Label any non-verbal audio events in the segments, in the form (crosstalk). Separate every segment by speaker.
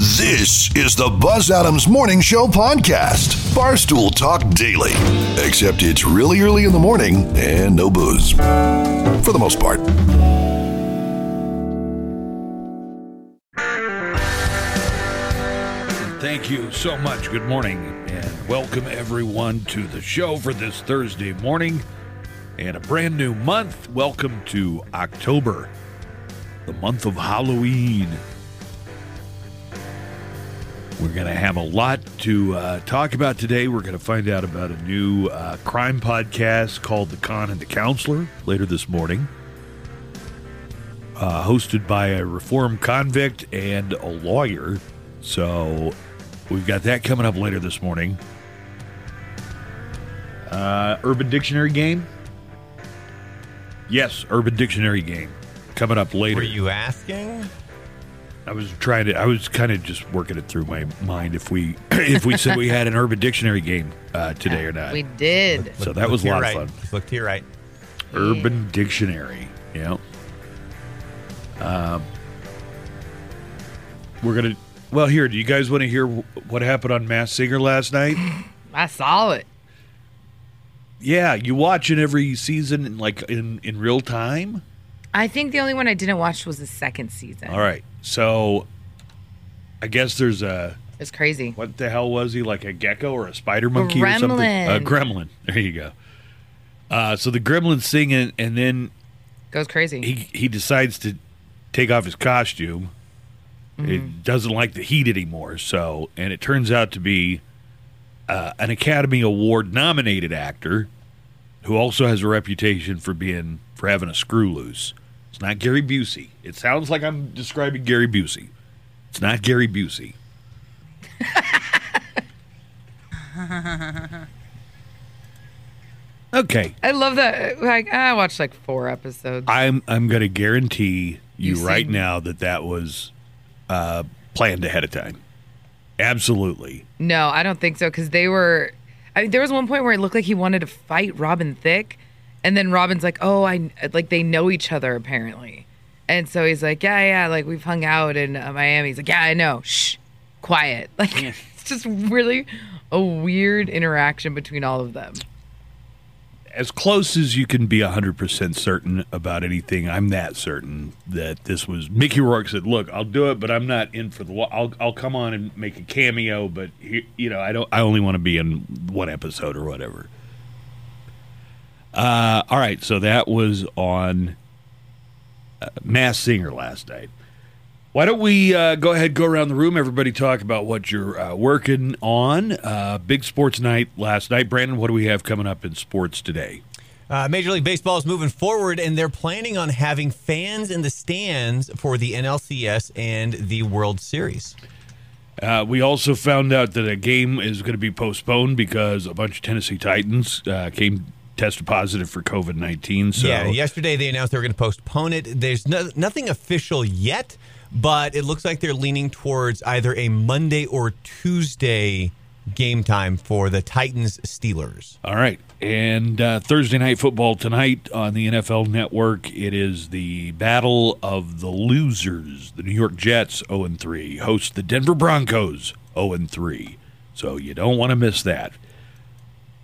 Speaker 1: This is the Buzz Adams Morning Show podcast, Barstool Talk Daily. Except it's really early in the morning and no booze. For the most part.
Speaker 2: Thank you so much. Good morning and welcome everyone to the show for this Thursday morning and a brand new month. Welcome to October, the month of Halloween. We're going to have a lot to uh, talk about today. We're going to find out about a new uh, crime podcast called The Con and the Counselor later this morning, uh, hosted by a reformed convict and a lawyer. So we've got that coming up later this morning. Uh, Urban Dictionary game? Yes, Urban Dictionary game coming up later.
Speaker 3: Were you asking?
Speaker 2: I was trying to. I was kind of just working it through my mind if we (clears throat) if we said we had an Urban Dictionary game uh, today or not.
Speaker 4: We did.
Speaker 2: so that was a
Speaker 3: to your
Speaker 2: lot
Speaker 3: right.
Speaker 2: of fun.
Speaker 3: Look to your right.
Speaker 2: Urban Dictionary. Yeah. Um, we're gonna. Well, here. Do you guys want to hear wh- what happened on Mass Singer last
Speaker 4: (laughs)
Speaker 2: night?
Speaker 4: I saw it.
Speaker 2: yeah, you watch it every season, in, like in in real time.
Speaker 4: I think the only one I didn't watch was the second season.
Speaker 2: All right. So, I guess there's a.
Speaker 4: It's crazy.
Speaker 2: what the hell was he like a gecko or a spider monkey or something?
Speaker 4: gremlin.
Speaker 2: A gremlin. There you go. Uh, so the gremlin's singing, and then
Speaker 4: Goes crazy.
Speaker 2: he he decides to take off his costume.
Speaker 4: Mm-hmm.
Speaker 2: It doesn't like the heat anymore. So, and it turns out to be uh, an Academy Award nominated actor who also has a reputation for being for having a screw loose. It's not Gary Busey. It sounds like I'm describing Gary Busey. It's not Gary Busey. okay.
Speaker 4: I love that. Like I watched like four episodes.
Speaker 2: I'm I'm going to guarantee you,
Speaker 4: You
Speaker 2: right
Speaker 4: seen-
Speaker 2: now that that was uh, planned ahead of time. Absolutely.
Speaker 4: No, I don't think so because they were. I mean, there was one point where it looked like he wanted to fight Robin Thicke, and then Robin's like, "Oh, I like they know each other apparently," and so he's like, "Yeah, yeah, like we've hung out in uh, Miami." He's like, "Yeah, I know." Shh, quiet. (laughs) Like it's just really a weird interaction between all of them.
Speaker 2: As close as you can be 100% certain about anything, I'm that certain that this was Mickey Rourke said, "Look, I'll do it, but I'm not in for the wa- I'll I'll come on and make a cameo, but he- you know, I don't I only want to be in one episode or whatever." Uh, all right, so that was on uh, Mass Singer last night. Why don't we uh, go ahead, go around the room, everybody talk about what you're uh, working on. Uh, big sports night last night. Brandon, what do we have coming up in sports today?
Speaker 3: Uh, Major League Baseball is moving forward, and they're planning on having fans in the stands for the NLCS and the World Series.
Speaker 2: Uh, we also found out that a game is going to be postponed because a bunch of Tennessee Titans uh, came tested positive for COVID 19. So
Speaker 3: Yeah, yesterday they announced they were going to postpone it. There's no, nothing official yet, but it looks like they're leaning towards either a Monday or Tuesday game time for the Titans Steelers.
Speaker 2: All right. And uh, Thursday night football tonight on the NFL network. It is the battle of the losers. The New York Jets 0 and 3 host the Denver Broncos 0 and 3. So you don't want to miss that.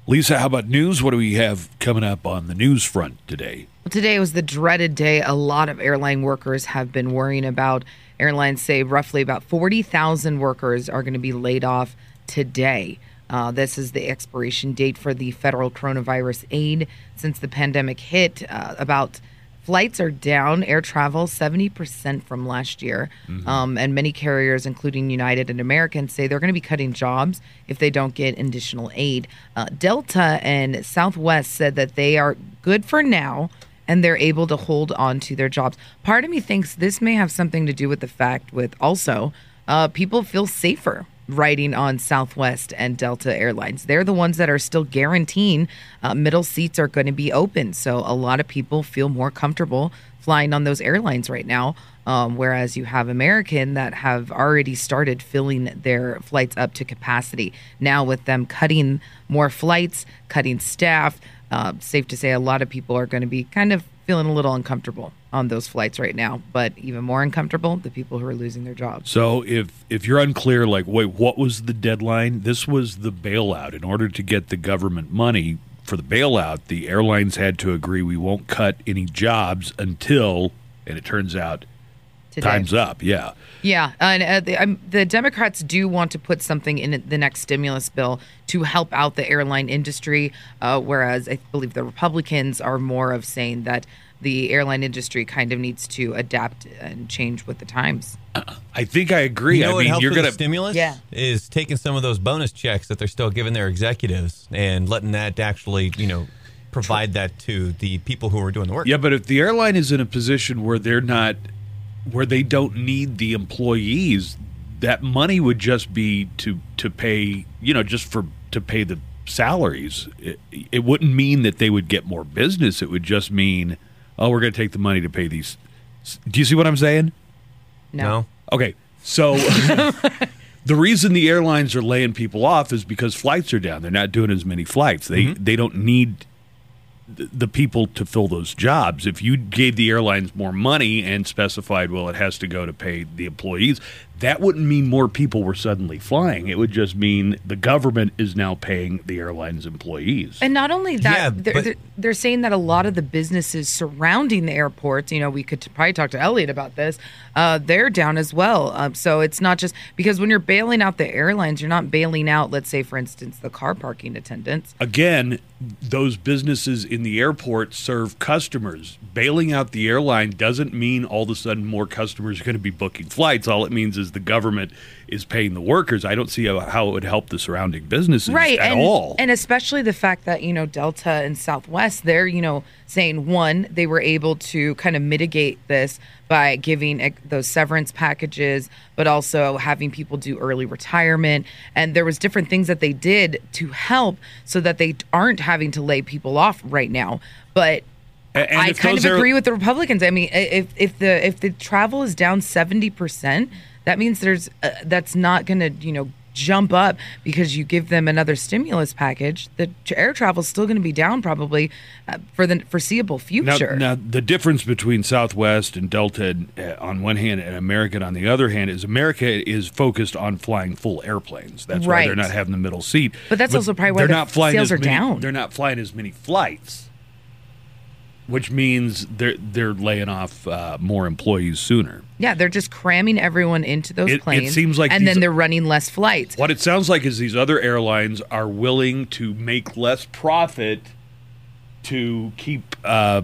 Speaker 2: Lisa, how about news? What do we have coming up on the news front today?
Speaker 4: Well, Today was the dreaded day a lot of airline workers have been worrying about. Airlines say roughly about 40,000 workers are going to be laid off today. Uh, this is the expiration date for the federal coronavirus aid. Since the pandemic hit, uh, about flights are down, air travel 70% from last year. Um, and many carriers, including United and American, say they're going to be cutting jobs if they don't get additional aid. Uh, Delta and Southwest said that they are good for now and they're able to hold on to their jobs. Part of me thinks this may have something to do with the fact with also uh, people feel safer riding on Southwest and Delta Airlines. They're the ones that are still guaranteeing uh, middle seats are going to be open. So a lot of people feel more comfortable flying on those airlines right now. Um, whereas you have American that have already started filling their flights up to capacity. Now, with them cutting more flights, cutting staff, uh, safe to say a lot of people are going to be kind of feeling a little uncomfortable on those flights right now, but even more uncomfortable the people who are losing their jobs.
Speaker 2: So if if you're unclear, like, wait, what was the deadline? This was the bailout. In order to get the government money for the bailout, the airlines had to agree we won't cut any jobs until, and it turns out,
Speaker 4: Today.
Speaker 2: time's up. Yeah.
Speaker 4: Yeah, and uh, the, um, the Democrats do want to put something in the next stimulus bill to help out the airline industry, uh, whereas I believe the Republicans are more of saying that the airline industry kind of needs to adapt and change with the times.
Speaker 2: I think I agree.
Speaker 3: You know
Speaker 2: I
Speaker 3: what
Speaker 2: mean,
Speaker 3: helps
Speaker 2: you're
Speaker 3: with
Speaker 2: gonna
Speaker 3: the stimulus?
Speaker 4: Yeah.
Speaker 3: Is taking some of those bonus checks that they're still giving their executives and letting that actually, you know, provide that to the people who are doing the work.
Speaker 2: Yeah, but if the airline is in a position where they're not, where they don't need the employees, that money would just be to to pay, you know, just for to pay the salaries. It, it wouldn't mean that they would get more business. It would just mean, oh, we're going to take the money to pay these. Do you see what I'm saying?
Speaker 4: No.
Speaker 3: No.
Speaker 2: Okay, so (laughs) the reason the airlines are laying people off is because flights are down. They're not doing as many flights. They they don't need th- the people to fill those jobs. If you gave the airlines more money and specified, well, it has to go to pay the employees, that wouldn't mean more people were suddenly flying. It would just mean the government is now paying the airlines' employees.
Speaker 4: And not only that,
Speaker 3: Yeah,
Speaker 4: they're,
Speaker 3: but-
Speaker 4: they're, they're saying that a lot of the businesses surrounding the airports, you know, we could probably talk to Elliot about this, uh, they're down as well. Um, so it's not just because when you're bailing out the airlines, you're not bailing out, let's say, for instance, the car parking attendants.
Speaker 2: again, those businesses in the airport serve customers. Bailing out the airline doesn't mean all of a sudden more customers are going to be booking flights. All it means is the government is paying the workers. I don't see how- how it would help the surrounding businesses
Speaker 4: right
Speaker 2: at
Speaker 4: and,
Speaker 2: all.
Speaker 4: and especially the fact that you know delta and southwest they're you know saying one they were able to kind of mitigate this by giving eh, those severance packages but also having people do early retirement and there was different things that they did to help so that they aren't having to lay people off right now but
Speaker 2: A- and
Speaker 4: I
Speaker 2: if
Speaker 4: kind
Speaker 2: those
Speaker 4: of
Speaker 2: air-
Speaker 4: agree with the Republicans. I mean, i- if if the if the travel is down seventy percent, that means there's uh, that's not going to you know jump up because you give them another stimulus package. The t- air travel is still going to be down probably uh, for the foreseeable
Speaker 2: Now,
Speaker 4: future.
Speaker 2: now, the difference between Southwest and Delta and, uh, on one hand and American on the other hand is America is focused on flying full airplanes. That's why they're
Speaker 4: Right.
Speaker 2: not having the middle seat.
Speaker 4: But that's also probably why
Speaker 2: they're
Speaker 4: their
Speaker 2: not flying as
Speaker 4: sales are
Speaker 2: many,
Speaker 4: down.
Speaker 2: They're not flying as many flights, which means they're they're laying off uh, more employees sooner.
Speaker 4: Yeah, they're just cramming everyone into those
Speaker 2: It- it
Speaker 4: planes.
Speaker 2: seems like
Speaker 4: and
Speaker 2: these-
Speaker 4: then they're running less flights.
Speaker 2: What it sounds like is these other airlines are willing to make less profit to keep uh,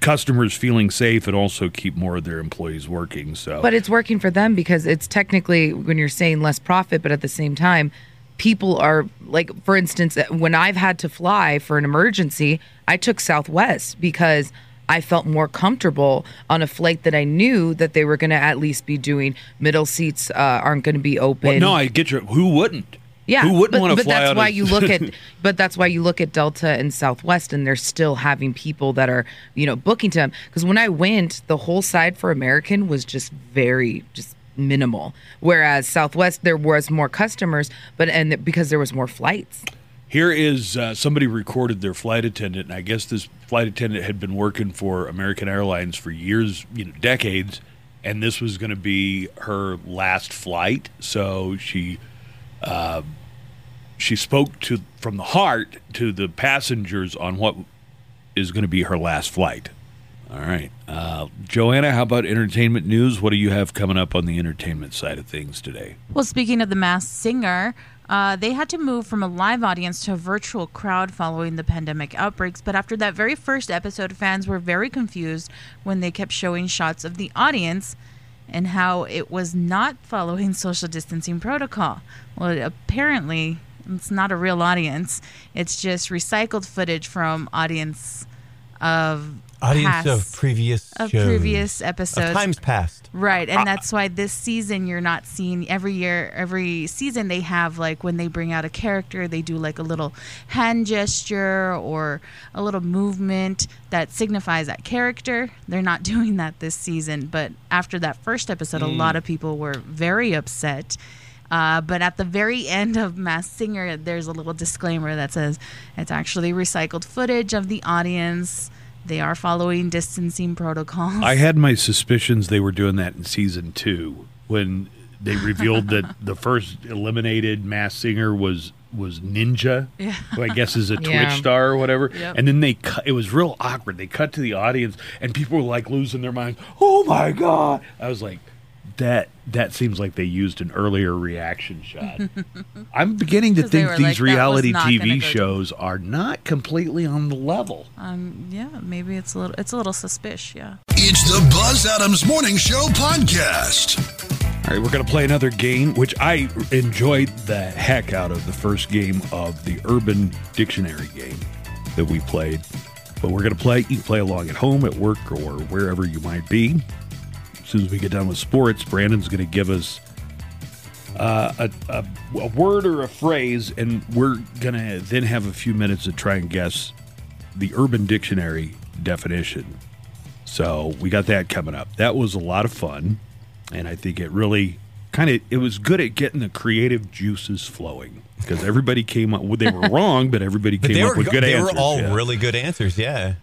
Speaker 2: customers feeling safe and also keep more of their employees working. So,
Speaker 4: But it's working for them because it's technically when you're saying less profit, but at the same time, people are like, for instance, uh, when I've had to fly for an emergency, I took Southwest because I felt more comfortable on a flight that I knew that they were going to at least be doing middle seats uh, aren't going to be open.
Speaker 2: Well, no, I get you. Who wouldn't?
Speaker 4: Yeah,
Speaker 2: Who wouldn't
Speaker 4: but-
Speaker 2: want to
Speaker 4: But
Speaker 2: fly
Speaker 4: that's
Speaker 2: out
Speaker 4: why
Speaker 2: of- (laughs)
Speaker 4: you look at. But that's why you look at Delta and Southwest, and they're still having people that are you know booking to them. Because when I went, the whole side for American was just very just minimal, whereas Southwest there was more customers, but and because there was more flights.
Speaker 2: Here is uh, somebody recorded their flight attendant, and I guess this flight attendant had been working for American Airlines for years, you know, decades, and this was going to be her last flight. So she, uh, she spoke to from the heart to the passengers on what is going to be her last flight. All right, uh, Joanna, how about entertainment news? What do you have coming up on the entertainment side of things today?
Speaker 5: Well, speaking of the mass singer, uh, they had to move from a live audience to a virtual crowd following the pandemic outbreaks. But after that very first episode, fans were very confused when they kept showing shots of the audience and how it was not following (laughs) social distancing protocol. Well, it apparently, it's not a real audience, it's just recycled footage from audience of
Speaker 3: Audience
Speaker 5: past-
Speaker 3: of previous
Speaker 5: of
Speaker 3: shows.
Speaker 5: previous
Speaker 3: Of
Speaker 5: episodes.
Speaker 3: times past. Ah.
Speaker 5: Right, and that's why this season you're not seeing every year, every season they have like when they bring out a character, they do like a little hand gesture or a little movement that signifies that character. They're not (laughs) doing that this season, but after that first episode, a
Speaker 3: Mm.
Speaker 5: lot of people were very upset. Uh, but at the very end of Mass Singer, there's a little disclaimer that says it's actually recycled footage of the audience They are following distancing protocols.
Speaker 2: I had my suspicions they were doing that in season two when they revealed
Speaker 5: (laughs)
Speaker 2: that the first eliminated mass singer was was Ninja, who I guess
Speaker 5: (laughs)
Speaker 2: is a Twitch
Speaker 4: Yeah.
Speaker 2: star or whatever.
Speaker 5: Yep.
Speaker 2: And then they cut. It was real awkward. They cut to the audience, and people were like losing their minds. Oh my god! I was like, that that seems like they used an earlier reaction
Speaker 5: (laughs)
Speaker 2: shot. I'm beginning to
Speaker 5: 'Cause they
Speaker 2: think
Speaker 5: were
Speaker 2: these
Speaker 5: like, that was
Speaker 2: reality
Speaker 5: not gonna
Speaker 2: TV
Speaker 5: go-
Speaker 2: shows are not completely on the level.
Speaker 5: um, yeah, maybe it's a little it's a little suspicious. Yeah.
Speaker 1: It's the Buzz Adams Morning Show podcast.
Speaker 2: All right, we're going to play another game, which I enjoyed the heck out of the first game of the Urban Dictionary game that we played. But we're going to play, you can play along at home, at work, or wherever you might be. As soon as we get done with sports, Brandon's going to give us uh, a, a, a word or a phrase, and we're going to then have a few minutes to try and guess the Urban Dictionary definition. So we got that coming up. That was a lot of fun, and I think it really kind of it was good at getting the creative juices flowing because everybody came up. Well,
Speaker 3: (laughs)
Speaker 2: they were wrong, but everybody
Speaker 3: But
Speaker 2: came
Speaker 3: they
Speaker 2: up
Speaker 3: were
Speaker 2: with
Speaker 3: go-
Speaker 2: good
Speaker 3: they
Speaker 2: answers.
Speaker 3: were all
Speaker 2: yeah.
Speaker 3: really good answers. Yeah.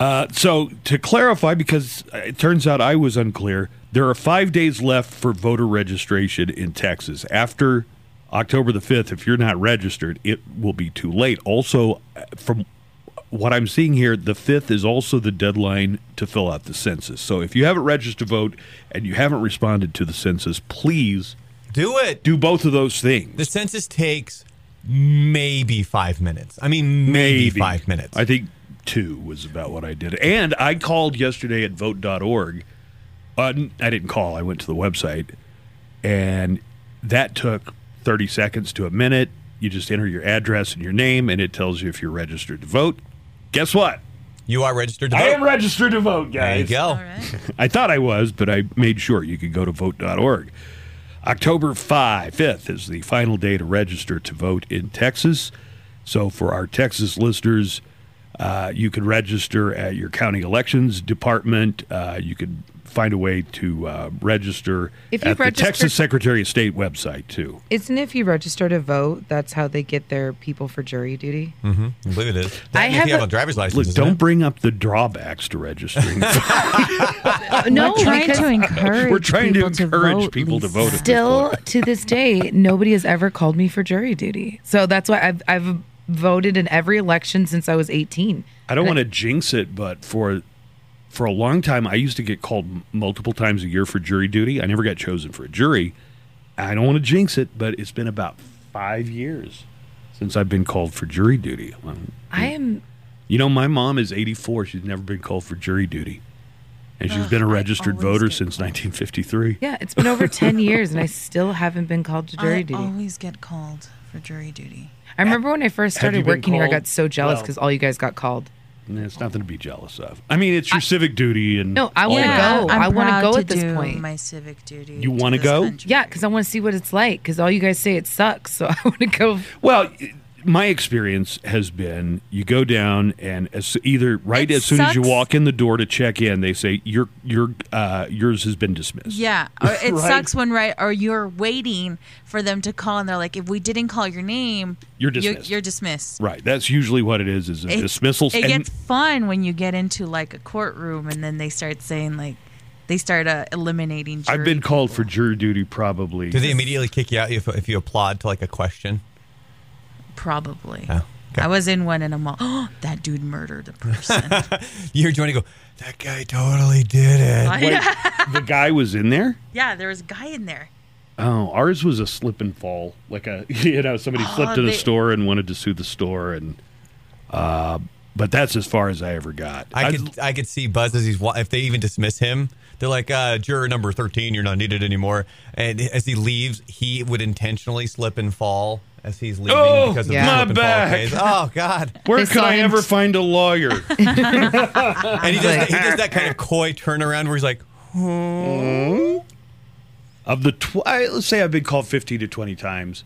Speaker 2: Uh, so to clarify, because it turns out I was unclear, there are five days left for voter registration in Texas. After October the 5th, if you're not registered, it will be too late. Also, uh, from what I'm seeing here, the 5th is also the deadline to fill out the census. So if you haven't registered to vote and you haven't responded to the census, please
Speaker 3: Do it.
Speaker 2: do both of those things.
Speaker 3: The census takes maybe five minutes. I mean, maybe, five minutes.
Speaker 2: I think two was about what I did. And I called yesterday at vote.org. Uh, n- I didn't call, I went to the website. And that took 30 seconds to a minute. You just enter your address and your name, and it tells you if you're registered to vote. Guess what?
Speaker 3: you are registered to
Speaker 2: I
Speaker 3: vote.
Speaker 2: am registered to vote, guys.
Speaker 3: there you go.
Speaker 5: All right.
Speaker 2: (laughs) I thought I was, but I made sure you could go to vote.org. October 5, 5th is the final day to register to vote in Texas. So for our Texas listeners, uh, you can register at your county elections department. Uh, you could find a way to uh, register
Speaker 4: If you've
Speaker 2: at the
Speaker 4: registered-
Speaker 2: Texas Secretary of State website, too.
Speaker 4: Isn't if you register to vote, that's how they get their people for jury duty?
Speaker 3: Mm-hmm. I believe it is.
Speaker 4: I
Speaker 3: That- if
Speaker 4: have
Speaker 3: you have
Speaker 4: a-
Speaker 3: a driver's license,
Speaker 2: Look,
Speaker 3: isn't
Speaker 2: don't
Speaker 3: it?
Speaker 2: bring up the drawbacks to registering.
Speaker 4: No,
Speaker 5: We're trying to encourage
Speaker 2: We're trying to
Speaker 5: people
Speaker 2: encourage
Speaker 5: vote,
Speaker 2: people to
Speaker 5: Lisa.
Speaker 2: vote.
Speaker 4: Still (laughs) to this day, nobody has ever called me for jury duty. So that's why I've, I've voted in every election since I was 18.
Speaker 2: I don't want to jinx it, but for for a long time, I used to get called m- multiple times a year for jury duty. I never got chosen for a jury. I don't want to jinx it, but it's been about five years since I've been called for jury duty. Um,
Speaker 4: I am.
Speaker 2: You know, my mom is 84. She's never been called for jury duty. And she's been a registered
Speaker 5: always
Speaker 2: voter
Speaker 5: get
Speaker 2: since 1953.
Speaker 4: Yeah, it's been
Speaker 2: (laughs)
Speaker 4: over 10 years and I still haven't been called to jury
Speaker 5: I
Speaker 4: duty.
Speaker 5: always get called for jury duty.
Speaker 4: I remember when I first
Speaker 2: Have you
Speaker 4: started
Speaker 2: been
Speaker 4: working here, I
Speaker 2: called-
Speaker 4: got so jealous
Speaker 2: well-
Speaker 4: because all you guys got called.
Speaker 2: And it's nothing to be jealous of. I mean, it's your civic duty. and
Speaker 4: No, I
Speaker 2: all
Speaker 4: wanna
Speaker 2: that.
Speaker 4: go.
Speaker 5: I'm
Speaker 4: I wanna
Speaker 5: proud
Speaker 4: go
Speaker 5: to
Speaker 4: at this
Speaker 5: do
Speaker 4: point.
Speaker 5: My civic duty.
Speaker 2: You
Speaker 5: want
Speaker 2: wanna
Speaker 5: to this
Speaker 2: go?
Speaker 5: country.
Speaker 4: Yeah, because I want to see what it's like because all you guys say it sucks. (laughs) So I want to go.
Speaker 2: Well, my experience has been you go down and as either right
Speaker 5: It
Speaker 2: as soon as you
Speaker 5: sucks.
Speaker 2: walk in the door to check in, they say your your uh, yours has been dismissed.
Speaker 5: Yeah, or
Speaker 2: (laughs)
Speaker 5: it
Speaker 2: Right.
Speaker 5: sucks when right or you're waiting for them to call and they're like, if we didn't call your name,
Speaker 2: You're
Speaker 5: you-
Speaker 2: dismissed.
Speaker 5: You're, dismissed.
Speaker 2: Right. That's usually what it is is a
Speaker 5: It-
Speaker 2: dismissal.
Speaker 5: It
Speaker 2: and
Speaker 5: gets fun when you get into like a courtroom and then they start saying like, they start uh, eliminating. Jury.
Speaker 2: I've been called for jury duty probably.
Speaker 3: Do they immediately kick you out if, if you applaud to like a question? (laughs)
Speaker 5: probably.
Speaker 3: Oh, okay.
Speaker 5: I was in one and I'm all, oh, (gasps) that dude murdered
Speaker 2: (laughs)
Speaker 5: a person.
Speaker 3: You're going to go. That guy totally did it.
Speaker 2: Wait,
Speaker 5: (laughs)
Speaker 2: the guy was in there?
Speaker 5: yeah, there was a guy in there. (laughs)
Speaker 2: Oh, ours was a slip and fall. Like a (laughs) you know, somebody slipped in a
Speaker 5: Oh, they-
Speaker 2: store and wanted to sue the store and uh but that's as far as I ever got.
Speaker 3: I
Speaker 2: I'd-
Speaker 3: could I could see Buzz as he's wa- if they even dismiss him, they're like uh, juror number thirteen, you're not needed anymore. And as he leaves, he would intentionally slip and fall as he's leaving
Speaker 2: Oh,
Speaker 3: because of
Speaker 4: Yeah.
Speaker 3: the
Speaker 2: my
Speaker 3: slip and
Speaker 2: back.
Speaker 3: fall case.
Speaker 2: (laughs)
Speaker 3: Oh God!
Speaker 2: where
Speaker 4: They
Speaker 2: could
Speaker 4: saw
Speaker 2: I
Speaker 4: him
Speaker 2: ever
Speaker 4: s-
Speaker 2: find a
Speaker 5: (laughs)
Speaker 2: lawyer?
Speaker 3: And he does that, he does that
Speaker 2: (laughs)
Speaker 3: kind of coy turnaround where he's like, "Hmm?"
Speaker 2: of the tw- I, let's say I've been called 15 to 20 times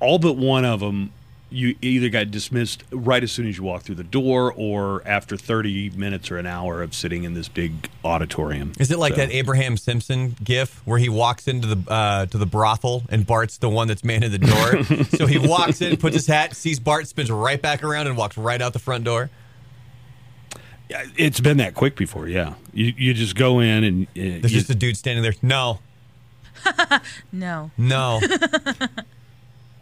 Speaker 2: all but one of them you either got dismissed right as soon as you walked through the door or after 30 minutes or an hour of sitting in this big auditorium
Speaker 3: Is it like
Speaker 2: So-
Speaker 3: that Abraham Simpson gif where he walks into the uh, to the brothel and Bart's the one that's manning the door?
Speaker 2: (laughs)
Speaker 3: so he walks in, puts his hat, sees Bart, spins right back around, and walks right out the front door.
Speaker 2: Yeah, It's been that quick before, yeah. You you just go in and uh,
Speaker 3: There's
Speaker 2: you-
Speaker 3: just a dude standing there. No,
Speaker 5: No. (laughs)
Speaker 3: no.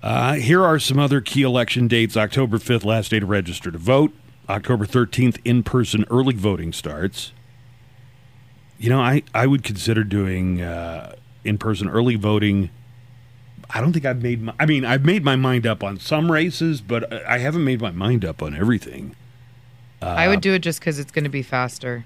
Speaker 2: Uh, here are some other key election dates. October 5th, last day to register to vote. October 13th, in person early voting starts. You know, I, I would consider doing uh, in person early voting. I don't think I've made my, I mean, I've made my mind up on some races, but uh, I I haven't made my mind up on everything.
Speaker 4: I
Speaker 2: Uh,
Speaker 4: would do it just because it's going to be faster.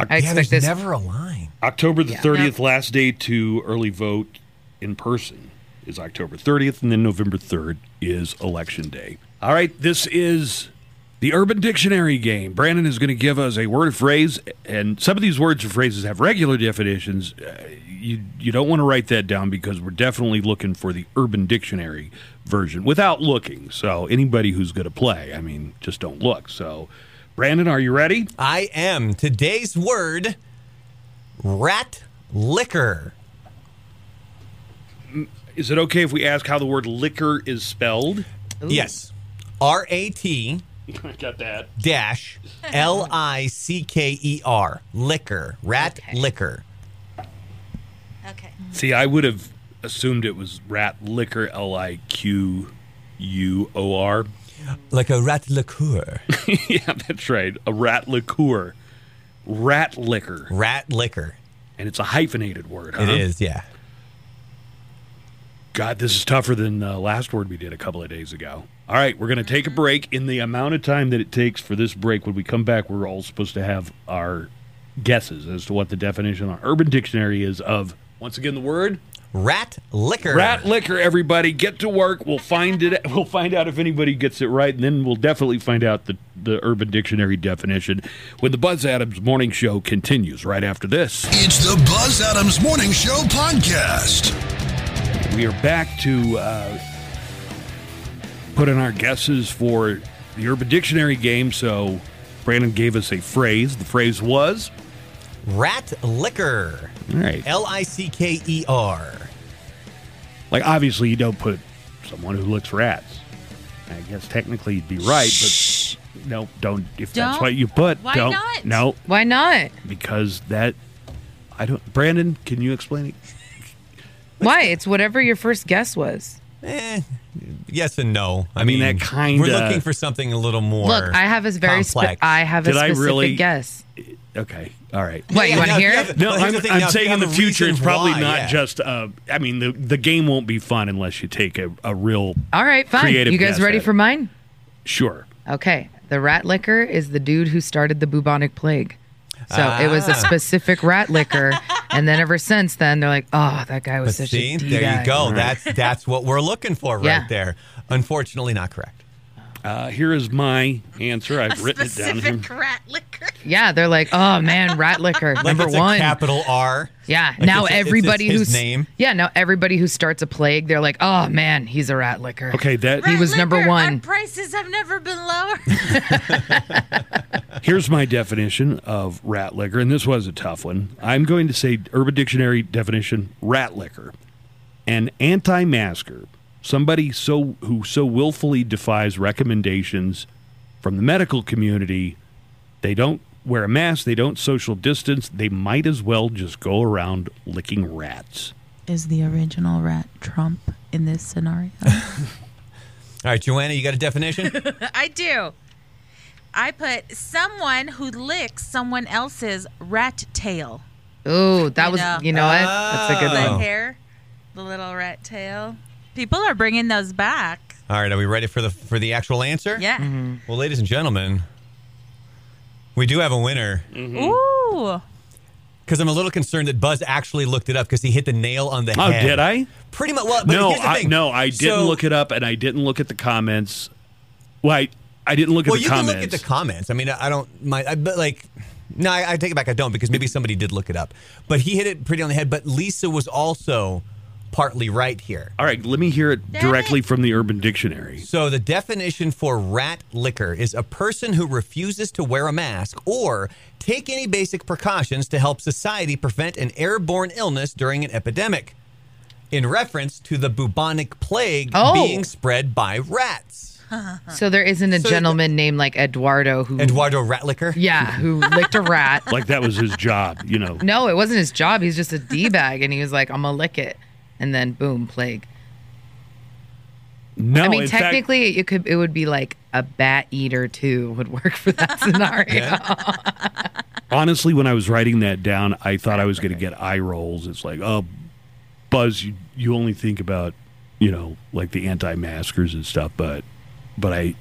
Speaker 2: Oc-
Speaker 4: I
Speaker 3: yeah, there's
Speaker 4: expect this.
Speaker 3: never a line.
Speaker 2: October the 30th,
Speaker 5: Yeah.
Speaker 2: last day to early vote in person is October 30th, and then November 3rd is election day. All right, this is the Urban Dictionary game. Brandon is going to give us a word or phrase, and some of these words or phrases have regular definitions. Uh, you, you don't want to write that down because we're definitely looking for the Urban Dictionary version without looking. So, anybody who's going to play, I mean, just don't look. So, Brandon, are you ready?
Speaker 3: I am today's word. Rat liquor.
Speaker 2: Is it okay if we ask how the word liquor is spelled?
Speaker 3: Yes. R A
Speaker 2: (laughs)
Speaker 3: T
Speaker 2: Got that.
Speaker 4: (laughs)
Speaker 3: dash L I C K E R. Liquor. Rat
Speaker 4: Okay.
Speaker 3: liquor.
Speaker 6: Okay.
Speaker 2: See, I would have assumed it was rat liquor, L I Q U O R. (laughs)
Speaker 3: Like a rat liqueur.
Speaker 2: Yeah, that's right. A rat liqueur. Rat liquor.
Speaker 3: rat liquor.
Speaker 2: And it's a hyphenated word, huh?
Speaker 3: It is, yeah.
Speaker 2: God, this is tougher than the last word we did a couple of days ago. All right, we're going to take a break. In the amount of time that it takes for this break, when we come back, we're all supposed to have our guesses as to what the definition on Urban Dictionary is of, once again, the word?
Speaker 3: Rat liquor.
Speaker 2: Rat liquor, everybody, get to work. We'll find it. (laughs) We'll find out if anybody gets it right, and then we'll definitely find out the the Urban Dictionary definition when the Buzz Adams Morning Show continues. Right after this,
Speaker 1: It's the Buzz Adams Morning Show podcast.
Speaker 2: we are back to uh, put in our guesses for the Urban Dictionary game. So, Brandon gave us a phrase. The phrase was
Speaker 3: Rat liquor.
Speaker 2: all right.
Speaker 3: L I C K E R.
Speaker 2: Like obviously, you don't put someone who looks rats. I guess technically you'd be right, but no, don't. If that's
Speaker 5: Don't.
Speaker 2: what you put,
Speaker 5: Why
Speaker 2: don't.
Speaker 5: not?
Speaker 2: No,
Speaker 4: Why not?
Speaker 2: because that I don't. Brandon, can you explain it?
Speaker 4: Why? It's whatever your first guess was.
Speaker 3: Eh, yes and no. I,
Speaker 2: mean, that kinda-
Speaker 3: We're looking for something a little more.
Speaker 4: Look, I have a very
Speaker 3: complex.
Speaker 4: spe- I have a
Speaker 2: Did I
Speaker 4: specific
Speaker 2: really-
Speaker 4: guess.
Speaker 2: Okay, all right.
Speaker 4: What you want to
Speaker 3: no,
Speaker 4: hear?
Speaker 3: yeah,
Speaker 4: it?
Speaker 3: but-
Speaker 2: No,
Speaker 3: Well, here's
Speaker 2: I'm,
Speaker 3: the thing,
Speaker 2: I'm
Speaker 3: now, if you
Speaker 2: saying in
Speaker 3: have
Speaker 2: the
Speaker 3: a
Speaker 2: future it's
Speaker 3: reason
Speaker 2: probably
Speaker 3: why,
Speaker 2: not
Speaker 3: yeah.
Speaker 2: just. Uh, I mean, the the game won't be fun unless you take a, a real
Speaker 4: All right, fine.
Speaker 2: Creative
Speaker 4: you
Speaker 2: guess
Speaker 4: guys ready
Speaker 2: at
Speaker 4: for
Speaker 2: it.
Speaker 4: mine?
Speaker 2: sure.
Speaker 4: Okay. The rat licker is the dude who started the bubonic plague. So it was a
Speaker 3: Ah.
Speaker 4: specific rat licker. And then ever since then, they're like, oh, that guy was
Speaker 3: But
Speaker 4: such
Speaker 3: see,
Speaker 4: a D
Speaker 3: there
Speaker 4: guy.
Speaker 3: you go. That's that's what we're looking for right
Speaker 4: Yeah.
Speaker 3: there. Unfortunately, not correct.
Speaker 2: Uh, here is my answer. I've written it down. here.
Speaker 6: Specific rat liquor.
Speaker 4: Yeah, they're like, oh, man, rat licker.
Speaker 3: Like
Speaker 4: number
Speaker 3: it's
Speaker 4: one.
Speaker 3: a capital R.
Speaker 4: yeah.
Speaker 3: Like
Speaker 4: now
Speaker 3: it's- it's-
Speaker 4: everybody
Speaker 3: it's his
Speaker 4: who's
Speaker 3: name.
Speaker 4: Yeah, now everybody who starts a plague, they're like, oh man, he's a rat licker.
Speaker 2: Okay, that
Speaker 4: He was
Speaker 6: Rat
Speaker 4: number
Speaker 6: liquor,
Speaker 4: one.
Speaker 6: Our prices have never been lower.
Speaker 2: Here's my definition of rat liquor, and this was a tough one. I'm going to say Urban Dictionary definition rat liquor. An anti masker, somebody so who so willfully defies recommendations from the medical community, they don't wear a mask, they don't social distance, they might as well just go around licking rats.
Speaker 5: (laughs) Is the original rat Trump in
Speaker 2: (laughs)
Speaker 5: this scenario?
Speaker 3: All right, Joanna, you got a definition?
Speaker 5: (laughs)
Speaker 6: I do.
Speaker 5: I put someone who licks someone else's rat tail.
Speaker 4: Ooh, that was
Speaker 5: know.
Speaker 4: you know what? That's a good
Speaker 5: The
Speaker 3: Oh.
Speaker 4: one.
Speaker 5: hair, the little rat tail. People are bringing those back.
Speaker 3: All right, are we ready for the for the actual answer?
Speaker 5: Yeah.
Speaker 2: Mm-hmm.
Speaker 3: Well, ladies and gentlemen, we do have a winner
Speaker 2: Mm-hmm.
Speaker 4: Mm.
Speaker 5: Ooh.
Speaker 3: because I'm a little concerned that Buzz actually looked it up because he hit the nail on the
Speaker 2: Oh,
Speaker 3: head.
Speaker 2: did I?
Speaker 3: Pretty much. Well, but
Speaker 2: No,
Speaker 3: here's the
Speaker 2: I,
Speaker 3: thing.
Speaker 2: no, I didn't
Speaker 3: So-
Speaker 2: look it up, and I didn't look at the comments. Well, I, I didn't look at
Speaker 3: Well,
Speaker 2: the
Speaker 3: you
Speaker 2: comments.
Speaker 3: can look at the comments. I mean, I I don't mind, I, but like, no, I, I take it back. I don't because maybe somebody did look it up, but he hit it pretty on the head. But Lisa was also partly right here.
Speaker 2: All right, let me hear it directly from the Urban Dictionary.
Speaker 3: So the definition for rat liquor is a person who refuses to wear a mask or take any basic precautions to help society prevent an airborne illness during an epidemic. In reference to the bubonic plague
Speaker 4: Oh.
Speaker 3: being spread by rats.
Speaker 4: So there isn't a
Speaker 3: So-
Speaker 4: gentleman named like Eduardo who,
Speaker 3: Eduardo Ratlicker.
Speaker 4: yeah,
Speaker 3: (laughs)
Speaker 4: who licked a rat.
Speaker 2: Like that was his job, you know.
Speaker 4: No, it wasn't his job. He's just a d bag, and he was like, "I'm gonna lick it," and then boom, plague.
Speaker 2: No,
Speaker 4: I mean,
Speaker 2: in fact-
Speaker 4: technically, it could it would be like a bat eater too would work
Speaker 3: (laughs)
Speaker 4: for that scenario.
Speaker 2: honestly, when I was writing that down, I thought I was going to get eye rolls. It's like, oh, Buzz, you, you only think about, you know, like the anti-maskers and stuff, but but I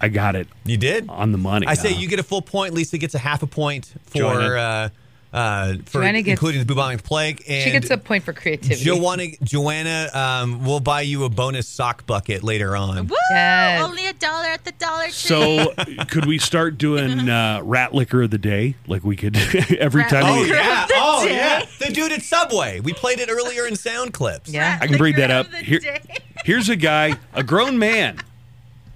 Speaker 2: I got it
Speaker 3: You did?
Speaker 2: on the money.
Speaker 3: I say
Speaker 2: huh?
Speaker 3: you get a full point. Lisa gets a half a point for uh,
Speaker 2: Joanna.
Speaker 3: uh, for
Speaker 4: Joanna gets-
Speaker 3: including the bubonic plague. And
Speaker 4: She gets a point for creativity.
Speaker 3: Joanna, Joanna um, will buy you a bonus sock bucket later on.
Speaker 6: Woo!
Speaker 4: Yes.
Speaker 6: Only a dollar at the Dollar Tree.
Speaker 2: (laughs) So could we start doing uh, rat liquor of the day? Like we could (laughs) every
Speaker 6: Rat
Speaker 2: time.
Speaker 3: Oh
Speaker 2: we, (laughs)
Speaker 3: yeah!
Speaker 6: The
Speaker 3: Oh
Speaker 6: day.
Speaker 3: yeah! The dude at Subway. We played it earlier in sound clips.
Speaker 4: yeah.
Speaker 2: I can bring that up.
Speaker 6: Liquor of the
Speaker 2: Here,
Speaker 6: day.
Speaker 2: here's a guy, a grown man.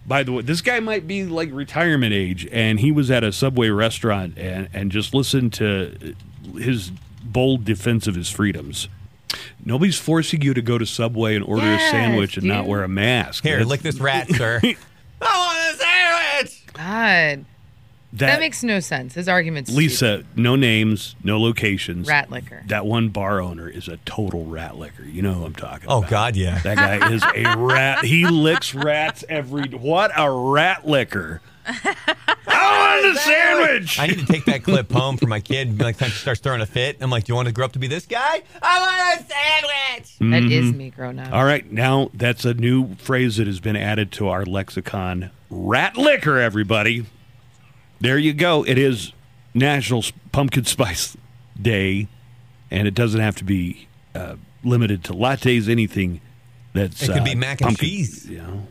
Speaker 2: By the way, this guy might be like retirement age, and he was at a Subway restaurant and, and just listened to his bold defense of his freedoms. Nobody's forcing you to go to Subway and order
Speaker 4: Yes,
Speaker 2: a sandwich and not
Speaker 4: dude.
Speaker 2: wear a mask.
Speaker 3: Here,
Speaker 2: That-
Speaker 3: lick this rat, sir. I want a sandwich.
Speaker 4: God,
Speaker 2: that,
Speaker 4: that makes no sense. His argument's stupid.
Speaker 2: Lisa, no names, no locations.
Speaker 4: Rat licker.
Speaker 2: That one bar owner is a total rat licker. You know who I'm talking
Speaker 3: Oh
Speaker 2: about.
Speaker 3: God, yeah.
Speaker 2: That guy is a rat. He licks rats every. What a rat licker! I want a sandwich.
Speaker 3: I need to take that clip home for my kid. Like, time she starts throwing a fit, I'm like, "Do you want to grow up to be this guy?" I want a sandwich.
Speaker 4: That is me grown up.
Speaker 2: Mm-hmm. All right, now that's a new phrase that has been added to our lexicon. Rat licker, everybody. There you go. It is National S- Pumpkin Spice Day, and it doesn't have to be uh, limited to lattes. Anything that's
Speaker 3: It could
Speaker 2: uh,
Speaker 3: be mac and
Speaker 2: pumpkin,
Speaker 3: cheese.
Speaker 2: You know.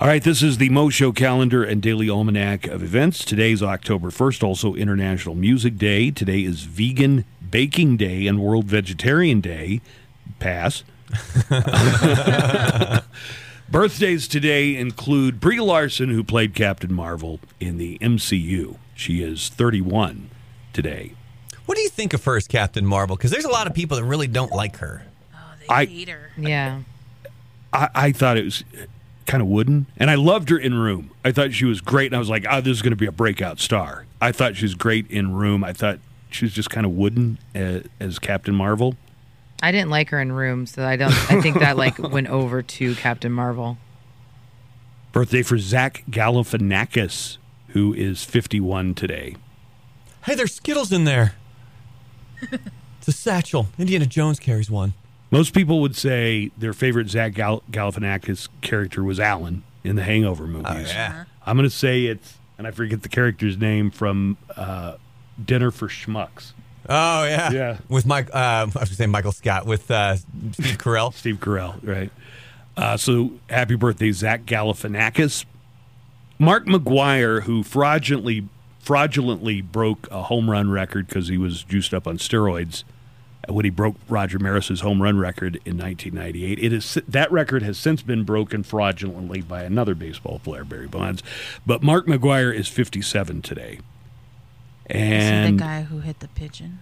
Speaker 2: All right, this is the Mo Show calendar and daily almanac of events. Today's October 1st, also International Music Day. Today is Vegan Baking Day and World Vegetarian Day. Pass. Birthdays today include Brie Larson, who played Captain Marvel in the MCU. She is 31 today.
Speaker 3: What do you think of her as Captain Marvel? Because there's a lot of people that really don't like her.
Speaker 6: oh, they
Speaker 2: I-
Speaker 6: hate her.
Speaker 4: Yeah.
Speaker 2: I, I thought it was kind of wooden, and I loved her in Room. I thought she was great, and I was like, oh, this is going to be a breakout star. I thought she was great in Room. I thought she was just kind of wooden as, as Captain Marvel.
Speaker 4: I didn't like her in Room, so I don't. I think
Speaker 3: (laughs)
Speaker 4: that like went over to Captain Marvel.
Speaker 2: Birthday for Zach Galifianakis, who is 51 today.
Speaker 3: Hey, there's Skittles in there. it's a satchel. Indiana Jones carries one.
Speaker 2: Most people would say their favorite Zach Gal- Galifianakis character was Alan in the Hangover movies.
Speaker 3: Oh, yeah.
Speaker 2: I'm going to say it's, and I forget the character's name from uh, Dinner for Schmucks.
Speaker 3: Oh yeah,
Speaker 2: Yeah.
Speaker 3: With Mike, uh, I was going to say Michael Scott with uh, Steve Carell.
Speaker 2: (laughs) Steve Carell, right? Uh, so happy birthday, Zach Galifianakis. Mark McGuire, who fraudulently fraudulently broke a home run record because he was juiced up on steroids uh, when he broke Roger Maris's home run record in 1998. It is that record has since been broken fraudulently by another baseball player, Barry Bonds. But Mark McGuire is 57 today.
Speaker 5: Is he
Speaker 2: And
Speaker 5: the guy who hit the pigeon?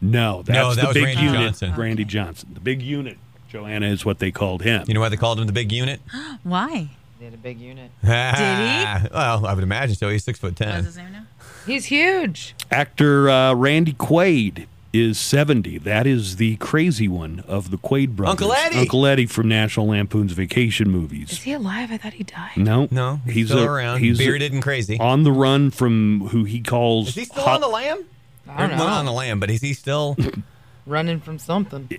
Speaker 2: no, that's
Speaker 3: that
Speaker 2: the
Speaker 3: was
Speaker 2: big
Speaker 3: Randy
Speaker 2: unit,
Speaker 3: Johnson.
Speaker 2: Randy Johnson, the big unit. Joanna is what they called him.
Speaker 3: You know why they called him the Big Unit?
Speaker 5: (gasps) Why?
Speaker 4: They had a big unit.
Speaker 3: Did he? (laughs) Well, I would imagine so. He's six foot
Speaker 5: What's
Speaker 3: ten.
Speaker 5: his name now?
Speaker 4: He's huge.
Speaker 2: Actor uh, Randy Quaid is 70. That is the crazy one of the Quaid brothers.
Speaker 3: Uncle Eddie!
Speaker 2: Uncle Eddie from National Lampoon's Vacation
Speaker 4: Is
Speaker 2: movies.
Speaker 4: he alive? I thought he died.
Speaker 2: No,
Speaker 3: No, he's,
Speaker 2: he's
Speaker 3: still
Speaker 2: a-
Speaker 3: around.
Speaker 2: He's a-
Speaker 3: bearded and crazy.
Speaker 2: on the run from who he calls.
Speaker 3: Is he still
Speaker 2: Hol-
Speaker 3: on the lamb?
Speaker 4: I don't
Speaker 3: Not on
Speaker 4: know.
Speaker 3: the lamb, but is he
Speaker 2: (laughs)
Speaker 3: still?
Speaker 4: Running from something.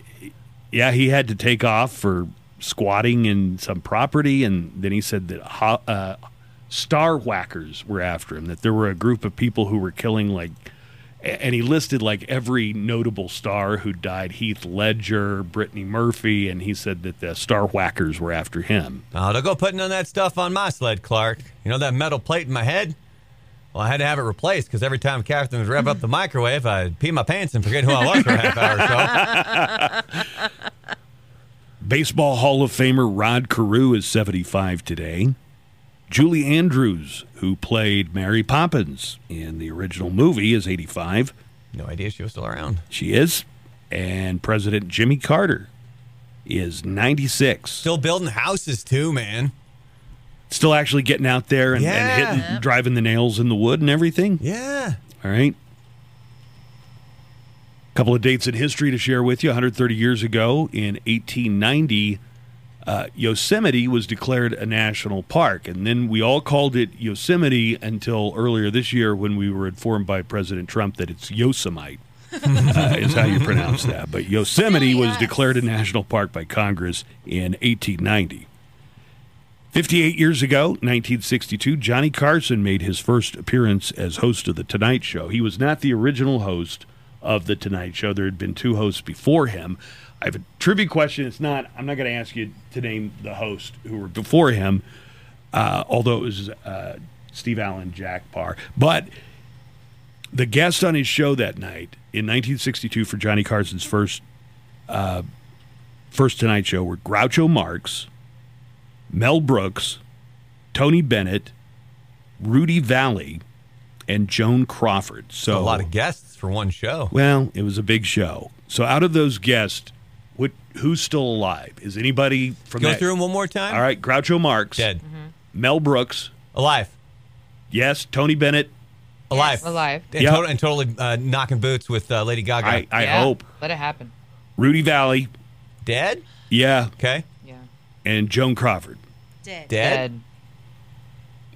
Speaker 2: yeah, he had to take off for squatting in some property, and then he said that ho- uh, star whackers were after him. That there were a group of people who were killing like, a- and he listed like every notable star who died: Heath Ledger, Brittany Murphy, and he said that the star whackers were after him.
Speaker 3: Oh, don't go putting on that stuff on my sled, Clark. You know that metal plate in my head? Well, I had to have it replaced because every time Catherine would rev up the microwave, I'd pee my pants and forget who I was for a half hour or so.
Speaker 2: (laughs) Baseball Hall of Famer Rod Carew is 75 today. Julie Andrews, who played Mary Poppins in the original movie, is 85.
Speaker 3: No idea she was still around.
Speaker 2: She is. And President Jimmy Carter is 96.
Speaker 3: Still building houses too, man.
Speaker 2: still actually getting out there and,
Speaker 3: Yeah.
Speaker 2: and hitting, driving the nails in the wood and everything.
Speaker 3: Yeah.
Speaker 2: All right. couple of dates in history to share with you. 130 years ago, in 1890, uh, Yosemite was declared a national park, and then we all called it Yosemite until earlier this year when we were informed by President Trump that it's Yosemite. uh, is how you pronounce that. But Yosemite was declared a national park by Congress in 1890. 58 years ago, 1962, Johnny Carson made his first appearance as host of The Tonight Show. He was not the original host of The Tonight Show. There had been two hosts before him. I have a trivia question. It's not, I'm not going to ask you to name the host who were before him, uh, although it was uh, Steve Allen, Jack Parr. But the guest on his show that night in 1962 for Johnny Carson's first uh, first Tonight Show were Groucho Marx, Mel Brooks, Tony Bennett, Rudy Valley, and Joan Crawford. So
Speaker 3: A lot of guests for one show.
Speaker 2: well, it was a big show. So out of those guests, what who's still alive? Is anybody from
Speaker 3: Go
Speaker 2: that-
Speaker 3: through them one more time.
Speaker 2: All right, Groucho Marx,
Speaker 3: Dead.
Speaker 2: Mel Brooks,
Speaker 3: Alive.
Speaker 2: yes, Tony Bennett.
Speaker 3: Alive.
Speaker 4: Alive.
Speaker 3: And,
Speaker 2: Yeah.
Speaker 3: tot- and totally uh, knocking boots with uh, Lady Gaga.
Speaker 2: I, I
Speaker 4: Yeah.
Speaker 2: hope
Speaker 4: Let it happen.
Speaker 2: Rudy Valley.
Speaker 3: Dead?
Speaker 2: Yeah,
Speaker 3: Okay.
Speaker 4: Yeah.
Speaker 2: and Joan Crawford.
Speaker 6: Dead.
Speaker 3: Dead.
Speaker 4: Dead.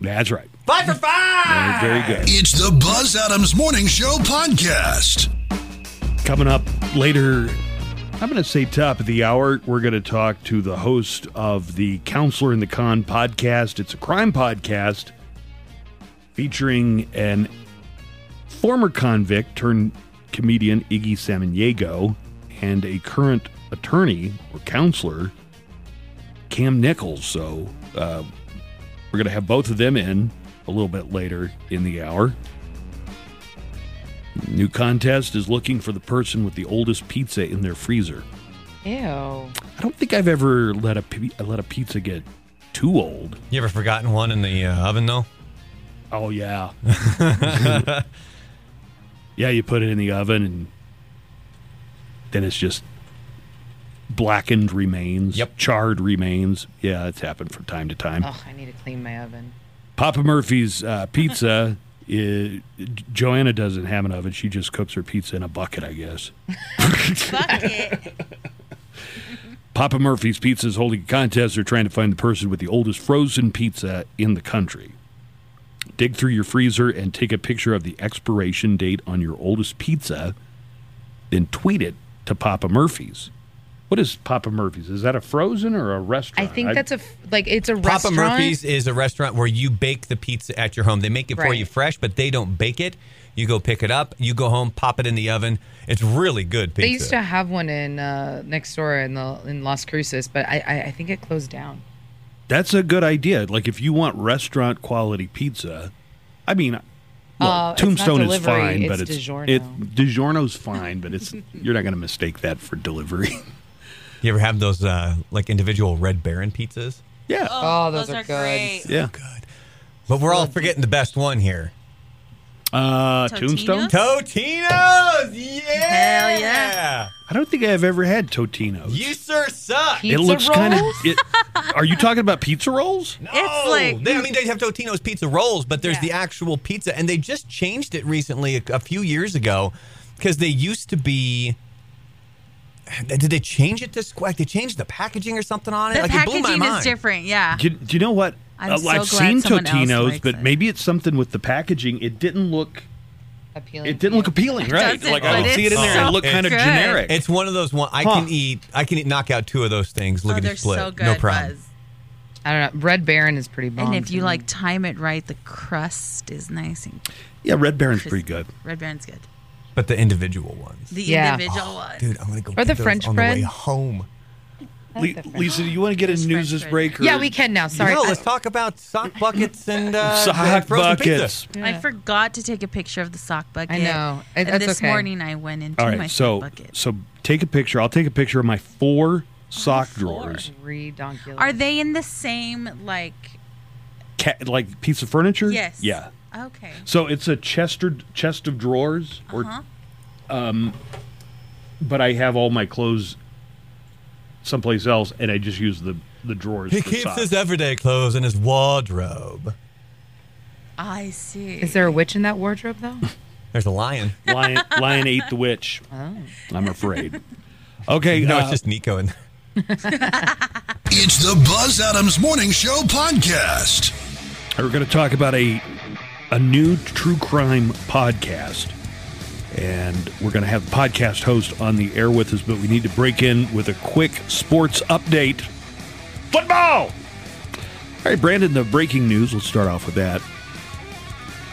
Speaker 2: That's right.
Speaker 3: Five for five.
Speaker 2: Very good.
Speaker 1: It's the Buzz Adams Morning Show podcast.
Speaker 2: Coming up later, I'm going to say top of the hour, we're going to talk to the host of the Counselor in the Con podcast. It's a crime podcast featuring an former convict turned comedian Iggy Samaniego and a current attorney or counselor, Cam Nichols. So uh, we're going to have both of them in a little bit later in the hour. New contest is looking for the person with the oldest pizza in their freezer.
Speaker 4: Ew.
Speaker 2: I don't think I've ever let a pi- let a pizza get too old.
Speaker 3: You ever forgotten one in the uh, oven, though? (laughs)
Speaker 2: Oh yeah, (laughs) yeah. You put it in the oven, and then it's just blackened remains,
Speaker 3: Yep.
Speaker 2: charred remains. Yeah, it's happened from time to time.
Speaker 4: Oh, I need to clean my oven.
Speaker 2: Papa Murphy's uh, pizza. (laughs) i Joanna doesn't have an oven; she just cooks her pizza in a bucket, I guess.
Speaker 6: Bucket.
Speaker 2: Papa Murphy's Pizza is holding a contest. They're trying to find the person with the oldest frozen pizza in the country. Dig through your freezer and take a picture of the expiration date on your oldest pizza, then tweet it to Papa Murphy's. What is Papa Murphy's? Is that a frozen or a
Speaker 4: I
Speaker 2: restaurant?
Speaker 4: think that's a f- like it's a
Speaker 3: Papa
Speaker 4: restaurant.
Speaker 3: Murphy's is a restaurant where you bake the pizza at your home. They make it for
Speaker 4: Right.
Speaker 3: you fresh, but they don't bake it. You go pick it up, you go home, pop it in the oven. It's really good pizza.
Speaker 4: They used to have one in uh, next door in the in Las Cruces, but I, I I think it closed down.
Speaker 2: That's a good idea. Like if you want restaurant quality pizza, I mean, well,
Speaker 4: Uh, it's not
Speaker 2: Tombstone is
Speaker 4: delivery,
Speaker 2: fine,
Speaker 4: it's
Speaker 2: but it's
Speaker 4: DiGiorno.
Speaker 2: it DiGiorno's fine, but it's you're not going to mistake that for delivery.
Speaker 3: You ever have those uh, like individual Red Baron pizzas?
Speaker 2: yeah,
Speaker 4: Oh, those are good.
Speaker 6: great.
Speaker 2: yeah.
Speaker 3: But we're all forgetting the best one here.
Speaker 2: (laughs) Uh,
Speaker 6: Totino's?
Speaker 2: Tombstone?
Speaker 3: Totino's! Yeah!
Speaker 6: Hell yeah.
Speaker 2: I don't think I've ever had
Speaker 3: (laughs)
Speaker 2: Totino's.
Speaker 3: You sure suck!
Speaker 4: He-
Speaker 2: it
Speaker 4: Pizza
Speaker 2: looks kind of.
Speaker 4: rolls? (laughs)
Speaker 2: Are you talking about pizza rolls?
Speaker 3: No!
Speaker 6: It's like-
Speaker 3: They- I mean, they have Totino's pizza rolls, but there's
Speaker 6: Yeah.
Speaker 3: the actual pizza, and they just changed it recently, a, a few years ago, because they used to be. Did they change it to squack? They changed the packaging or something on it.
Speaker 5: The
Speaker 3: like it blew my
Speaker 5: packaging
Speaker 3: mind.
Speaker 5: is different. Yeah.
Speaker 2: Do, do you know what? Uh,
Speaker 5: I'm so
Speaker 2: I've
Speaker 5: glad
Speaker 2: seen
Speaker 5: someone else
Speaker 2: Totino's,
Speaker 5: likes
Speaker 2: but
Speaker 5: it.
Speaker 2: maybe it's something with the packaging. It didn't look.
Speaker 4: Appealing.
Speaker 2: It didn't look appealing, right?
Speaker 6: doesn't,
Speaker 2: Like I
Speaker 6: but
Speaker 2: would see it in
Speaker 6: it's
Speaker 2: there, and it
Speaker 6: so
Speaker 2: looked kind of
Speaker 6: good.
Speaker 2: generic.
Speaker 3: It's one of those one I
Speaker 2: Huh.
Speaker 3: can eat. I can eat knock out two of those things. Look
Speaker 6: oh,
Speaker 3: at
Speaker 6: they're
Speaker 3: this split.
Speaker 6: so good.
Speaker 3: no problem.
Speaker 6: Buzz.
Speaker 4: I don't know. Red Baron is pretty bomb.
Speaker 5: And if
Speaker 4: to
Speaker 5: you
Speaker 4: me.
Speaker 5: like time it right, the crust is nice and
Speaker 2: yeah, Red Baron's
Speaker 5: crispy.
Speaker 2: pretty good.
Speaker 5: Red Baron's good.
Speaker 3: But the individual ones. Oh,
Speaker 5: The
Speaker 4: Yeah.
Speaker 5: individual one.
Speaker 3: Dude, I'm gonna go
Speaker 4: Or the
Speaker 3: get those
Speaker 4: French
Speaker 3: on the way
Speaker 4: bread.
Speaker 3: home.
Speaker 2: Le- Lisa, do you want to get a
Speaker 5: French
Speaker 2: news's
Speaker 5: bread.
Speaker 2: break? Or
Speaker 4: yeah, we can now. Sorry.
Speaker 3: no,
Speaker 4: I-
Speaker 3: let's talk about sock buckets and uh,
Speaker 2: (laughs) sock
Speaker 3: frozen
Speaker 2: buckets.
Speaker 3: Pizza.
Speaker 5: I forgot to take a picture of the sock bucket.
Speaker 4: I know. It-
Speaker 5: And
Speaker 4: that's
Speaker 5: this
Speaker 4: okay.
Speaker 5: morning I went into
Speaker 2: All
Speaker 5: my
Speaker 2: right, so
Speaker 5: sock bucket.
Speaker 2: so take a picture. I'll take a picture of my four sock drawers,
Speaker 4: Redonkulous.
Speaker 5: Are they in the same like?
Speaker 2: Ca- like piece of furniture.
Speaker 5: Yes.
Speaker 2: Yeah.
Speaker 7: (laughs)
Speaker 5: Okay.
Speaker 2: So it's a chester chest of drawers,
Speaker 4: Uh-huh.
Speaker 2: or um, but I have all my clothes someplace else, and I just use the the drawers.
Speaker 3: He
Speaker 2: for
Speaker 3: keeps
Speaker 2: socks.
Speaker 3: his everyday clothes in his wardrobe.
Speaker 5: I see.
Speaker 4: Is there a witch in that wardrobe though?
Speaker 3: There's a lion.
Speaker 2: lion, lion ate the witch.
Speaker 4: Oh.
Speaker 2: I'm afraid. Okay,
Speaker 3: No,
Speaker 2: uh,
Speaker 3: it's just Nico in there.
Speaker 1: It's the Buzz Adams Morning Show podcast.
Speaker 2: we're going to talk about a a new true crime podcast, and we're going to have the podcast host on the air with us. But we need to break in with a quick sports update. Football. All right, Brandon. The breaking news. Let's start off with that.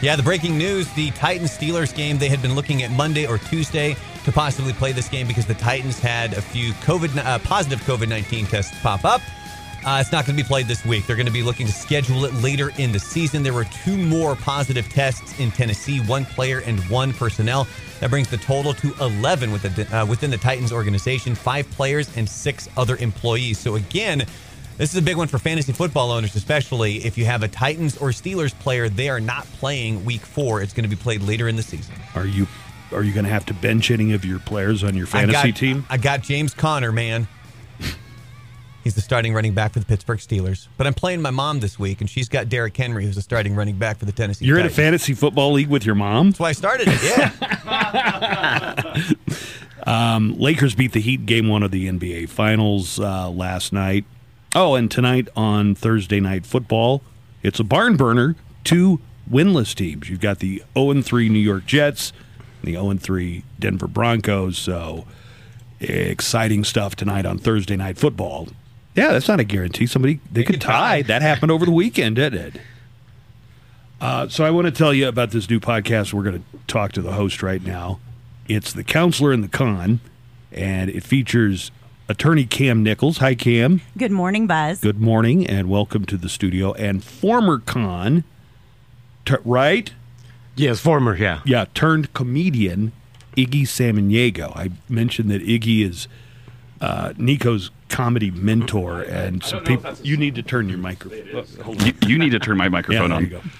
Speaker 3: Yeah, the breaking news the Titans Steelers game, they had been looking at Monday or Tuesday to possibly play this game because the Titans had a few COVID uh, positive COVID 19 tests pop up. Uh, it's not going to be played this week. They're going to be looking to schedule it later in the season. There were two more positive tests in Tennessee, one player and one personnel. That brings the total to 11 with the, uh, within the Titans organization, five players and six other employees. So, again, this is a big one for fantasy football owners, especially if you have a Titans or Steelers player. They are not playing week four. It's going to be played later in the season.
Speaker 2: Are you are you going to have to bench any of your players on your fantasy
Speaker 3: I got,
Speaker 2: team?
Speaker 3: I got James Conner, man. He's the starting running back for the Pittsburgh Steelers. But I'm playing my mom this week, and she's got Derrick Henry, who's the starting running back for the Tennessee.
Speaker 2: You're in a
Speaker 3: Titans.
Speaker 2: fantasy football league with your mom.
Speaker 3: That's why I started it. Yeah.
Speaker 2: (laughs) Um, Lakers beat the Heat game one of the NBA Finals uh, last night. Oh, and tonight on Thursday Night Football, it's a barn burner. Two winless teams. You've got the 0 3 New York Jets, and the 0 3 Denver Broncos. So exciting stuff tonight on Thursday Night Football. Yeah, that's not a guarantee. Somebody they, could,
Speaker 3: could tie.
Speaker 2: tie. That happened over the weekend, didn't it? Uh, so I want to tell you about this new podcast. We're going to talk to the host right now. It's the Counselor and the Con, and it features attorney Cam Nichols. Hi, Cam.
Speaker 8: (laughs) Good morning, Buzz.
Speaker 2: Good morning, and welcome to the studio. And former con, tu- right?
Speaker 9: Yes, former, yeah.
Speaker 2: Yeah, turned comedian Iggy Samaniego. I mentioned that Iggy is uh, Nico's comedy mentor, and some people. You need to turn your microphone. Hold on.
Speaker 7: You, you need to turn my
Speaker 2: Yeah,
Speaker 7: microphone
Speaker 2: there you
Speaker 7: on.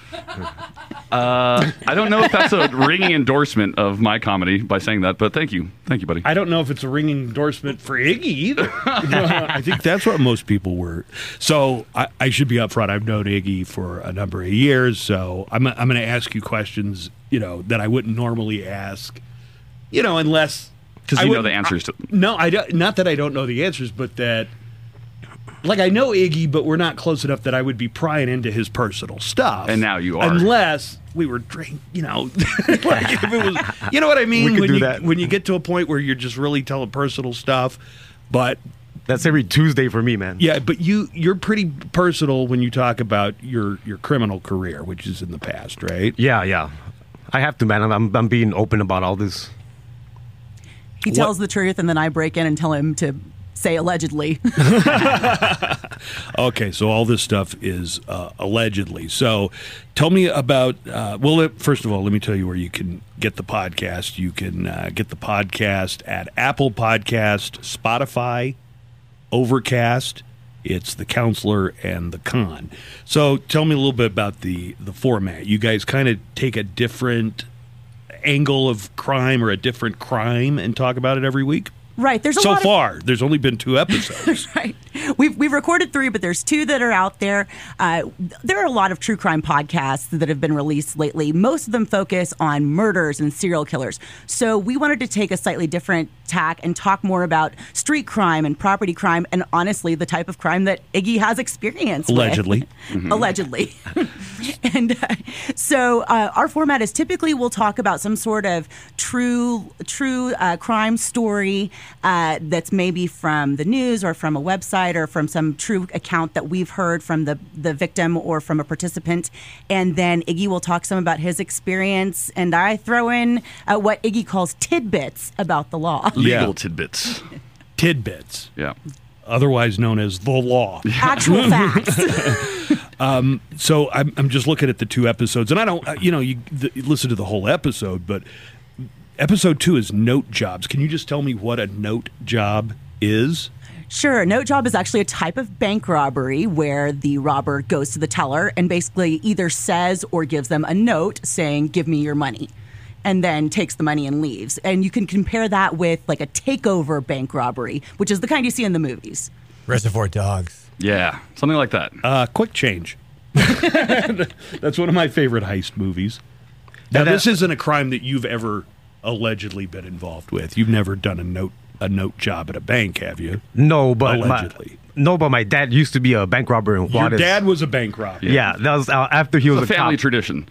Speaker 7: Uh,
Speaker 2: go. (laughs)
Speaker 7: I don't know if that's a ringing endorsement of my comedy by saying that, but thank you, thank you, buddy.
Speaker 2: I don't know if it's a
Speaker 7: (laughs)
Speaker 2: ringing endorsement (laughs) for Iggy either. I think that's what most people were. So I, I should be upfront. I've known Iggy for a number of years, so I'm I'm going to ask you questions, you know, that I wouldn't normally ask, you know, unless
Speaker 7: 'Cause
Speaker 2: I
Speaker 7: you know
Speaker 2: wouldn't-
Speaker 7: the answers
Speaker 2: I-
Speaker 7: to-
Speaker 2: No, I don't. Not that I don't know the answers, but that. Like I know Iggy, but we're not close enough that I would be prying into his personal stuff.
Speaker 7: And now you are.
Speaker 2: unless we were drink, you know, like if it was, you know what I mean.
Speaker 9: We could
Speaker 2: when
Speaker 9: do
Speaker 2: you
Speaker 9: that.
Speaker 2: when you get to a point where you're just really telling personal stuff, but
Speaker 9: That's every Tuesday for me, man.
Speaker 2: yeah, but you you're pretty personal when you talk about your your criminal career, which is in the past, right?
Speaker 9: Yeah, yeah. I have to, man. I'm- I'm, I'm being open about all this.
Speaker 8: He tells the truth, and then I break in and tell him to say allegedly. (laughs)
Speaker 2: Okay, so all this stuff is uh, allegedly. So, tell me about. Uh, well, let- first of all, let me tell you where you can get the podcast. You can uh, get the podcast at Apple Podcast, Spotify, Overcast. It's the counselor and the con. So, tell me a little bit about the the format. You guys kind of take a different angle of crime or a different crime and talk about it every week.
Speaker 8: right. There's a
Speaker 2: So
Speaker 8: lot of-
Speaker 2: far, there's only been two episodes.
Speaker 8: right. We've, we've recorded three, but there's two that are out there. Uh, there are a lot of true crime podcasts that have been released lately. Most of them focus on murders and serial killers. So we wanted to take a slightly different tack and talk more about street crime and property crime, and honestly, the type of crime that Iggy has experienced. with.
Speaker 2: Allegedly.
Speaker 8: Mm-hmm. Allegedly. (laughs) and uh, so uh, our format is typically we'll talk about some sort of true true uh, crime story uh, that's maybe from the news or from a website or from some true account that we've heard from the the victim or from a participant and then Iggy will talk some about his experience and I throw in uh, what Iggy calls tidbits about the law
Speaker 7: (laughs) Legal
Speaker 2: Yeah.
Speaker 7: tidbits.
Speaker 2: (laughs) Tidbits.
Speaker 7: Yeah.
Speaker 2: otherwise known as the law. (laughs) Um,
Speaker 8: actual facts
Speaker 2: So I'm, I'm just looking at the two episodes, and I don't, uh, you know, you, th you listen to the whole episode, but episode two is note jobs. Can you just tell me what a note job is?
Speaker 8: Sure. Note job is actually a type of bank robbery where the robber goes to the teller and basically either says or gives them a note saying, Give me your money. and then takes the money and leaves. And you can compare that with like a takeover bank robbery, which is the kind you see in the movies.
Speaker 3: Reservoir
Speaker 2: (laughs)
Speaker 3: Dogs.
Speaker 7: Yeah, something like that.
Speaker 2: Uh, quick change. (laughs) That's one of my favorite heist movies. Now,
Speaker 7: And, uh,
Speaker 2: this isn't a crime that you've ever allegedly been involved with. You've never done a note a note job at a bank, have you?
Speaker 9: No, but
Speaker 2: Allegedly.
Speaker 9: my no, but my dad used to be a bank robber in
Speaker 2: Your
Speaker 9: Juarez.
Speaker 2: dad was a bank robber.
Speaker 9: Yeah, that was uh, after he
Speaker 7: It's
Speaker 9: was
Speaker 7: a family
Speaker 9: cop.
Speaker 7: tradition.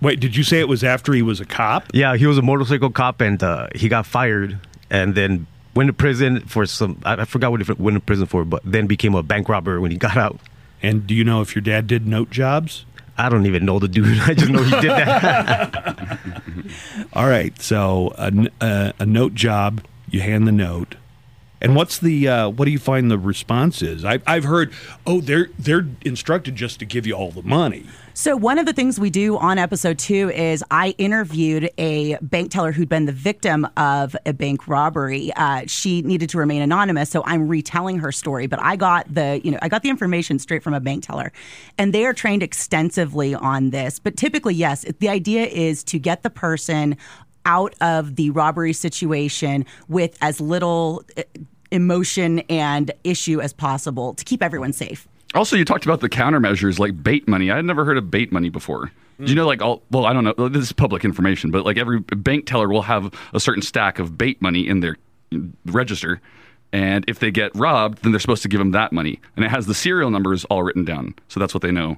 Speaker 2: Wait, did you say it was after he was a cop?
Speaker 9: yeah, he was a motorcycle cop, and uh, he got fired, and then went to prison for some. I, I forgot what he went to prison for, but then became a bank robber when he got out.
Speaker 2: And do you know if your dad did note jobs?
Speaker 9: I don't even know the dude. (laughs) I just know he did that.
Speaker 2: (laughs) All right, so a, n- uh, a note job, you hand the note, and what's the uh, what do you find the response is? I, I've heard, oh, they're they're instructed just to give you all the money.
Speaker 8: So one of the things we do on episode two is I interviewed a bank teller who'd been the victim of a bank robbery. Uh, she needed to remain anonymous, so I'm retelling her story. But I got the you know I got the information straight from a bank teller, and they are trained extensively on this. But typically, yes, the idea is to get the person out of the robbery situation with as little eh, emotion and issue as possible to keep everyone safe.
Speaker 7: Also, you talked about the countermeasures like bait money. I had never heard of bait money before. Do you know, like, all, well, I don't know. This is public information, but like every bank teller will have a certain stack of bait money in their register. And if they get robbed, then they're supposed to give them that money. And it has the serial numbers all written down. So that's what they know.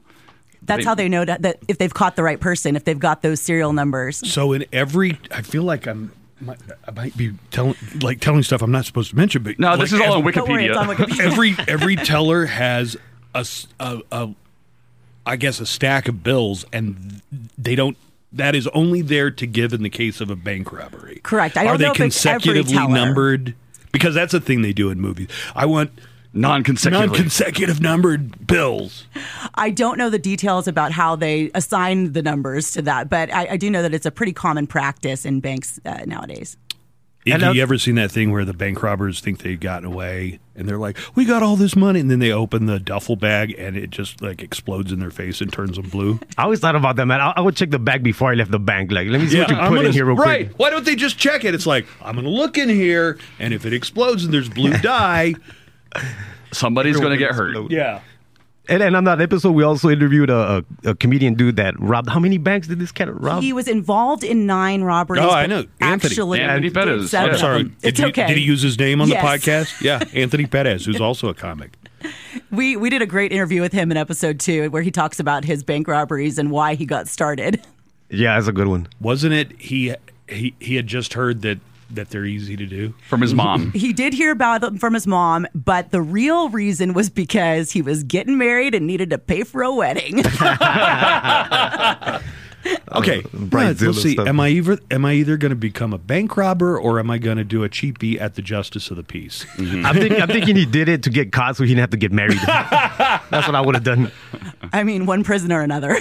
Speaker 8: That's how they know that, that if they've caught the right person, if they've got those serial numbers.
Speaker 2: So in every, I feel like I'm. might- I might be telling like telling stuff I'm not supposed to mention, but
Speaker 7: No,
Speaker 2: like
Speaker 7: this is all on
Speaker 2: every-
Speaker 7: Wikipedia.
Speaker 8: Don't worry, it's on Wikipedia.
Speaker 2: every every teller has a, s- a- a- I guess a stack of bills, and they don't. That is only there to give in the case of a bank robbery.
Speaker 8: Correct. I
Speaker 2: Are
Speaker 8: don't
Speaker 2: they
Speaker 8: know if it's every
Speaker 2: consecutively
Speaker 8: teller.
Speaker 2: numbered? Because that's a thing they do in movies. I want
Speaker 7: Non-consecutively.
Speaker 2: non-consecutive numbered bills.
Speaker 8: I don't know the details about how they assign the numbers to that, but I, I do know that it's a pretty common practice in banks uh, nowadays.
Speaker 2: Have
Speaker 9: I've-
Speaker 2: you ever seen that thing where the bank robbers think they've gotten away and they're like, "We got all this money," and then they open the duffel bag and it just like explodes in their face and turns them blue?
Speaker 9: I always thought about that, man. I, I would check the bag before I left the bank. Like, let me see what you put
Speaker 2: I'm gonna-
Speaker 9: in here, real
Speaker 2: right?
Speaker 9: quick.
Speaker 2: Why don't they just check it? It's like I'm going to look in here, and if it explodes and
Speaker 9: (laughs)
Speaker 2: there's blue dye,
Speaker 7: Somebody's going to get hurt.
Speaker 2: yeah,
Speaker 9: And, and on that episode, we also interviewed a, a, a comedian dude that robbed. How many banks did this cat rob?
Speaker 8: He was involved in nine robberies.
Speaker 2: Um, Oh, I
Speaker 8: but
Speaker 2: know. Anthony.
Speaker 8: Actually,
Speaker 7: Anthony
Speaker 8: did
Speaker 7: Perez.
Speaker 8: seven
Speaker 7: I'm
Speaker 8: of
Speaker 2: sorry.
Speaker 8: them.
Speaker 2: Did,
Speaker 8: It's
Speaker 2: you-
Speaker 8: okay.
Speaker 2: did he use his name on
Speaker 8: Yes.
Speaker 2: the podcast? (laughs) Yeah, Anthony Perez, who's also a comic.
Speaker 8: We we did a great interview with him in episode two, where he talks about his bank robberies and why he got started.
Speaker 9: yeah, that's a good one.
Speaker 2: Wasn't it? He he he had just heard that that they're easy to do.
Speaker 7: From his mom.
Speaker 8: He did hear about them from his mom, but the real reason was because he was getting married and needed to pay for a
Speaker 7: (laughs)
Speaker 8: wedding.
Speaker 2: Okay,
Speaker 9: Brian
Speaker 2: let's- let's
Speaker 9: Zulu
Speaker 2: see.
Speaker 9: stuff.
Speaker 2: Am I either am I either going to become a bank robber or am I going to do a cheapie at the Justice of the Peace?
Speaker 9: Mm-hmm. I'm, thinking, I'm thinking
Speaker 2: (laughs)
Speaker 9: he did it to get caught so he didn't have to get
Speaker 7: (laughs)
Speaker 9: married. that's what I would have done.
Speaker 8: I mean, one prison or another. (laughs)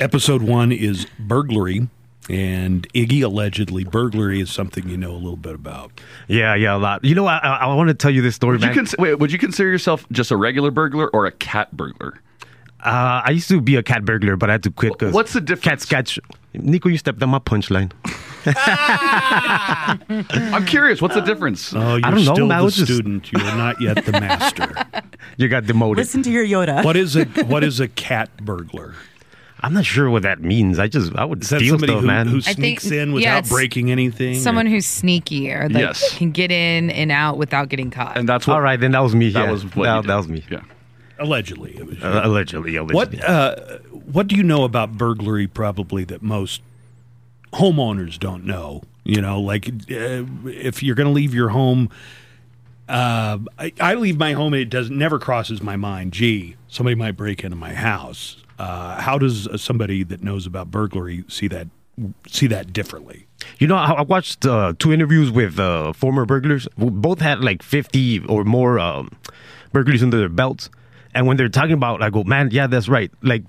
Speaker 2: Episode one is burglary, and Iggy allegedly burglary is something you know a little bit about.
Speaker 9: Yeah, yeah, a lot. You know, I, I, I want to tell you this story,
Speaker 7: Would you,
Speaker 9: man.
Speaker 7: cons- wait, would you consider yourself just a regular burglar or a cat burglar?
Speaker 9: uh, I used to be a cat burglar, but I had to quit. 'cause
Speaker 7: What's the difference?
Speaker 9: Cat sketch. Nico, you stepped on my punchline.
Speaker 7: (laughs) I'm curious. What's the difference?
Speaker 2: Oh, you're
Speaker 9: don't know,
Speaker 2: still
Speaker 9: man, Ah! I
Speaker 2: the
Speaker 9: was just-
Speaker 2: student. You are not yet the master.
Speaker 9: (laughs) You got demoted.
Speaker 8: Listen to your Yoda.
Speaker 2: what is a what
Speaker 8: (laughs)
Speaker 2: is a cat burglar?
Speaker 9: I'm not sure what that means. I just I would
Speaker 2: Is that
Speaker 9: steal
Speaker 2: somebody
Speaker 9: stuff,
Speaker 2: who,
Speaker 9: man.
Speaker 2: who
Speaker 4: I think-
Speaker 2: sneaks in
Speaker 4: yeah,
Speaker 2: without
Speaker 4: it's
Speaker 2: breaking anything? or-
Speaker 4: Someone who's sneaky or like
Speaker 7: Yes.
Speaker 4: can get in and out without getting caught.
Speaker 7: and that's what.
Speaker 9: All right, then that was me.
Speaker 7: That
Speaker 9: yeah.
Speaker 7: was what you
Speaker 9: that,
Speaker 7: did.
Speaker 9: that was me.
Speaker 7: Yeah.
Speaker 2: allegedly.
Speaker 4: (laughs)
Speaker 2: It was,
Speaker 9: Uh, allegedly, allegedly.
Speaker 2: what uh, what do you know about burglary? Probably that most homeowners don't know. You know, like uh, if you're going to leave your home, uh, I, I leave my home. and It does never crosses my mind. Gee, somebody might break into my house. Uh, how does uh, somebody that knows about burglary see that see that differently?
Speaker 9: You know, I I watched uh, two interviews with uh, former burglars. who Both had like 50 or more um, burglaries under their belts. And when they're talking about, I go, man, yeah, that's right. Like,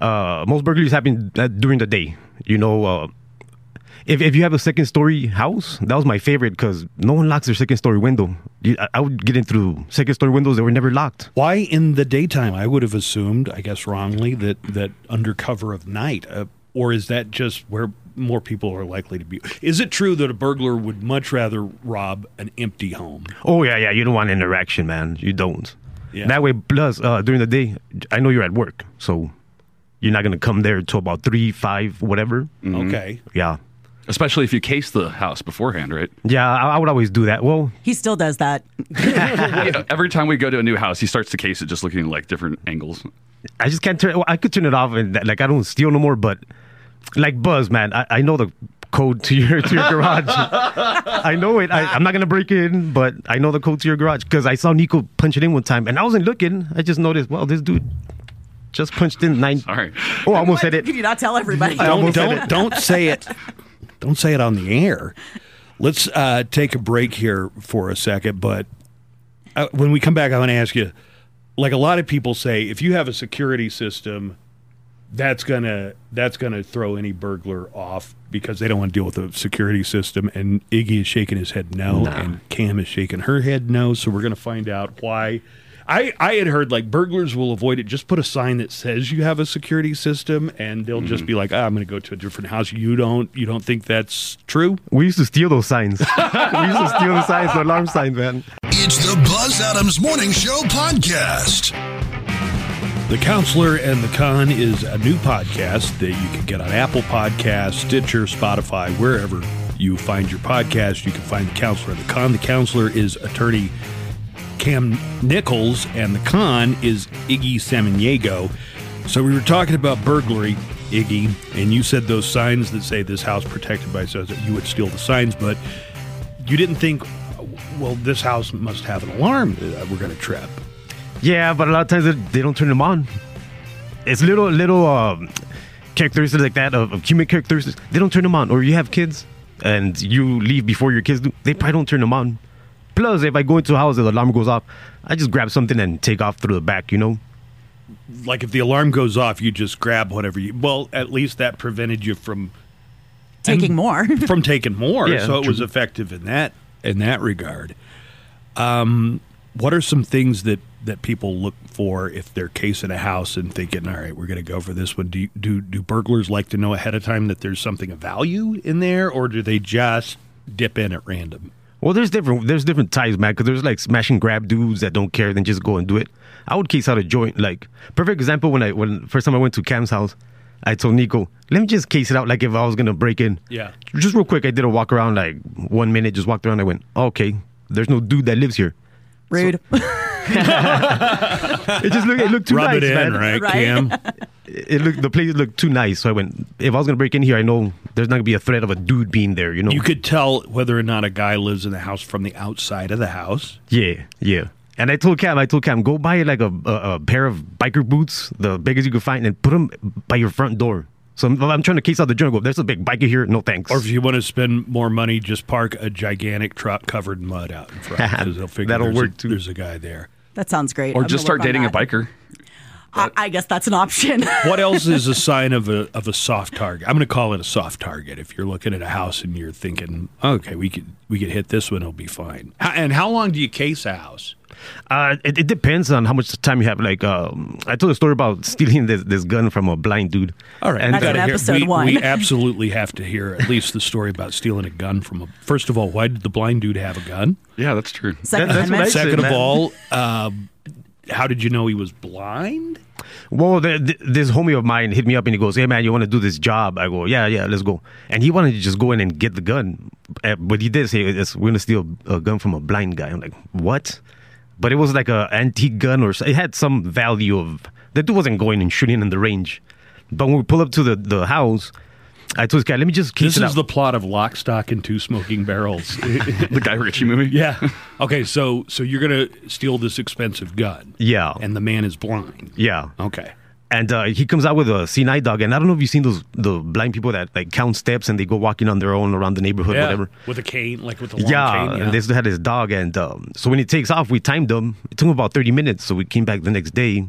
Speaker 9: uh, most burglaries happen uh, during the day. You know, uh, if, if you have a second story house, that was my favorite because no one locks their second story window. You, I, I would get in through second story windows that were never locked.
Speaker 2: Why in the daytime? I would have assumed, I guess wrongly, that that under cover of night, uh, or is that just where more people are likely to be. Is it true that a burglar would much rather rob an empty home?
Speaker 9: Oh yeah, yeah. You don't want interaction, man. You don't.
Speaker 2: Yeah.
Speaker 9: That way, plus uh, during the day, I know you're at work, so you're not gonna come there till about three, five, whatever.
Speaker 7: Mm-hmm.
Speaker 2: Okay.
Speaker 9: Yeah,
Speaker 7: Especially if you case the house beforehand, right?
Speaker 9: yeah. I, I would always do that. Well,
Speaker 8: He still does that.
Speaker 7: Yeah, every time we go to a new house, he starts to case it, just looking at like different angles.
Speaker 9: I just can't turn. well, I could turn it off, and like I don't steal no more. But like Buzz, man, I, I know the code to your to your garage. I know it. I, I'm not gonna break in, but I know the code to your garage because I saw Nico punch it in one time, and I wasn't looking. I just noticed. Well, this dude just punched in nine.
Speaker 7: Sorry.
Speaker 9: Oh, I almost said it.
Speaker 8: Can you not tell everybody?
Speaker 9: I
Speaker 2: don't
Speaker 9: almost said
Speaker 2: don't,
Speaker 9: it.
Speaker 2: don't say it. Don't say it on the air. Let's uh, take a break here for a second, but uh, when we come back, I want to ask you. Like a lot of people say, if you have a security system, that's gonna that's gonna throw any burglar off because they don't want to deal with a security system. And Iggy is shaking his head no, and Cam is shaking her head no. So we're gonna find out why. I, I had heard like burglars will avoid it. Just put a sign that says you have a security system, and they'll
Speaker 9: Mhm.
Speaker 2: just be like, ah, "I'm going to go to a different house." You don't you don't think that's true?
Speaker 9: We used to steal those
Speaker 2: (laughs)
Speaker 9: signs. we used to steal the signs, the alarm signs, man.
Speaker 1: It's the Buzz Adams Morning Show podcast.
Speaker 2: The Counselor and the Con is a new podcast that you can get on Apple Podcasts, Stitcher, Spotify, wherever you find your podcast. You can find The Counselor and the Con. The Counselor is attorney Cam Nichols, and the Con is Iggy Samaniego. So we were talking about burglary, Iggy, and you said those signs that say this house protected by so that you would steal the signs, but you didn't think, well, this house must have an alarm that we're going to trip.
Speaker 9: Yeah, but a lot of times they- they don't turn them on. It's little little um, characteristics like that of, of human characteristics. They don't turn them on. Or you have kids and you leave before your kids do. They probably don't turn them on. Plus, if I go into a house and the alarm goes off, I just grab something and take off through the back. You know?
Speaker 2: like if the alarm goes off, you just grab whatever you. Well, at least that prevented you from
Speaker 8: Taking more.
Speaker 2: (laughs) from taking more,
Speaker 9: Yeah,
Speaker 2: so it was
Speaker 9: true.
Speaker 2: effective in that in that regard. Um, what are some things that that people look for if they're casing a house and thinking, all right, we're going to go for this one? Do you, do do burglars like to know ahead of time that there's something of value in there, or do they just dip in at random?
Speaker 9: Well, there's different there's different types, man. Because there's like smash and grab dudes that don't care, then just go and do it. I would case out a joint. Like perfect example when I when first time I went to Cam's house, I told Nico, let me just case it out. Like if I was gonna break in,
Speaker 2: Yeah.
Speaker 9: just real quick. I did a walk around, like one minute, just walked around. I went, okay, there's no dude that lives here.
Speaker 8: Rude.
Speaker 9: It just looked it looked too
Speaker 2: Rub
Speaker 9: nice,
Speaker 2: it in,
Speaker 9: man.
Speaker 2: right,
Speaker 8: Right.
Speaker 2: Cam?
Speaker 9: It looked the place looked too nice. So I went, if I was gonna break in here, I know there's not gonna be a threat of a dude being there. You know?
Speaker 2: you could tell whether or not a guy lives in the house from the outside of the house.
Speaker 9: Yeah, yeah. And I told Cam, I told Cam, go buy like a, a, a pair of biker boots, the biggest you can find, and put them by your front door. So I'm, I'm trying to case out the joint. Go, there's a big biker here. No thanks.
Speaker 2: Or if you want to spend more money, just park a gigantic truck covered in mud out in
Speaker 9: (laughs)
Speaker 2: front. 'cause they'll figure
Speaker 9: That'll
Speaker 2: there's
Speaker 9: work,
Speaker 2: a,
Speaker 9: too.
Speaker 2: There's a guy there.
Speaker 8: That sounds great.
Speaker 7: Or
Speaker 8: I'm
Speaker 7: just
Speaker 8: gonna
Speaker 7: start
Speaker 8: work on
Speaker 7: dating a
Speaker 8: that.
Speaker 7: biker.
Speaker 8: I, I guess that's an option.
Speaker 2: (laughs)
Speaker 8: (laughs)
Speaker 2: What else is a sign of a of a soft target? I'm going to call it a soft target. If you're looking at a house and you're thinking, okay, we could we could hit this one, it'll be fine. How, and how long do you case a house?
Speaker 9: Uh, it, it depends on how much time you have. Like, um, I told a story about stealing this, this gun from a blind dude.
Speaker 2: All right,
Speaker 9: And,
Speaker 2: we
Speaker 8: That's
Speaker 2: gotta
Speaker 8: an
Speaker 2: hear-
Speaker 8: episode
Speaker 2: we-
Speaker 8: one.
Speaker 2: (laughs) We absolutely have to hear at least the story about stealing a gun from a. First of all, why did the blind dude have a gun?
Speaker 7: Yeah, that's true.
Speaker 8: Second
Speaker 9: That- that's what I
Speaker 8: Amendment.
Speaker 9: said.
Speaker 2: Second of
Speaker 9: man.
Speaker 2: all, um, how did you know he was blind?
Speaker 9: Well, th- th- this homie of mine hit me up and he goes, "Hey man, you want to do this job?" I go, "Yeah, yeah, let's go." And he wanted to just go in and get the gun, Uh, but he did say, "It's- "We're gonna steal a gun from a blind guy." I'm like, "What?" But it was like a antique gun, or s- it had some value of. The dude wasn't going and shooting in the range, but when we pull up to the, the house, I told this guy, "Let me just keep
Speaker 2: This
Speaker 9: it
Speaker 2: is
Speaker 9: out."
Speaker 2: the plot of Lock, Stock, and Two Smoking
Speaker 7: (laughs)
Speaker 2: Barrels.
Speaker 7: The Guy Ritchie movie.
Speaker 2: yeah. Okay. So, so you're gonna steal this expensive gun.
Speaker 9: Yeah.
Speaker 2: And the man is blind.
Speaker 9: yeah.
Speaker 2: Okay.
Speaker 9: and uh, he comes out with a C9 dog. And I don't know if you've seen those the blind people that like count steps and they go walking on their own around the neighborhood, whatever.
Speaker 2: With a cane, like with a long
Speaker 9: Yeah,
Speaker 2: cane.
Speaker 9: and they still had his dog. And um, so when he takes off, we timed him. It took him about 30 minutes. So we came back the next day.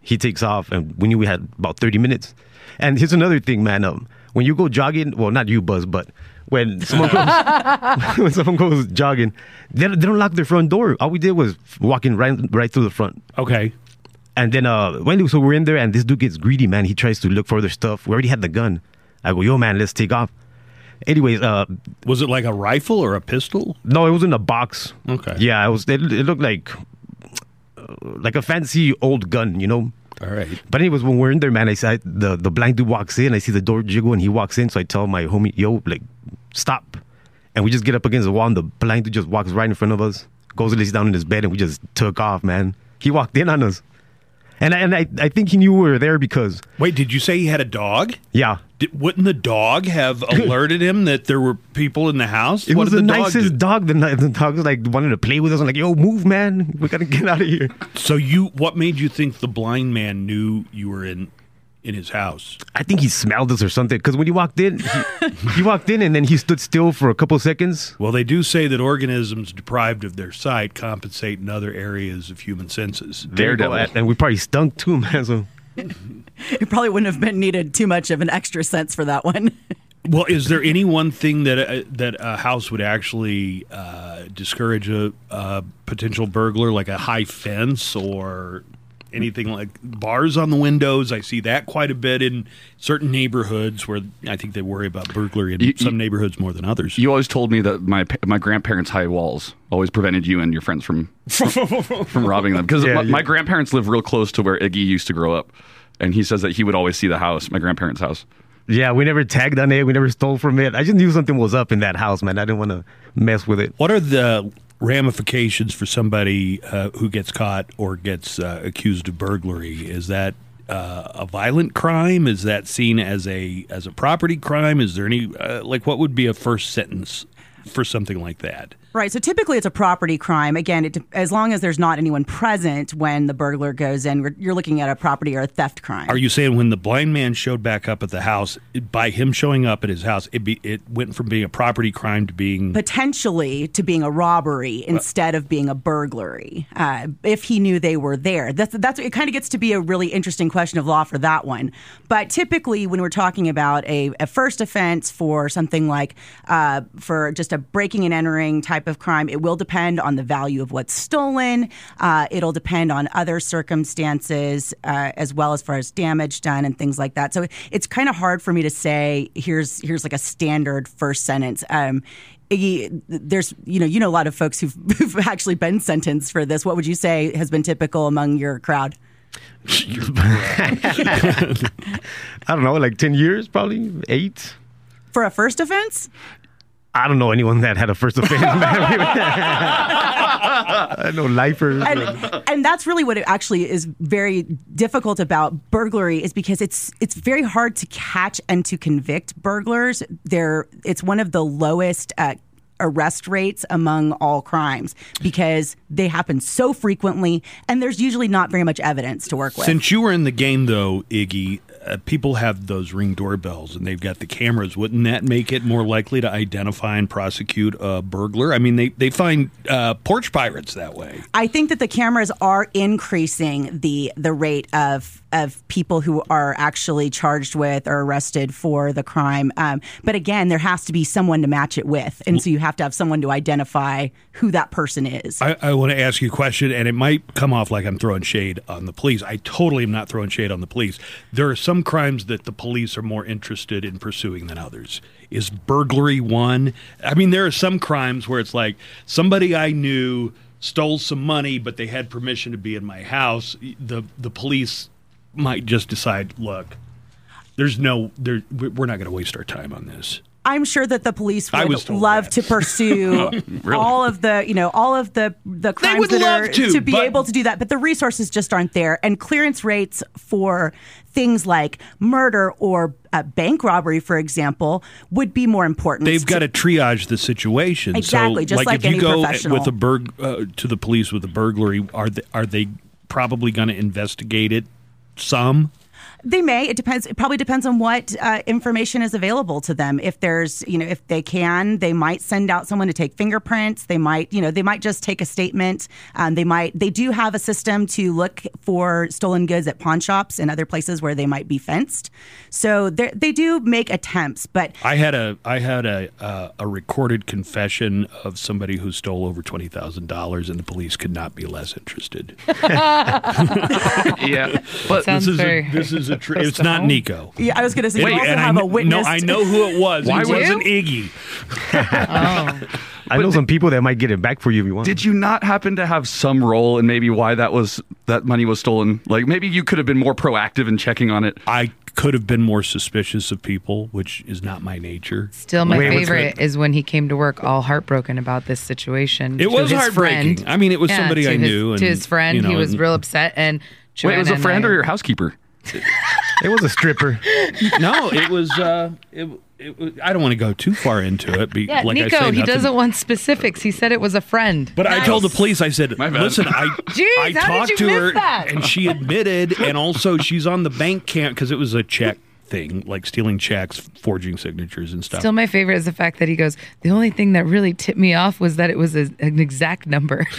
Speaker 9: He takes off, and we knew we had about 30 minutes. And here's another thing, man. Um, when you go jogging, well, not you, Buzz, but when someone goes, (laughs)
Speaker 4: (laughs)
Speaker 9: when someone goes jogging, they, don't- they don't lock their front door. All we did was walking right right through the front.
Speaker 2: Okay.
Speaker 9: And then uh when so we're in there and this dude gets greedy, man. He tries to look for other stuff. We already had the gun. I go, yo man, let's take off. Anyways, uh,
Speaker 2: was it like a rifle or a pistol?
Speaker 9: No, it was in a box.
Speaker 2: Okay.
Speaker 9: Yeah, it was. It, it looked like uh, like a fancy old gun, you know.
Speaker 2: All right.
Speaker 9: But anyways, when we're in there, man, I see I, the the blind dude walks in. I see the door jiggle, and he walks in. So I tell my homie, "Yo, like, stop!" And we just get up against the wall, and the blind dude just walks right in front of us, goes and lays down in his bed, and we just took off, man. He walked in on us, and I, and I, I think he knew we were there because
Speaker 2: Wait, did you say he had a dog?
Speaker 9: yeah,
Speaker 2: Did, wouldn't the dog
Speaker 9: (laughs)
Speaker 2: have alerted him that there were people in the house?
Speaker 9: it
Speaker 2: what
Speaker 9: was the,
Speaker 2: did the, dog
Speaker 9: nicest
Speaker 2: do?
Speaker 9: dog. The, ni- the dog was like wanted to play with us. I'm like, "Yo, move, man! We gotta get out of here."
Speaker 2: So you, what made you think the blind man knew you were in in his house?
Speaker 9: I think he smelled us or something because when he walked
Speaker 2: (laughs)
Speaker 9: in, he, he walked in and then he stood still for a couple seconds.
Speaker 2: Well, they do say that organisms deprived of their sight compensate in other areas of human senses.
Speaker 7: Daredevil.
Speaker 9: and we probably stunk too, man. So
Speaker 8: It probably wouldn't have been needed too much of an extra sense for that one. (laughs)
Speaker 2: Well, is there any one thing that a, that a house would actually uh, discourage a, a potential burglar, like a high fence or anything like bars on the windows? I see that quite a bit in certain neighborhoods where I think they worry about burglary in
Speaker 7: You-
Speaker 2: some
Speaker 7: you-
Speaker 2: neighborhoods more than others.
Speaker 7: You always told me that my pa- my grandparents' high walls always prevented you and your friends
Speaker 2: (laughs)
Speaker 7: from from, from robbing them because my, my grandparents live real close to where Iggy used to grow up, and he says that he would always see the house, my grandparents' house.
Speaker 9: yeah, we never tagged on it. We never stole from it. I just knew something was up in that house, man. I didn't want to mess with it.
Speaker 2: What are the ramifications for somebody uh, who gets caught or gets uh, accused of burglary? Is that uh, a violent crime? Is that seen as a as a property crime? Is there any uh, like what would be a first sentence for something like that?
Speaker 8: Right. So typically it's a property crime. Again, it, as long as there's not anyone present when the burglar goes in, we're- you're looking at a property or a theft crime.
Speaker 2: Are you saying when the blind man showed back up at the house, it- by him showing up at his house, it be, it went from being a property crime to being
Speaker 8: Potentially to being a robbery instead of being a burglary, uh, if he knew they were there. That's that's it. Kind of gets to be a really interesting question of law for that one. But typically, when we're talking about a, a first offense for something like uh, for just a breaking and entering type of crime, it will depend on the value of what's stolen. Uh, it'll depend on other circumstances uh, as well as far as damage done and things like that. So it's kind of hard for me to say here's here's like a standard first sentence. Um, Iggy, there's you know you know a lot of folks who've, (laughs) who've actually been sentenced for this. What would you say has been typical among your crowd?
Speaker 9: (laughs) I don't know, like ten years, probably eight.
Speaker 8: For a first offense?
Speaker 9: I don't know anyone that had a first offense. man. (laughs) I know lifers.
Speaker 8: and, and that's really what it actually is very difficult about burglary is because it's it's very hard to catch and to convict burglars. They're it's one of the lowest uh, arrest rates among all crimes because they happen so frequently, and there's usually not very much evidence to work with.
Speaker 2: Since you were in the game, though, Iggy, uh, people have those ring doorbells and they've got the cameras. Wouldn't that make it more likely to identify and prosecute a burglar? I mean, they, they find uh, porch pirates that way.
Speaker 8: I think that the cameras are increasing the the rate of of people who are actually charged with or arrested for the crime. Um, but again, there has to be someone to match it with, and so you have to have someone to identify who that person is.
Speaker 2: I, I want to ask you a question, and it might come off like I'm throwing shade on the police. I totally am not throwing shade on the police. There are some crimes that the police are more interested in pursuing than others. Is burglary one? I mean, there are some crimes where it's like somebody I knew stole some money, but they had permission to be in my house. The the police might just decide, look, there's no, there, we- we're not going to waste our time on this.
Speaker 8: I'm sure that the police
Speaker 2: I was
Speaker 8: would
Speaker 2: told
Speaker 8: love
Speaker 2: that. Oh,
Speaker 8: to
Speaker 2: (laughs)
Speaker 8: pursue
Speaker 7: really?
Speaker 8: all of the, you know, all of the the crimes
Speaker 2: would
Speaker 8: that
Speaker 2: love
Speaker 8: are
Speaker 2: to,
Speaker 8: be
Speaker 2: but-
Speaker 8: able to do that, but the resources just aren't there. And clearance rates for things like murder or uh, bank robbery, for example, would be more important.
Speaker 2: They've got to triage the situation.
Speaker 8: Exactly,
Speaker 2: so,
Speaker 8: just like
Speaker 2: if
Speaker 8: any
Speaker 2: you go
Speaker 8: professional.
Speaker 2: with a burg uh, to the police with a burglary, are they, are they probably going to investigate it? Some.
Speaker 8: They may. It depends. It probably depends on what uh, information is available to them. If there's, you know, if they can, they might send out someone to take fingerprints. They might, you know, they might just take a statement. Um, they might. They do have a system to look for stolen goods at pawn shops and other places where they might be fenced. So they they do make attempts, but
Speaker 2: I had a I had a uh, a recorded confession of somebody who stole over twenty thousand dollars, and the police could not be less interested.
Speaker 7: (laughs) yeah, but
Speaker 2: (laughs)
Speaker 4: Sounds
Speaker 2: this is
Speaker 4: very.
Speaker 2: a, this is a tr- it's not Nico.
Speaker 8: Yeah, I was going to say,
Speaker 2: Wait,
Speaker 8: you also
Speaker 2: and I
Speaker 8: have
Speaker 2: kn-
Speaker 8: a witness.
Speaker 2: No, I know who it was.
Speaker 7: Why
Speaker 2: it
Speaker 7: would-
Speaker 2: wasn't Iggy.
Speaker 4: (laughs) Oh.
Speaker 9: I know some people that might get it back for you if you want.
Speaker 7: Did you not happen to have some role in maybe why that was that money was stolen? Like maybe you could have been more proactive in checking on it.
Speaker 2: I could have been more suspicious of people, which is not my nature.
Speaker 4: Still, my
Speaker 9: Wait, what's
Speaker 4: favorite is when he came to work all heartbroken about this situation.
Speaker 2: It
Speaker 4: to
Speaker 2: was
Speaker 4: his
Speaker 2: heartbreaking.
Speaker 4: friend.
Speaker 2: I mean, it was somebody
Speaker 4: to
Speaker 2: I
Speaker 4: his-
Speaker 2: knew and,
Speaker 4: to his friend,
Speaker 2: you know,
Speaker 4: he was
Speaker 2: and-
Speaker 4: real upset. And
Speaker 7: Wait, it was a
Speaker 4: Joanna
Speaker 7: friend
Speaker 4: and I-
Speaker 7: or your housekeeper?
Speaker 9: It was a stripper.
Speaker 2: no, it was. Uh, it, it, was- I don't want to go too far into it. Be,
Speaker 4: Yeah,
Speaker 2: like I
Speaker 4: Nico.
Speaker 2: say,
Speaker 4: he
Speaker 2: nothing-
Speaker 4: doesn't want specifics. He said it was a friend.
Speaker 2: But I told the police, I said,
Speaker 7: My bad.
Speaker 2: listen, I,
Speaker 4: (laughs) Jeez,
Speaker 2: I
Speaker 4: how did
Speaker 2: talked
Speaker 4: you
Speaker 2: to
Speaker 4: miss
Speaker 2: her
Speaker 4: that?
Speaker 2: and she admitted, and also she's on the bank camp because it was a check thing, like stealing checks, forging signatures and stuff.
Speaker 4: Still, my favorite is the fact that he goes, The only thing that really tipped me off was that it was a, an exact number. (laughs)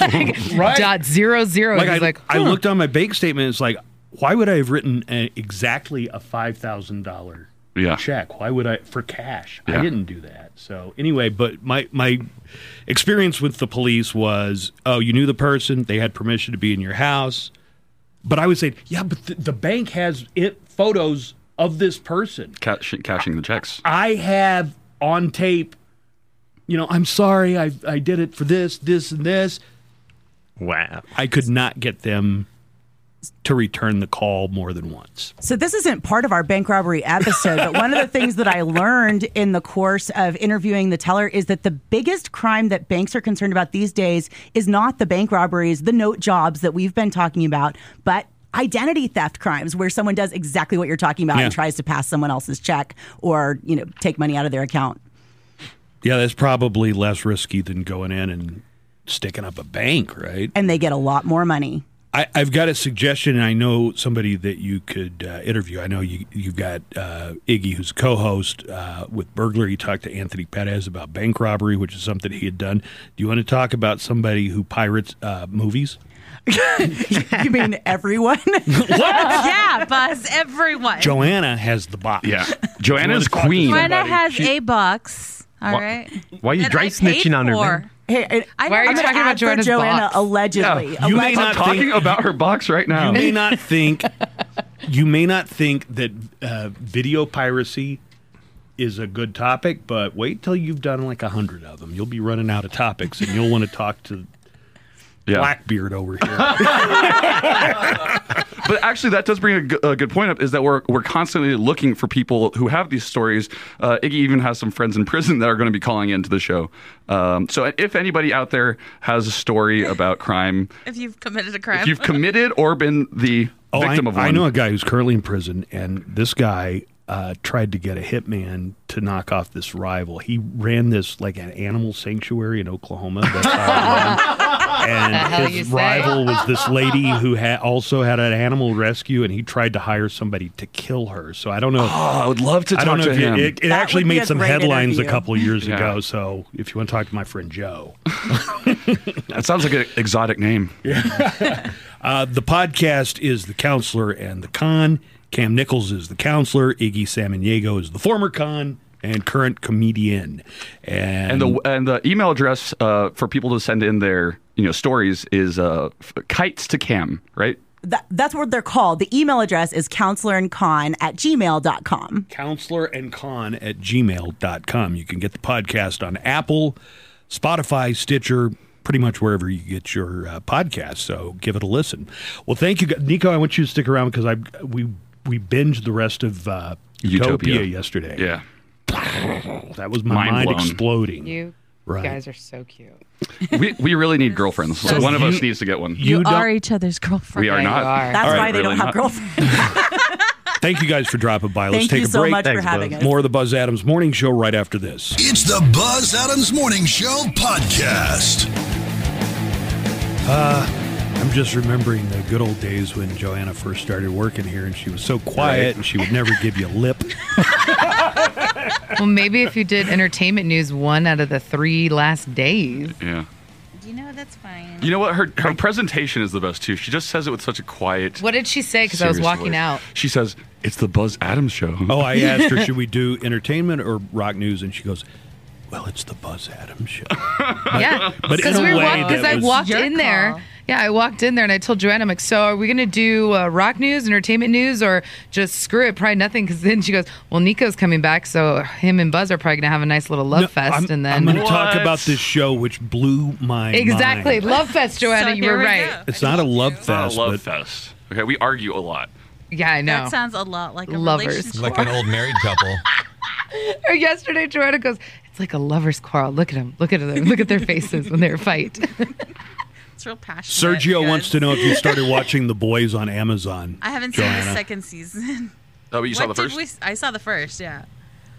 Speaker 4: like,
Speaker 2: (laughs) Right.
Speaker 4: Dot zero zero.
Speaker 2: like
Speaker 4: He's
Speaker 2: I,
Speaker 4: like,
Speaker 2: I
Speaker 4: "Huh."
Speaker 2: looked on my bank statement, it's like, why would I have written a, exactly a $5,000
Speaker 7: Yeah.
Speaker 2: check? Why would I, for cash?
Speaker 7: Yeah.
Speaker 2: I didn't do that. So anyway, but my, my experience with the police was, oh, you knew the person, they had permission to be in your house. But I would say, yeah, but the, the bank has it photos of this person.
Speaker 7: Cash, cashing the checks.
Speaker 2: I have on tape, you know, I'm sorry, I, I did it for this, this, and this.
Speaker 9: Wow.
Speaker 2: I could not get them to return the call more than once.
Speaker 8: So this isn't part of our bank robbery episode, but one of the things that I learned in the course of interviewing the teller is that the biggest crime that banks are concerned about these days is not the bank robberies, the note jobs that we've been talking about, but identity theft crimes where someone does exactly what you're talking about
Speaker 2: Yeah.
Speaker 8: and tries to pass someone else's check or, you know, take money out of their account.
Speaker 2: Yeah, that's probably less risky than going in and sticking up a bank, right?
Speaker 8: And they get a lot more money.
Speaker 2: I, I've got a suggestion, and I know somebody that you could uh, interview. I know you, you've got uh, Iggy, who's a co-host uh, with Burglar. You talked to Anthony Perez about bank robbery, which is something he had done. Do you want to talk about somebody who pirates uh, movies?
Speaker 8: you
Speaker 2: (laughs)
Speaker 8: mean everyone? (laughs)
Speaker 5: (laughs) yeah, Buzz, everyone.
Speaker 2: Joanna has the box. (laughs)
Speaker 7: Yeah. Joanna's
Speaker 2: You wanna talk to
Speaker 7: queen.
Speaker 5: Joanna
Speaker 2: somebody?
Speaker 5: has
Speaker 2: She-
Speaker 5: a box. All
Speaker 9: Wha-
Speaker 5: right.
Speaker 9: why you
Speaker 5: That
Speaker 9: dry
Speaker 5: I paid
Speaker 9: snitching on her,
Speaker 5: for.
Speaker 9: man?
Speaker 8: hey, and
Speaker 4: Why are you
Speaker 8: I'm gonna
Speaker 4: talking about
Speaker 8: add for
Speaker 4: Joanna's
Speaker 8: Joanna
Speaker 4: box?
Speaker 8: allegedly.
Speaker 7: Yeah. You
Speaker 2: may
Speaker 8: Allegedly.
Speaker 2: not
Speaker 7: I'm talking
Speaker 2: think-
Speaker 7: about her box right now.
Speaker 2: You may not think you may not think that uh, video piracy is a good topic, but wait till you've done like a hundred of them. You'll be running out of topics, and you'll want to talk to
Speaker 7: Yeah.
Speaker 2: Blackbeard over here.
Speaker 7: (laughs) But actually, that does bring a g- a good point up is that we're, we're constantly looking for people who have these stories. Uh, Iggy even has some friends in prison that are going to be calling into the show. Um, so if anybody out there has a story about crime,
Speaker 5: If you've committed a crime.
Speaker 7: if you've
Speaker 5: (laughs)
Speaker 7: committed or been the
Speaker 2: oh,
Speaker 7: (laughs)
Speaker 2: I,
Speaker 7: victim of one,
Speaker 2: I know a guy who's currently in prison, and this guy uh, tried to get a hitman to knock off this rival. He ran this like an animal sanctuary in Oklahoma. uh, That's (laughs) how he ran.
Speaker 4: The hell
Speaker 2: Um, And
Speaker 4: you
Speaker 2: his
Speaker 4: say?
Speaker 2: rival was this lady who ha- also had an animal rescue, and he tried to hire somebody to kill her. So I don't know. if-
Speaker 7: Oh, I would love to
Speaker 2: I
Speaker 7: talk
Speaker 2: don't know
Speaker 7: to
Speaker 2: if you-
Speaker 7: him.
Speaker 2: it, it
Speaker 8: That
Speaker 2: actually
Speaker 8: would be
Speaker 2: made
Speaker 8: a
Speaker 2: some
Speaker 8: great
Speaker 2: headlines
Speaker 8: interview.
Speaker 2: a couple of years
Speaker 7: Yeah.
Speaker 2: ago. So if you want to talk to my friend Joe,
Speaker 7: that sounds like an exotic
Speaker 2: (laughs)
Speaker 7: name.
Speaker 2: uh, the podcast is the counselor and the con. Cam Nichols is the counselor. Iggy Samaniego is the former con and current comedian.
Speaker 7: And
Speaker 2: And,
Speaker 7: the and the email address uh, for people to send in their you know stories is uh, f- kites to cam right.
Speaker 8: That, that's what they're called. The email address is counselorandcon at gmail.com.
Speaker 2: counselor and con at gmail.com. You can get the podcast on Apple, Spotify, Stitcher, pretty much wherever you get your uh, podcast. So give it a listen. Well, thank you, Nico. I want you to stick around because I we we binged the rest of uh, Utopia,
Speaker 7: Utopia.
Speaker 2: yesterday.
Speaker 7: Yeah.
Speaker 2: that was my
Speaker 7: Mind
Speaker 2: mind
Speaker 7: blown.
Speaker 2: exploding.
Speaker 4: You
Speaker 2: Right.
Speaker 4: guys are so cute.
Speaker 7: (laughs) we, we really need girlfriends.
Speaker 5: So
Speaker 7: one of us
Speaker 2: you-
Speaker 7: needs to get one.
Speaker 5: you,
Speaker 2: don't-
Speaker 5: are each other's girlfriend.
Speaker 7: we are
Speaker 4: Yeah, you
Speaker 7: not.
Speaker 4: are.
Speaker 8: That's
Speaker 7: All right,
Speaker 8: why they
Speaker 7: really
Speaker 8: don't have
Speaker 7: not.
Speaker 5: (laughs)
Speaker 8: girlfriends.
Speaker 2: Thank you guys for dropping by. Let's
Speaker 8: Thank
Speaker 2: take
Speaker 8: you
Speaker 2: a
Speaker 8: so
Speaker 2: break.
Speaker 8: much
Speaker 9: Thanks,
Speaker 8: for having
Speaker 9: Buzz.
Speaker 8: us.
Speaker 2: More of the Buzz Adams Morning Show right after this.
Speaker 1: It's the Buzz Adams Morning Show podcast.
Speaker 2: Uh, I'm just remembering the good old days when Joanna first started working here and she was so quiet and she would never give you lip.
Speaker 4: Well, maybe if you did entertainment news one out of the three last days.
Speaker 7: Yeah.
Speaker 5: You know, that's fine.
Speaker 7: You know what? Her her presentation is the best too. She just says it with such a quiet.
Speaker 4: What did she say? Because I was
Speaker 7: serious
Speaker 4: walking
Speaker 7: voice.
Speaker 4: out.
Speaker 7: She says it's the Buzz Adams show.
Speaker 2: Oh, I asked
Speaker 7: (laughs)
Speaker 2: her, should we do entertainment or rock news? And she goes, well, it's the Buzz Adams show.
Speaker 4: Yeah, (laughs)
Speaker 2: but in
Speaker 4: because
Speaker 2: a way
Speaker 4: we walked. Because
Speaker 2: that
Speaker 4: I
Speaker 2: was-
Speaker 4: walked
Speaker 5: Your
Speaker 4: in there
Speaker 5: call.
Speaker 4: Yeah, I walked in there and I told Joanna, I'm like, so are we going to do uh, rock news, entertainment news, or just screw it? Probably nothing. Because then she goes, well, Nico's coming back, so him and Buzz are probably going to have a nice little love
Speaker 2: No,
Speaker 4: fest.
Speaker 2: I'm,
Speaker 4: and then
Speaker 2: I'm going to talk about this show, which blew my
Speaker 4: Exactly.
Speaker 2: mind.
Speaker 4: Love fest, Joanna. you were right.
Speaker 2: It's not a love fest.
Speaker 7: Not a love
Speaker 2: but
Speaker 7: fest. Okay, we argue a lot.
Speaker 4: Yeah, I know.
Speaker 5: That sounds a lot like a
Speaker 4: Lovers.
Speaker 5: relationship.
Speaker 3: like an old married couple.
Speaker 4: Or yesterday, Joanna goes, it's like a lover's quarrel. Look at them. Look at them. Look at their faces when they're fight. (laughs)
Speaker 5: It's real passionate.
Speaker 2: Sergio
Speaker 5: Good.
Speaker 2: wants to know if you started watching The Boys on Amazon.
Speaker 5: I haven't seen the
Speaker 2: Joanna.
Speaker 5: second season.
Speaker 7: Oh, but you saw the
Speaker 5: what
Speaker 7: first.
Speaker 5: did we? I saw the first. Yeah.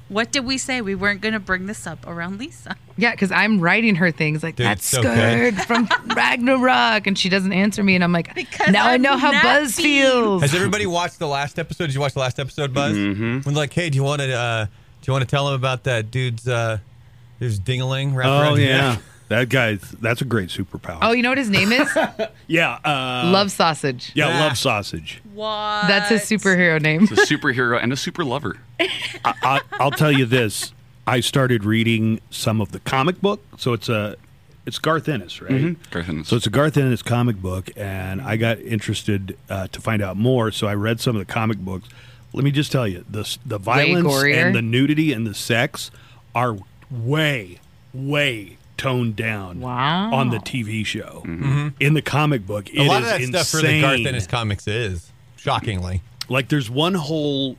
Speaker 5: What did we say? We weren't going to bring this up around Lisa.
Speaker 4: Yeah, because I'm writing her things like
Speaker 3: Dude,
Speaker 4: that
Speaker 3: it's so good."
Speaker 4: skirt from Ragnarok, and she doesn't answer me, and I'm like,
Speaker 5: Because
Speaker 4: now i
Speaker 5: I'm
Speaker 4: know how
Speaker 5: not
Speaker 4: Buzz
Speaker 5: being-
Speaker 3: (laughs)
Speaker 4: feels.
Speaker 3: Has everybody watched the last episode? Did you watch the last episode, Buzz? Mm-hmm. When like, hey, do you want to uh, do you want to tell him about that dude's uh, his dingaling? wrapped
Speaker 2: Oh
Speaker 3: around his
Speaker 2: yeah,
Speaker 3: neck?
Speaker 2: that guy's that's a great superpower.
Speaker 4: Oh, you know what his
Speaker 7: (laughs)
Speaker 4: name is?
Speaker 2: yeah, uh,
Speaker 4: Love sausage.
Speaker 2: yeah,
Speaker 3: Yeah.
Speaker 2: love sausage.
Speaker 5: What?
Speaker 4: That's his superhero name. (laughs)
Speaker 7: It's a (laughs) superhero and a super lover.
Speaker 2: I, I'll tell you this: I started reading some of the comic book, so it's a it's Garth Ennis, right?
Speaker 7: Garth Ennis.
Speaker 2: So it's a Garth Ennis comic book, and I got interested uh, to find out more. So I read some of the comic books. Let me just tell you the s- the violence
Speaker 4: gorier.
Speaker 2: and the nudity and the sex are way way toned down
Speaker 4: Wow.
Speaker 2: on the TV show. In the comic book,
Speaker 3: Mm-hmm. A lot of that
Speaker 2: insane.
Speaker 3: stuff for the Garth Ennis comics is shockingly.
Speaker 2: Like there's one whole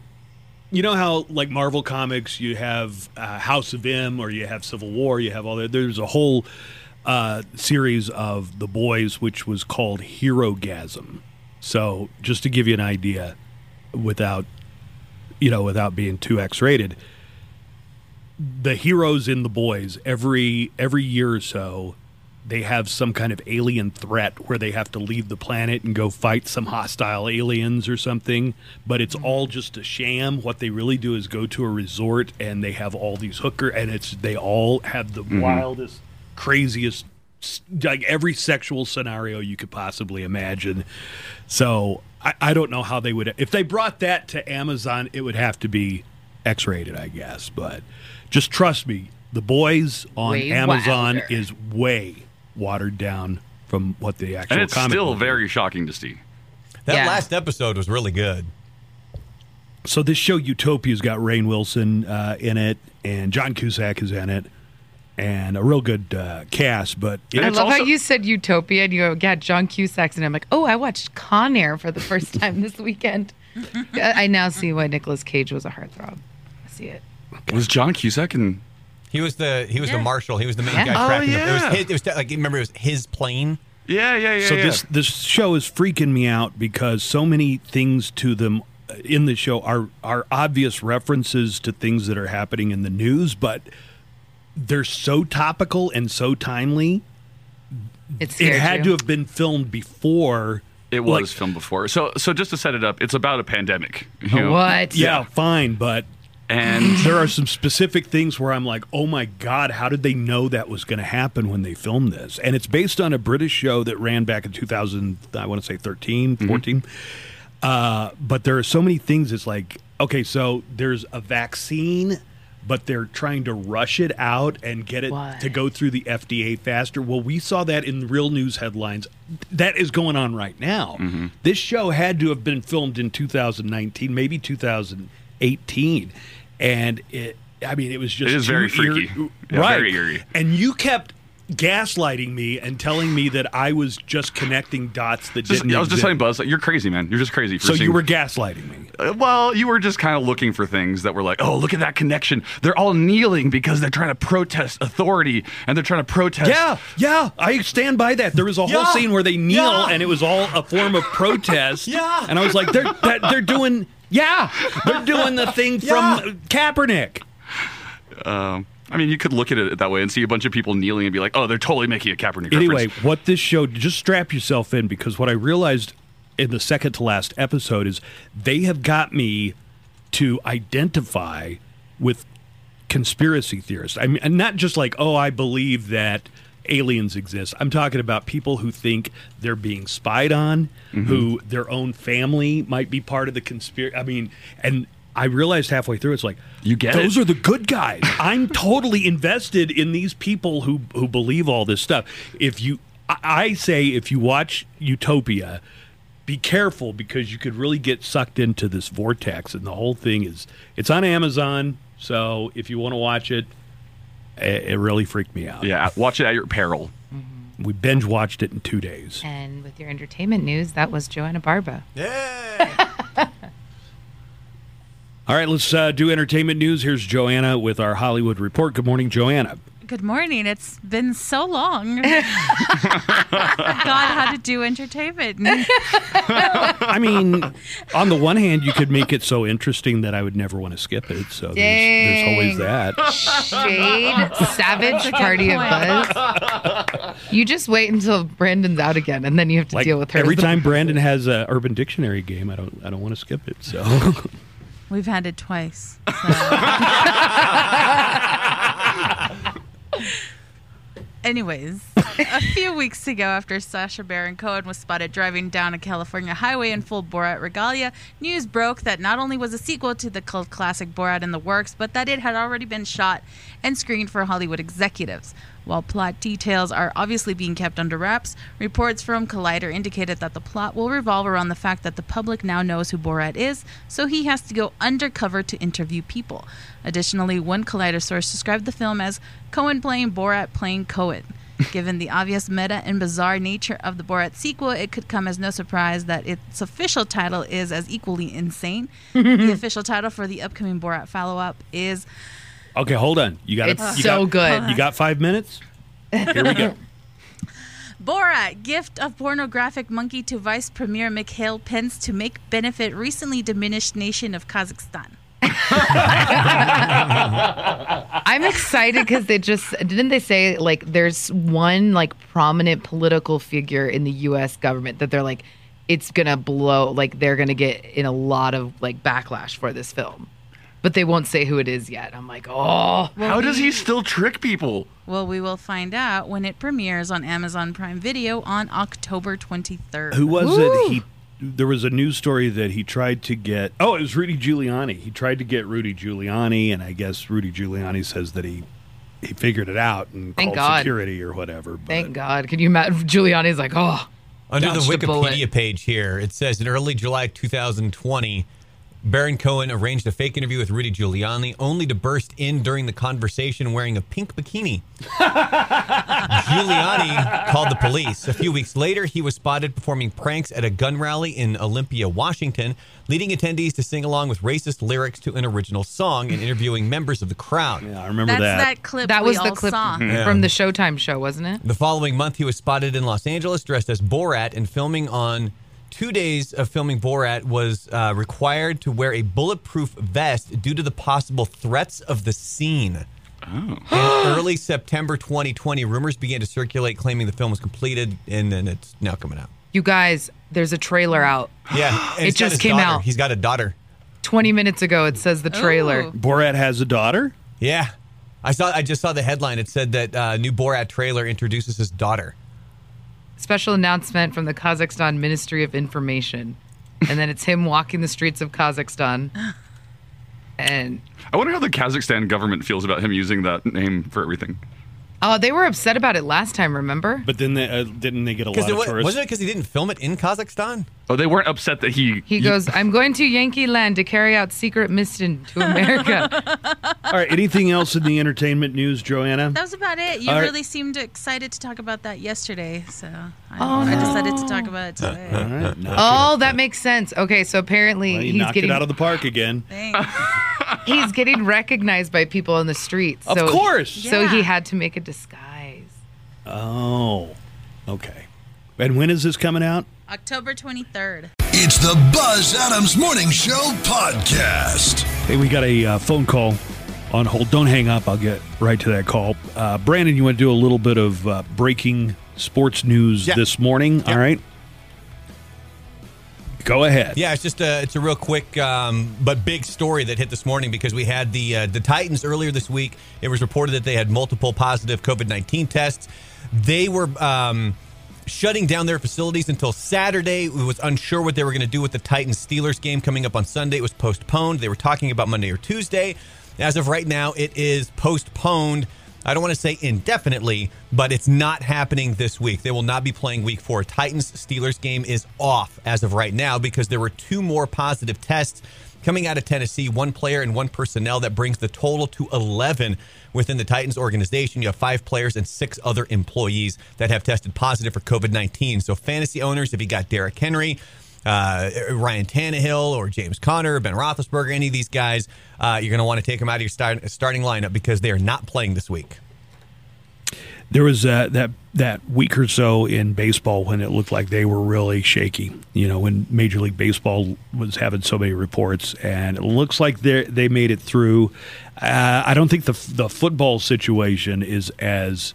Speaker 2: you know how like Marvel comics you have uh, House of M or you have Civil War, you have all that there's a whole uh, series of The Boys which was called Hero Gasm. So just to give you an idea without you know without being too X-rated the heroes in the boys every every year or so they have some kind of alien threat where they have to leave the planet and go fight some hostile aliens or something but it's all just a sham what they really do is go to a resort and they have all these hooker and it's they all have the wildest craziest s- like every sexual scenario you could possibly imagine so I, I don't know how they would if they brought that to amazon it would have to be X-rated, I guess. But just trust me, the boys on
Speaker 4: Way
Speaker 2: Amazon
Speaker 4: wilder.
Speaker 2: is way watered down from what the actual
Speaker 7: and it's
Speaker 2: comic
Speaker 7: still
Speaker 2: book is.
Speaker 7: very shocking to see.
Speaker 3: That
Speaker 4: Yeah.
Speaker 3: last episode was really good.
Speaker 2: So this show Utopia's got Rain Wilson uh, in it, and John Cusack is in it, and a real good uh, cast. But it-
Speaker 4: I
Speaker 7: it's
Speaker 4: love how
Speaker 7: also-
Speaker 4: you said Utopia, and you go, yeah, John Cusack, and I'm like, oh, I watched Con Air for the first time this (laughs) weekend. I I now see why Nicolas Cage was a heartthrob. I see it.
Speaker 7: Was John Cusack and
Speaker 3: He was the he was the
Speaker 5: Yeah.
Speaker 3: marshal. He was the main
Speaker 4: Yeah.
Speaker 3: guy.
Speaker 7: Oh,
Speaker 3: tracking them.
Speaker 7: yeah.
Speaker 3: It was his, it was like remember it was his plane.
Speaker 7: yeah, yeah, yeah.
Speaker 2: so
Speaker 7: yeah.
Speaker 2: this this show is freaking me out because so many things to them uh, in the show are are obvious references to things that are happening in the news, but they're so topical and so timely.
Speaker 4: It scared
Speaker 2: It had to
Speaker 4: you.
Speaker 2: have been filmed before.
Speaker 7: it was
Speaker 2: like,
Speaker 7: filmed before. So so just to set it up, it's about a pandemic. you know?
Speaker 4: What?
Speaker 2: yeah, fine, but
Speaker 7: And
Speaker 2: (clears throat) there are some specific things where I'm like, oh my God, how did they know that was going to happen when they filmed this? And it's based on a British show that ran back in 2000, I want to say 13,
Speaker 7: Mm-hmm.
Speaker 2: 14. Uh, but there are so many things. It's like, okay, so there's a vaccine, but they're trying to rush it out and get it
Speaker 4: What?
Speaker 2: to go through the FDA faster. Well, we saw that in real news headlines. That is going on right now.
Speaker 3: Mm-hmm.
Speaker 2: This show had to have been filmed in 2019, maybe 2018, and it. I mean, it was just
Speaker 7: is very
Speaker 2: too eerie-
Speaker 7: freaky. Yeah,
Speaker 2: right?
Speaker 7: very eerie.
Speaker 2: And you kept gaslighting me and telling me that I was just connecting dots that
Speaker 7: just,
Speaker 2: didn't.
Speaker 7: I was just
Speaker 2: exist.
Speaker 7: telling Buzz, like, you're crazy, man. You're just crazy. For
Speaker 2: So
Speaker 7: seeing-
Speaker 2: you were gaslighting me.
Speaker 7: Uh, well, you were just kind of looking for things that were like, oh, look at that connection. They're all kneeling because they're trying to protest authority and they're trying to protest.
Speaker 2: Yeah, yeah, I stand by that. There was a whole
Speaker 3: Yeah,
Speaker 2: scene where they kneel,
Speaker 3: yeah.
Speaker 2: and it was all a form of protest.
Speaker 3: Yeah.
Speaker 2: and I was like, they're that, they're doing, yeah, they're doing the thing
Speaker 3: Yeah.
Speaker 2: from Kaepernick.
Speaker 7: (laughs) Um, I mean, you could look at it that way and see a bunch of people kneeling and be like, oh, they're totally making a Kaepernick
Speaker 2: Anyway,
Speaker 7: reference.
Speaker 2: what this show just strap yourself in because what I realized in the second to last episode is they have got me to identify with conspiracy theorists. I mean, and not just like, oh, I believe that aliens exist. I'm talking about people who think they're being spied on, who their own family might be part of the conspiracy. I mean, and I realized halfway through, it's like
Speaker 7: You get
Speaker 2: those
Speaker 7: it.
Speaker 2: are the good (laughs) guys. I'm totally invested in these people who who believe all this stuff. If you I, I say if you watch Utopia, be careful because you could really get sucked into this vortex, and the whole thing is it's on Amazon. So if you want to watch it, it, it really freaked me out.
Speaker 7: Yeah, watch it at your peril.
Speaker 2: We binge watched it in two days.
Speaker 4: And with your entertainment news, that was Joanna Barba.
Speaker 2: All right, let's uh, do entertainment news. Here's Joanna with our Hollywood report. Good morning, Joanna.
Speaker 5: Good morning. It's been so (laughs) long. God, how to do entertainment.
Speaker 2: I
Speaker 4: (laughs)
Speaker 2: mean, on the one hand, you could make it so interesting that I would never want to skip it. So there's, there's always
Speaker 4: Dang. (laughs)
Speaker 2: that.
Speaker 4: Shade,
Speaker 7: (laughs)
Speaker 4: Savage, Party of Buzz. You just wait until Brandon's out again, and then you have to deal with her. (laughs)
Speaker 2: Every time Brandon has a Urban Dictionary game, I don't I don't want to skip it.
Speaker 4: (laughs)
Speaker 2: So
Speaker 5: We've had it twice. so. Anyways, a few weeks ago, after Sasha Baron Cohen was spotted driving down a California highway in full Borat regalia, news broke that not only was a sequel to the cult classic Borat in the works, but that it had already been shot and screened for Hollywood executives. While plot details are obviously being kept under wraps, reports from Collider indicated that the plot will revolve around the fact that the public now knows who Borat is, so he has to go undercover to interview people. Additionally, one Collider source described the film as Cohen playing Borat playing
Speaker 2: (laughs)
Speaker 5: Cohen. Given the obvious meta and bizarre nature of the Borat sequel, it could come as no surprise that its official title is as
Speaker 2: (laughs)
Speaker 5: equally insane. the official title for the upcoming Borat follow up is
Speaker 2: okay, hold on. You got
Speaker 4: It's
Speaker 2: you
Speaker 4: so
Speaker 2: got-
Speaker 4: good.
Speaker 2: You got five minutes. Here we go.
Speaker 5: (laughs) Borat, gift of pornographic monkey to Vice Premier Mikhail Pence to make benefit recently diminished nation of Kazakhstan.
Speaker 4: I'm excited because they just didn't they say like there's one like prominent political figure in the U.S. government that they're like it's gonna blow like they're gonna get in a lot of like backlash for this film, but they won't say who it is yet. I'm like, oh,
Speaker 7: How does he still trick people?
Speaker 5: Well, we will find out when it premieres on Amazon Prime Video on October 23rd.
Speaker 2: Who was it? He there was a news story that he tried to get. Oh, it was Rudy Giuliani. He tried to get Rudy Giuliani, and I guess Rudy Giuliani says that he he figured it out and
Speaker 4: Thank
Speaker 2: called
Speaker 4: God.
Speaker 2: security or whatever. But
Speaker 4: thank God. Can you imagine? Giuliani's like, oh,
Speaker 3: Under the
Speaker 4: dodged a bullet.
Speaker 3: Wikipedia page here, it says in early July 2020, Baron Cohen arranged a fake interview with Rudy Giuliani only to burst in during the conversation wearing a pink
Speaker 4: (laughs)
Speaker 3: bikini. Giuliani called the police. A few weeks later, he was spotted performing pranks at a gun rally in Olympia, Washington, leading attendees to sing along with racist lyrics to an original song and interviewing members of the crowd.
Speaker 2: Yeah, I remember
Speaker 5: That's
Speaker 2: that.
Speaker 5: that clip
Speaker 4: That
Speaker 5: we
Speaker 4: was the
Speaker 5: all
Speaker 4: clip
Speaker 5: saw.
Speaker 4: from the Showtime show, wasn't it?
Speaker 3: The following month, he was spotted in Los Angeles dressed as Borat and filming on two days of filming Borat was uh, required to wear a bulletproof vest due to the possible threats of the scene.
Speaker 2: Oh.
Speaker 3: In
Speaker 2: (gasps)
Speaker 3: early September 2020, rumors began to circulate claiming the film was completed, and then it's now coming
Speaker 2: (gasps)
Speaker 3: out.
Speaker 4: You guys, there's a trailer out.
Speaker 3: Yeah, and
Speaker 4: It
Speaker 3: he's got
Speaker 4: just
Speaker 3: his
Speaker 4: came
Speaker 3: daughter.
Speaker 4: out.
Speaker 3: He's got a daughter.
Speaker 4: 20 minutes ago, it says the trailer.
Speaker 5: Ooh.
Speaker 2: Oh. Borat has a daughter.
Speaker 3: Yeah, I saw. I just saw the headline. It said that uh, new Borat trailer introduces his daughter.
Speaker 4: Special announcement from the Kazakhstan Ministry of Information. And then it's him walking the streets of Kazakhstan. And
Speaker 7: I wonder how the Kazakhstan government feels about him using that name for everything.
Speaker 4: oh, they were upset about it last time, remember?
Speaker 2: But then they, uh, didn't they get a
Speaker 3: Because
Speaker 2: lot
Speaker 3: it
Speaker 2: of
Speaker 3: wa-
Speaker 2: tourists?
Speaker 3: wasn't it because he didn't film it in Kazakhstan?
Speaker 7: Oh, they weren't upset that he.
Speaker 4: He goes, I'm going to Yankee land to carry out secret mission
Speaker 2: (laughs)
Speaker 4: to America.
Speaker 2: All right. Anything else in the entertainment news, Joanna?
Speaker 5: That was about it. You
Speaker 2: All right.
Speaker 5: really seemed excited to talk about that yesterday, so I, I decided to talk about it today.
Speaker 2: All right. Knock
Speaker 4: oh, that makes sense. Okay, so apparently
Speaker 2: it- you
Speaker 4: he's
Speaker 2: knocked
Speaker 4: getting
Speaker 2: it out of the park again.
Speaker 5: Thanks.
Speaker 4: (laughs) he's getting recognized by people on the streets.
Speaker 2: Of
Speaker 4: so-
Speaker 2: course.
Speaker 4: So he
Speaker 5: Yeah.
Speaker 4: had to make a disguise.
Speaker 2: Oh, okay. And when is this coming out?
Speaker 5: October 23rd.
Speaker 1: It's the Buzz Adams Morning Show podcast.
Speaker 2: Hey, we got a uh, phone call on hold. Don't hang up. I'll get right to that call. Uh, Brandon, you want to do a little bit of uh, breaking sports news
Speaker 3: Yeah.
Speaker 2: this morning? All right. Go ahead.
Speaker 3: Yeah, it's just a it's a real quick um, but big story that hit this morning because we had the uh, the Titans earlier this week. It was reported that they had multiple positive COVID nineteen tests. They were um, shutting down their facilities until Saturday. It was unsure what they were going to do with the Titans Steelers game coming up on Sunday. It was postponed. They were talking about Monday or Tuesday. As of right now, it is postponed I don't want to say indefinitely, but it's not happening this week. They will not be playing week four. Titans Steelers game is off as of right now because there were two more positive tests coming out of Tennessee, one player and one personnel that brings the total to 11 within the Titans organization. You have five players and six other employees that have tested positive for COVID 19. So, fantasy owners, if you got Derrick Henry, uh, Ryan Tannehill or James Conner, Ben Roethlisberger, any of these guys, uh, you're going to want to take them out of your start, starting lineup because they are not playing this week.
Speaker 2: There was that, that that week or so in baseball when it looked like they were really shaky. You know, when Major League Baseball was having so many reports, and it looks like they they made it through. Uh, I don't think the the football situation is as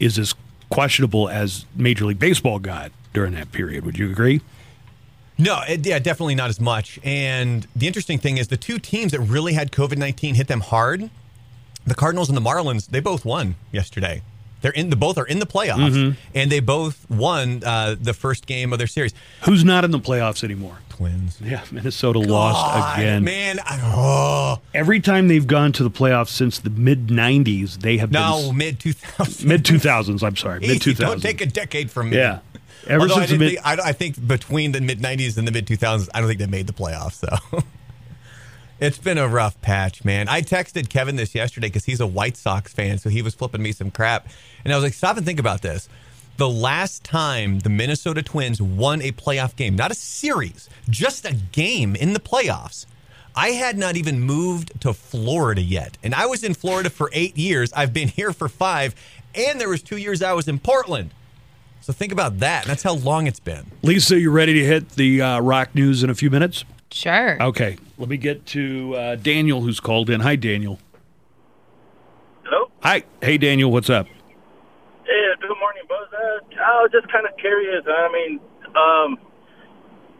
Speaker 2: is as questionable as Major League Baseball got during that period. Would you agree?
Speaker 3: No, it, yeah, definitely not as much. And the interesting thing is the two teams that really had COVID 19 hit them hard, the Cardinals and the Marlins, they both won yesterday. They're in the both are in the playoffs,
Speaker 2: Mm-hmm.
Speaker 3: and they both won uh, the first game of their series.
Speaker 2: Who's not in the playoffs anymore?
Speaker 3: Twins.
Speaker 2: Yeah, Minnesota lost
Speaker 3: God,
Speaker 2: again.
Speaker 3: man. I, oh,
Speaker 2: Every time they've gone to the playoffs since the mid '90s, they have
Speaker 3: no,
Speaker 2: been
Speaker 3: mid
Speaker 2: (laughs)
Speaker 3: 2000.
Speaker 2: mid 2000s. I'm sorry, mid
Speaker 3: Easy, Don't
Speaker 2: 2000s.
Speaker 3: take a decade from me. (laughs)
Speaker 2: yeah, ever
Speaker 3: Although I,
Speaker 2: since the
Speaker 3: didn't
Speaker 2: mid.
Speaker 3: think, I, don't- I think between the mid '90s and the mid 2000s, I don't think they made the playoffs. So (laughs) it's been a rough patch, man. I texted Kevin this yesterday because he's a White Sox fan, so he was flipping me some crap, and I was like, "Stop and think about this." The last time the Minnesota Twins won a playoff game, not a series, just a game in the playoffs, I had not even moved to Florida yet. And I was in Florida for eight years. I've been here for five. And there was two years I was in Portland. So think about that. That's how long it's been.
Speaker 2: Lisa, you ready to hit the uh, rock news in a few minutes?
Speaker 4: Sure.
Speaker 2: Okay, let me get to uh, Daniel, who's called in. Hi, Daniel.
Speaker 10: Hello.
Speaker 2: Hi, hey, Daniel. What's up?
Speaker 10: Yeah. Good morning, Buzz. Uh, I was just kind of curious. I mean, um,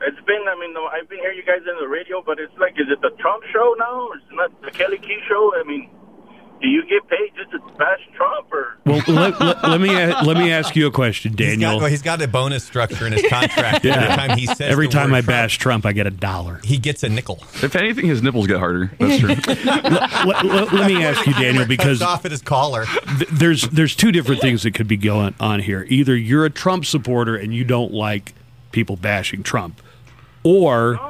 Speaker 10: it's been. I mean, I've been hearing you guys in the radio, but it's like, is it the Trump show now, or is it not the Kelly Key show? I mean, do you get paid just to bash Trump, or
Speaker 2: Well, (laughs) let, let, let me let me ask you a question, Daniel.
Speaker 3: He's got, he's got a bonus structure in his
Speaker 2: (laughs)
Speaker 3: contract. Every time he says
Speaker 2: Every
Speaker 3: the
Speaker 2: time
Speaker 3: word
Speaker 2: I
Speaker 3: Trump,
Speaker 2: bash Trump, I get a dollar.
Speaker 3: he gets a nickel.
Speaker 7: If anything, his nipples get harder. That's true.
Speaker 2: (laughs) let, let- let me ask you, Daniel, because
Speaker 3: Cuts off at his collar.
Speaker 2: th- there's there's two different things that could be going on here. Either you're a Trump supporter and you don't like people bashing Trump, or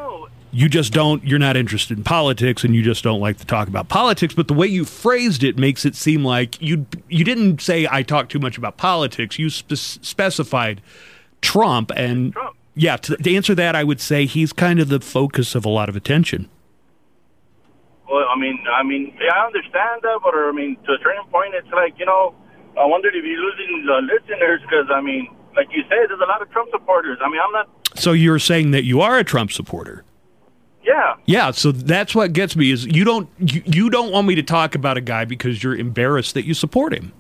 Speaker 2: you just don't you're not interested in politics and you just don't like to talk about politics. But the way you phrased it makes it seem like you you didn't say I talk too much about politics. You spe- specified Trump and yeah. To, to answer that, I would say he's kind of the focus of a lot of attention.
Speaker 10: Well, I mean, I mean, yeah, I understand that, but I mean, to a certain point, it's like you know, I wondered if you're losing the listeners because I mean, like you said, there's a lot of Trump supporters. I mean, I'm not.
Speaker 2: So you're saying that you are a Trump supporter.
Speaker 10: Yeah.
Speaker 2: Yeah, so that's what gets me is you don't you, you don't want me to talk about a guy because you're embarrassed that you support him.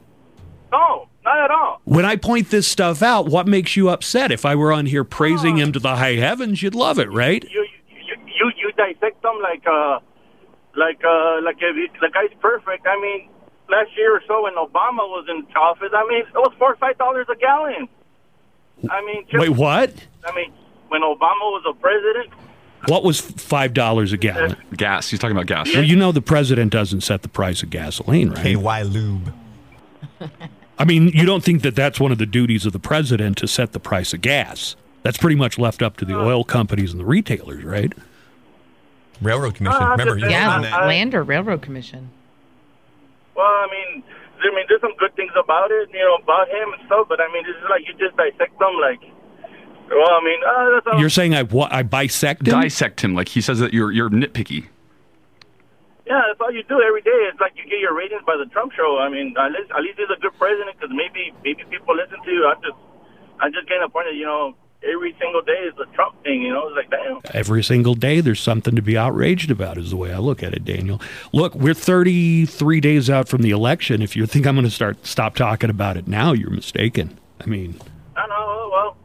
Speaker 10: No, not at all.
Speaker 2: When I point this stuff out, what makes you upset? If I were on here
Speaker 10: Oh.
Speaker 2: praising him to the high heavens, you'd love it, right?
Speaker 10: you you you you dissect them like uh like uh like if it- the guy's perfect. I mean, last year or so when Obama was in office, I mean it was four or five dollars a gallon. I mean, just,
Speaker 2: Wait, what?
Speaker 10: I mean when Obama was a president,
Speaker 2: What was five dollars a gallon?
Speaker 7: gas. He's talking about gas.
Speaker 2: Well, you know the president doesn't set the price of gasoline, right?
Speaker 3: KY lube.
Speaker 2: I mean, you don't think that that's one of the duties of the president to set the price of gas. That's pretty much left up to the
Speaker 10: Uh.
Speaker 2: oil companies and the retailers, right?
Speaker 3: Railroad Commission.
Speaker 10: Ah,
Speaker 3: Remember, you
Speaker 10: just-
Speaker 3: yeah.
Speaker 4: Yeah,
Speaker 3: on
Speaker 10: I-
Speaker 3: that.
Speaker 4: Land or Railroad Commission.
Speaker 10: well, I mean, I mean there's some good things about it, you know, about him and stuff. But I mean, it's like you just dissect them like. Well, I mean, uh, that's all.
Speaker 2: You're saying I what I bisect him?
Speaker 7: Dissect him like he says that you're you're nitpicky.
Speaker 10: yeah, that's all you do every day. It's like you get your ratings by the Trump show. I mean, at least, at least he's a good president because maybe maybe people listen to you. I just I just getting a point that you know every single day is the Trump thing. You know, it's like damn.
Speaker 2: every single day there's something to be outraged about is the way i look at it daniel look we're 33 days out from the election if you think i'm going to start stop talking about it now you're mistaken i mean
Speaker 10: I know. Well,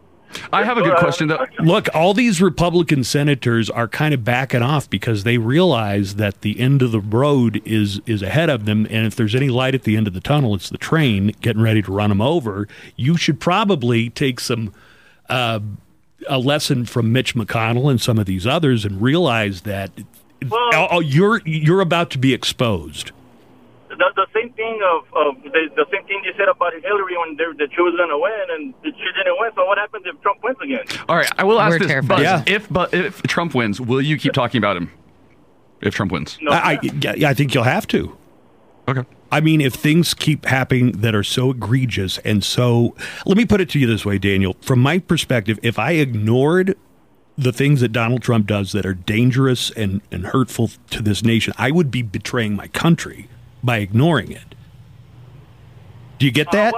Speaker 7: I have a good question though.
Speaker 2: look all these republican senators are kind of backing off because they realize that the end of the road is is ahead of them and if there's any light at the end of the tunnel it's the train getting ready to run them over you should probably take some uh, a lesson from Mitch McConnell and some of these others and realize that oh, oh, you're you're about to be exposed.
Speaker 10: the the, the same thing of, of the, the same thing you said about Hillary when they, that she was going to win and that she didn't win. So what happens if Trump wins again?
Speaker 7: All right, I will ask
Speaker 10: We're
Speaker 7: this:
Speaker 10: terrified.
Speaker 7: Buzz,
Speaker 10: Yeah.
Speaker 7: if but if Trump wins, will you keep talking about him? If Trump wins,
Speaker 2: I, I, yeah, I think you'll have to.
Speaker 7: Okay.
Speaker 2: I mean, if things keep happening that are so egregious and so, let me put it to you this way, Daniel. From my perspective, if I ignored the things that Donald Trump does that are dangerous and, and hurtful to this nation, I would be betraying my country by ignoring it. Do you
Speaker 10: Uh,
Speaker 2: get that?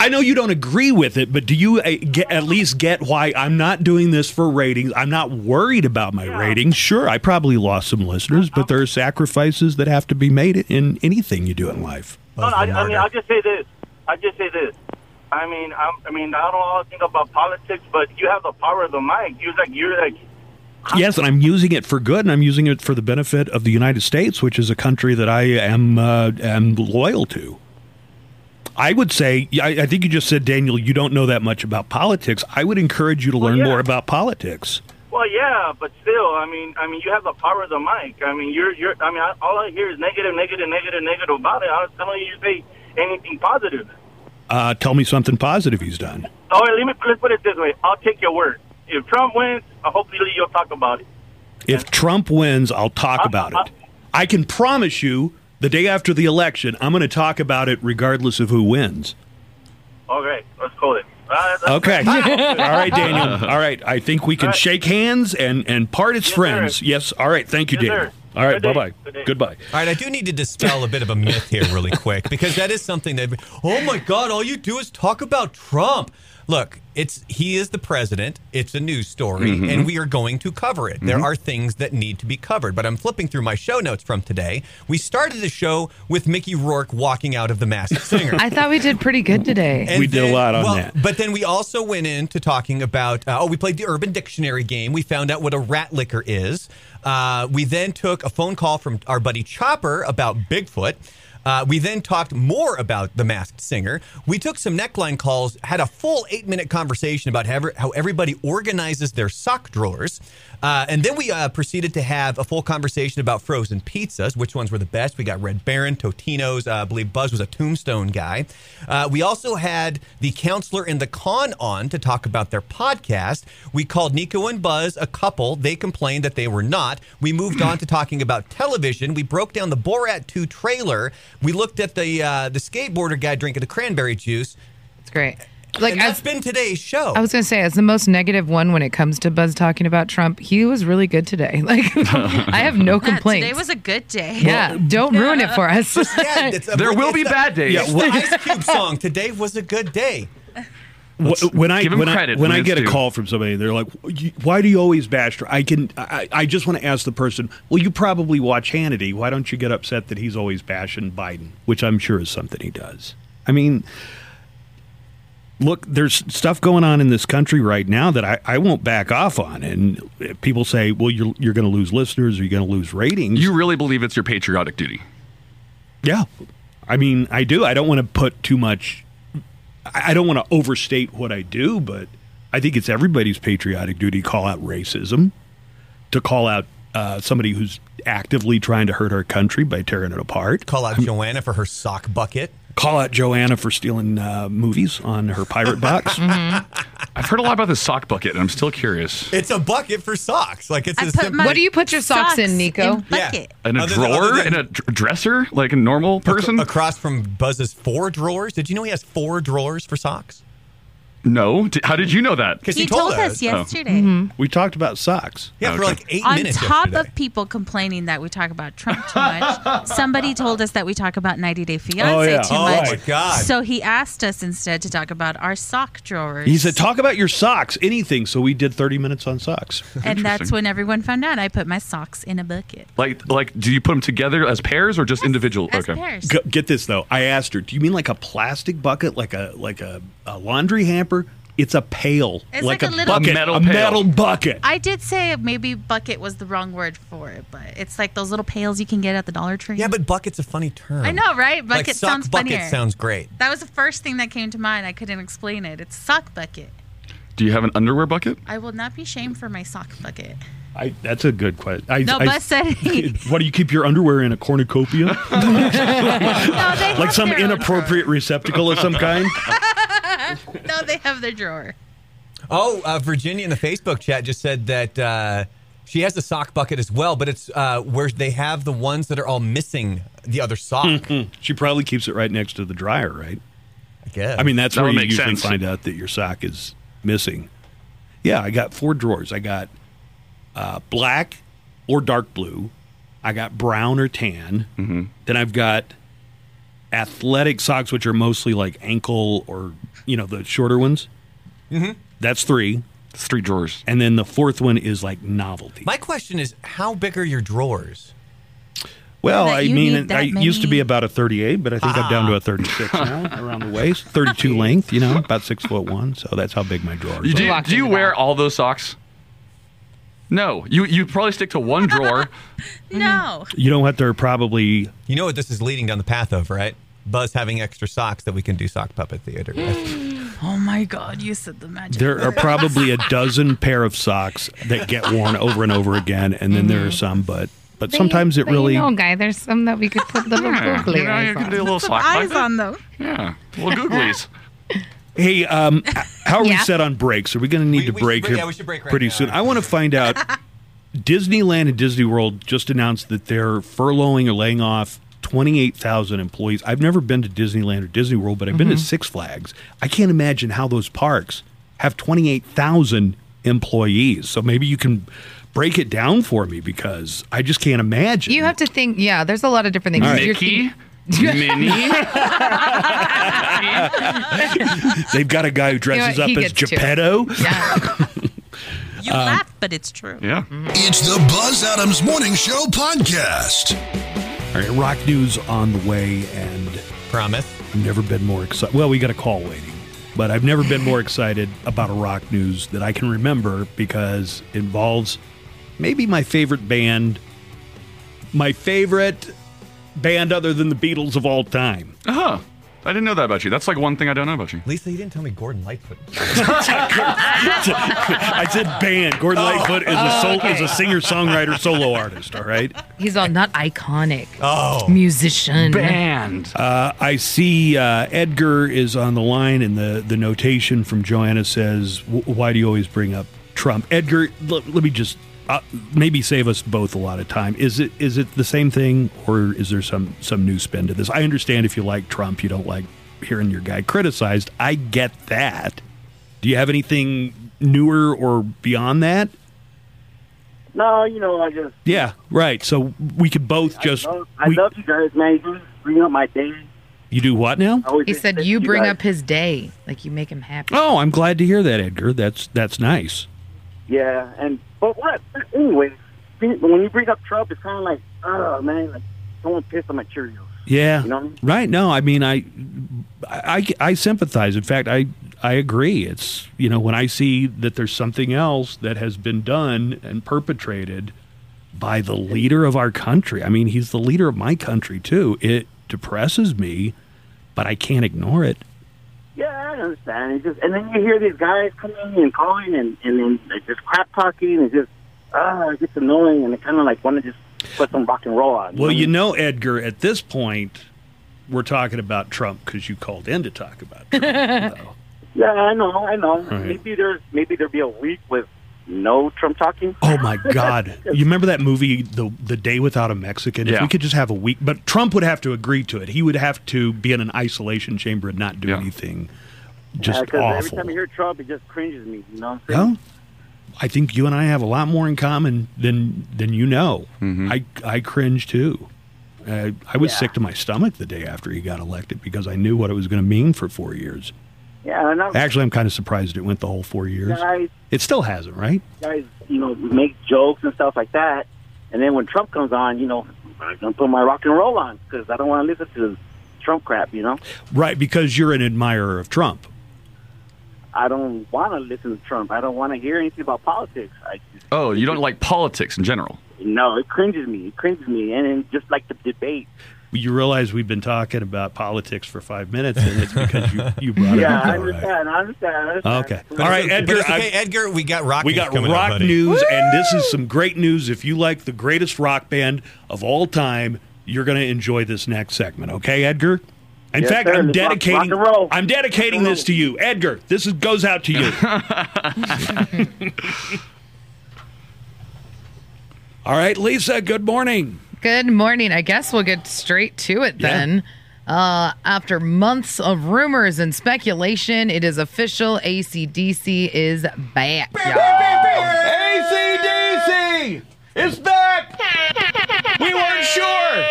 Speaker 2: I know you don't agree with it, but do you uh, get, at least get why I'm not doing this for ratings? I'm not worried about my ratings. Sure, I probably lost some listeners, but there are sacrifices that have to be made in anything you do in life.
Speaker 10: No, no, I, I mean, I'll just say this. I'll just say this. I mean, I'm, I mean, I don't all think about politics, but you have the power of the mic. You're like, you're like,
Speaker 2: Yes, and I'm using it for good, and I'm using it for the benefit of the United States, which is a country that I am uh, am loyal to. I would say, I, I think you just said, Daniel, you don't know that much about politics. I would encourage you to learn more about politics.
Speaker 10: well, yeah, but still, I mean, I mean, you have the power of the mic. I mean, you're, you're. I mean, I, all I hear is negative, negative, negative, negative about it. I was telling you, you say anything positive.
Speaker 2: Uh, tell me something positive he's done.
Speaker 10: All right, let me let's put it this way. I'll take your word. If Trump wins, uh, hopefully you'll talk about it. Uh,
Speaker 2: If Trump wins, I'll talk about it. I can promise you the day after the election, I'm going to talk about it regardless of who wins.
Speaker 10: All right, uh, let's call it. Uh, that's- (laughs)
Speaker 2: Okay. (laughs) All right, Daniel. All right. I think we can
Speaker 10: All right.
Speaker 2: shake hands and, and part as friends. Yes. All right. Thank you,
Speaker 3: Yes,
Speaker 2: Daniel.
Speaker 3: sir.
Speaker 2: All right.
Speaker 3: Good day.
Speaker 2: Bye bye.
Speaker 3: Good day.
Speaker 2: Goodbye.
Speaker 3: All right, I do need to dispel a bit of a myth here really quick because that is something that oh my god, all you do is talk about Trump. Look, it's he is the president. It's a news story
Speaker 2: Mm-hmm.
Speaker 11: Mhm.
Speaker 3: and we are going to cover it. There are things that need to be covered, but I'm flipping through my show notes from today. We started the show with Mickey Rourke walking out of the Masked Singer.
Speaker 4: I thought we did pretty good today.
Speaker 3: And then- well, But then we also went into talking about uh, oh, we played the Urban Dictionary game. We found out what a rat licker is. Uh, we then took a phone call from our buddy Chopper about Bigfoot. Uh, we then talked more about the masked singer. We took some neckline calls, had a full eight minute conversation about how, ever- how everybody organizes their sock drawers. Uh, and then we uh, proceeded to have a full conversation about frozen pizzas, which ones were the best. We got Red Baron, Totino's. Uh, I believe Buzz was a Tombstone guy. Uh, we also had the counselor and the con on to talk about their podcast. We called Nico and Buzz a couple. They complained that they were not. We moved on to talking about television. We broke down the Borat 2 trailer. We looked at the uh, the skateboarder guy drinking the cranberry juice.
Speaker 4: It's great.
Speaker 3: Like that's been today's
Speaker 7: Oh.
Speaker 3: show.
Speaker 4: I was going to say, as the most negative one when it comes to Buzz talking about Trump, he was really good today. (laughs) Like, I have
Speaker 5: (laughs)
Speaker 4: no
Speaker 5: Yeah,
Speaker 4: complaints.
Speaker 5: today was a good day.
Speaker 4: yeah, don't ruin it for
Speaker 3: (laughs)
Speaker 4: us.
Speaker 7: there will be bad days.
Speaker 3: It's the Ice
Speaker 7: (laughs)
Speaker 3: Cube song. Today was a good day.
Speaker 2: Wh- when I
Speaker 7: give him
Speaker 2: when I-
Speaker 7: credit
Speaker 2: when
Speaker 7: when
Speaker 2: I
Speaker 7: it's
Speaker 2: get a
Speaker 7: due.
Speaker 2: call from somebody, they're like, "You- "Why do you always bash?" Trump?" I can I, I just want to ask the person. Well, you probably watch Hannity. Why don't you get upset that he's always bashing Biden, which I'm sure is something he does. I mean, look, there's stuff going on in this country right now that I, I won't back off on. And if people say, "Well, you're you're going to lose listeners, or you're going to lose ratings."
Speaker 7: You really believe it's your patriotic duty?
Speaker 2: Yeah. I mean, I do. I don't want to put too much, I I don't want to overstate what I do, but I think it's everybody's patriotic duty to call out racism, to call out uh, somebody who's actively trying to hurt our country by tearing it apart.
Speaker 3: Call out Joanna for her sock bucket.
Speaker 2: Call out Joanna for stealing uh, movies on
Speaker 7: (laughs)
Speaker 2: her pirate box.
Speaker 7: Mm-hmm. I've heard a lot about the sock bucket, and I'm still curious.
Speaker 3: It's a bucket for socks. Like it's as simple.
Speaker 4: what do you put your socks, in, Nico?
Speaker 7: In a
Speaker 3: Other than-
Speaker 7: drawer,
Speaker 3: other than-
Speaker 7: in a dr- dresser, like a normal person.
Speaker 3: across from Buzz's four drawers. Did you know he has four drawers for socks?
Speaker 7: No, D- how did you know that? Oh.
Speaker 3: 'Cause
Speaker 5: He told
Speaker 2: Oh.
Speaker 5: us yesterday.
Speaker 4: Mm-hmm.
Speaker 2: We talked about socks.
Speaker 3: Yeah, for like eight
Speaker 5: On
Speaker 3: minutes.
Speaker 5: top
Speaker 3: yesterday.
Speaker 5: of people complaining that we talk about Trump
Speaker 2: (laughs)
Speaker 5: too much, somebody told us that we talk about 90 Day Fiance
Speaker 2: Oh, yeah.
Speaker 5: too
Speaker 2: Oh,
Speaker 5: much.
Speaker 2: my God.
Speaker 5: So he asked us instead to talk about our sock drawers.
Speaker 2: He said, "Talk about your socks, anything." So we did thirty minutes on socks,
Speaker 5: and that's when everyone found out I put my socks in a bucket.
Speaker 7: Like, like, do you put them together as pairs or just individual?
Speaker 5: as pairs.
Speaker 2: G- get this though. I asked her, "Do you mean like a plastic bucket, like a like a, a laundry hamper?" It's a pail,
Speaker 5: It's like a little-
Speaker 2: bucket,
Speaker 5: A metal
Speaker 2: a
Speaker 5: pail.
Speaker 2: metal bucket.
Speaker 5: I did say maybe bucket was the wrong word for it, but it's like those little pails you can get at the Dollar Tree.
Speaker 3: yeah, but bucket's a funny term.
Speaker 5: I know, right?
Speaker 3: Like,
Speaker 5: Bucket
Speaker 3: sock
Speaker 5: sounds
Speaker 3: bucket
Speaker 5: funnier.
Speaker 3: sounds great.
Speaker 5: That was the first thing that came to mind. I couldn't explain it. It's sock bucket.
Speaker 7: Do you have an underwear bucket?
Speaker 5: I will not be shamed for my sock bucket.
Speaker 2: I, that's a good question. I,
Speaker 5: No,
Speaker 2: I,
Speaker 5: Buzz said
Speaker 2: (laughs)
Speaker 5: he-
Speaker 2: What do you keep your underwear in a
Speaker 5: (laughs)
Speaker 2: cornucopia?
Speaker 5: no, they
Speaker 2: like
Speaker 5: have
Speaker 2: some
Speaker 5: their own
Speaker 2: inappropriate receptacle of some kind?
Speaker 5: drawer. (laughs) no, they have
Speaker 2: (laughs)
Speaker 5: their drawer.
Speaker 3: Oh, uh, Virginia in the Facebook chat just said that uh, she has a sock bucket as well, but it's uh, where they have the ones that are all missing the other sock.
Speaker 2: (laughs) she probably keeps it right next to the dryer, right?
Speaker 3: I guess.
Speaker 2: I mean, that's
Speaker 7: That
Speaker 2: where
Speaker 7: would
Speaker 2: you
Speaker 7: make
Speaker 2: usually
Speaker 7: sense.
Speaker 2: find out that your sock is missing. Yeah, I got four drawers. I got uh, black or dark blue. I got brown or tan.
Speaker 7: Mm-hmm.
Speaker 2: Then I've got athletic socks, which are mostly like ankle or you know the shorter ones. That's three,
Speaker 7: Mm-hmm. It's three drawers.
Speaker 2: and then the fourth one is like novelty.
Speaker 3: My question is, how big are your drawers?
Speaker 2: Well,
Speaker 5: That
Speaker 2: I
Speaker 5: you
Speaker 2: mean,
Speaker 5: need
Speaker 2: I
Speaker 5: that
Speaker 2: used to
Speaker 5: many- Ah.
Speaker 2: be about a 38, but I think I'm down to a 36 now, around the waist, 32 length, you know, about six foot one. So that's how big my drawers
Speaker 7: You
Speaker 2: are.
Speaker 7: do,
Speaker 4: Locked
Speaker 7: do you
Speaker 4: in the
Speaker 7: wear
Speaker 4: back.
Speaker 7: all those socks? No, you you probably stick to
Speaker 11: (laughs)
Speaker 7: one drawer.
Speaker 2: Mm-hmm.
Speaker 5: No. (gasps)
Speaker 2: You know what? They're probably
Speaker 3: You know what this is leading down the path of, right? Buzz having extra socks that we can do sock puppet theater. with.
Speaker 5: Oh my God, you said the magic.
Speaker 2: there are probably a dozen pair of socks that get worn over and over again, and then there are
Speaker 5: Mm-hmm.
Speaker 2: some, but but sometimes it
Speaker 4: But you
Speaker 2: really
Speaker 4: know, guy, there's some that we could
Speaker 5: (laughs)
Speaker 4: put the little
Speaker 7: Yeah,
Speaker 4: googly
Speaker 7: you, know, you
Speaker 4: eyes
Speaker 7: can
Speaker 4: on.
Speaker 7: do a little sock
Speaker 5: eyes
Speaker 7: bucket.
Speaker 5: on them.
Speaker 7: Yeah, little googlies.
Speaker 2: Hey, um, h- how are we
Speaker 4: Yeah.
Speaker 2: set on breaks? Are we going to
Speaker 3: We-
Speaker 2: need
Speaker 3: we
Speaker 2: to
Speaker 3: should
Speaker 2: break
Speaker 3: break-
Speaker 2: here
Speaker 3: yeah, we should break right
Speaker 2: pretty
Speaker 3: now,
Speaker 2: soon? I
Speaker 3: actually.
Speaker 2: want to find out. Disneyland and Disney World just announced that they're furloughing or laying off 28,000 employees. I've never been to Disneyland or Disney World, but I've been to Six Flags. I can't imagine how those parks have 28,000 employees. So maybe you can break it down for me because I just can't
Speaker 4: (laughs)
Speaker 2: imagine.
Speaker 4: You have to think. Yeah, there's a lot of different things. You're
Speaker 7: Mickey, (laughs) Minnie.
Speaker 2: They've got a guy who
Speaker 4: what?
Speaker 2: dresses
Speaker 4: He
Speaker 2: up as
Speaker 4: gets two.
Speaker 2: Geppetto. (laughs) Um,
Speaker 5: You
Speaker 4: Yeah.
Speaker 5: laugh, but it's true.
Speaker 7: Yeah.
Speaker 1: It's the Buzz Adams Morning Show podcast.
Speaker 2: All right, rock news on the way and
Speaker 3: Promise.
Speaker 2: I've never been more excited. Well, we got a call waiting, but I've never been
Speaker 3: (laughs)
Speaker 2: more excited about a rock news that I can remember because it involves maybe my favorite band, my favorite band other than the Beatles of all time. (laughs)
Speaker 7: Uh huh. I didn't know that about you. That's like one thing I don't know about you.
Speaker 3: Lisa, you didn't tell me
Speaker 11: (laughs)
Speaker 3: Gordon Lightfoot.
Speaker 2: I said band.
Speaker 3: Oh.
Speaker 2: Gordon Lightfoot is a soul, is a singer songwriter solo artist. All right.
Speaker 4: (laughs) He's all not iconic
Speaker 3: Oh,
Speaker 4: musician.
Speaker 7: Band.
Speaker 2: Uh, I see uh, Edgar is on the line, and the, the notation from Joanna says, "W- "Why do you always bring up Trump?" Edgar, l- let me just uh, maybe save us both a lot of time. Is it is it the same thing, or is there some some new spin to this? I understand if you like Trump, you don't like hearing your guy criticized. I get that. Do you have anything newer or beyond that?
Speaker 10: No, you know, I just
Speaker 2: Yeah, right. So we could both just
Speaker 10: love, I
Speaker 2: we-
Speaker 10: love you guys, man. You bring up my day.
Speaker 2: you do what now?
Speaker 10: I always
Speaker 4: He
Speaker 10: appreciate
Speaker 4: said you bring
Speaker 10: guys.
Speaker 4: up his day, like you make him happy.
Speaker 2: Oh, I'm glad to hear that, Edgar. That's that's nice.
Speaker 10: Yeah, and but what? Anyway, when you bring up Trump, it's kind of like, oh man, like someone pissed on my Cheerios.
Speaker 2: Yeah.
Speaker 10: You know what I mean?
Speaker 2: Right. No, I mean, I, I, I sympathize. In fact, I, I agree. It's, you know, when I see that there's something else that has been done and perpetrated by the leader of our country, I mean, he's the leader of my country too. It depresses me, but I can't ignore it.
Speaker 10: Yeah, I understand. It's just, and then you hear these guys coming and calling and and then they're just crap talking and just ah, it gets annoying and I kind of like want to just put some rock and roll on.
Speaker 2: Well, (laughs) you know, Edgar, at this point, we're talking about Trump because you called in to talk about Trump. though.
Speaker 10: Yeah, I know, I know.
Speaker 2: Right.
Speaker 10: Maybe there's maybe there'll be a week with no Trump talking.
Speaker 2: Oh my
Speaker 10: (laughs)
Speaker 2: God! You remember that movie, the the Day Without a Mexican? If
Speaker 7: Yeah.
Speaker 2: we could just have a week, but Trump would have to agree to it. He would have to be in an isolation chamber and not do
Speaker 7: Yeah.
Speaker 2: anything.
Speaker 10: Yeah,
Speaker 2: Just
Speaker 10: every
Speaker 2: awful.
Speaker 10: time I hear Trump, it just cringes me. You know what I'm saying?
Speaker 2: well, I think you and I have a lot more in common than than you know. I I cringe too. I, I was
Speaker 10: Mm-hmm. Yeah.
Speaker 2: sick to my stomach the day after he got elected because I knew what it was going to mean for four years.
Speaker 10: Yeah, and I'm,
Speaker 2: Actually, I'm kind of surprised it went the whole four years.
Speaker 10: guys,
Speaker 2: It still hasn't, right?
Speaker 10: guys, you know, make jokes and stuff like that. And then when Trump comes on, you know, I'm gonna put my rock and roll on because I don't want to listen to Trump crap. You know,
Speaker 2: Right, because you're an admirer of Trump.
Speaker 10: I don't want to listen to Trump. I don't want to hear anything about politics. I just,
Speaker 7: (laughs) Oh, you don't like politics in general.
Speaker 10: no, it cringes me. It cringes me, and then just like the debate.
Speaker 2: you realize we've been talking about politics for five minutes, and it's because you, you brought
Speaker 11: yeah, I
Speaker 2: it up. though, right?
Speaker 11: understand. I understand. I understand.
Speaker 2: Okay. All right,
Speaker 3: But
Speaker 2: Edgar.
Speaker 3: it's okay,
Speaker 2: I-
Speaker 3: Edgar, we got rock.
Speaker 2: we
Speaker 3: news
Speaker 2: got
Speaker 3: coming up,
Speaker 2: rock
Speaker 3: buddy.
Speaker 2: news, and this is some great news. If you like the greatest rock band of all time, you're going to enjoy this next segment. Okay, Edgar. In
Speaker 11: Yes,
Speaker 2: fact,
Speaker 11: sir.
Speaker 2: I'm
Speaker 11: Let's rock- rock
Speaker 2: dedicating.
Speaker 11: and roll.
Speaker 2: I'm dedicating
Speaker 11: Rock and
Speaker 2: this to you, Edgar. This is, goes out to you. (laughs) all right, Lisa. Good morning.
Speaker 4: Good morning. I guess we'll get straight to it then. Uh, after months of rumors and speculation, it is official. ACDC is back.
Speaker 2: ACDC is back. We weren't sure.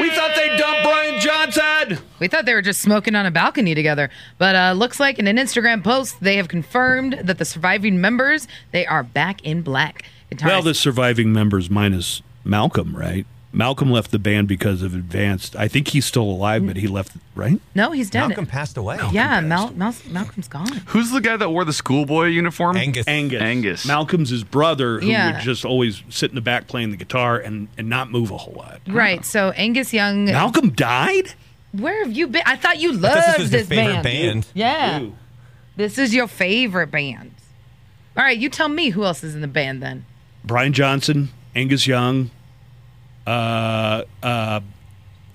Speaker 2: We thought they dumped Brian Johnson.
Speaker 4: We thought they were just smoking on a balcony together, but uh, looks like in an Instagram post they have confirmed that the surviving members they are back in black. Guitarist-
Speaker 2: Well, the surviving members minus Malcolm, right? Malcolm left the band because of advanced. I think he's still alive, but he left, right?
Speaker 4: no, he's dead.
Speaker 3: Malcolm passed away.
Speaker 4: yeah, Mal- Mal- Malcolm's gone.
Speaker 7: Who's the guy that wore the schoolboy uniform?
Speaker 3: Angus.
Speaker 2: Angus.
Speaker 7: Angus.
Speaker 2: Malcolm's his brother who
Speaker 4: Yeah.
Speaker 2: would just always sit in the back playing the guitar and, and not move a whole lot.
Speaker 4: Right. So Angus Young,
Speaker 2: Malcolm died?
Speaker 4: where have you been? I thought you loved
Speaker 3: thought this was your favorite
Speaker 4: band.
Speaker 3: band.
Speaker 4: Yeah.
Speaker 2: Ooh.
Speaker 4: This is your favorite band. All right, you tell me who else is in the band then.
Speaker 2: Brian Johnson, Angus Young, uh, uh,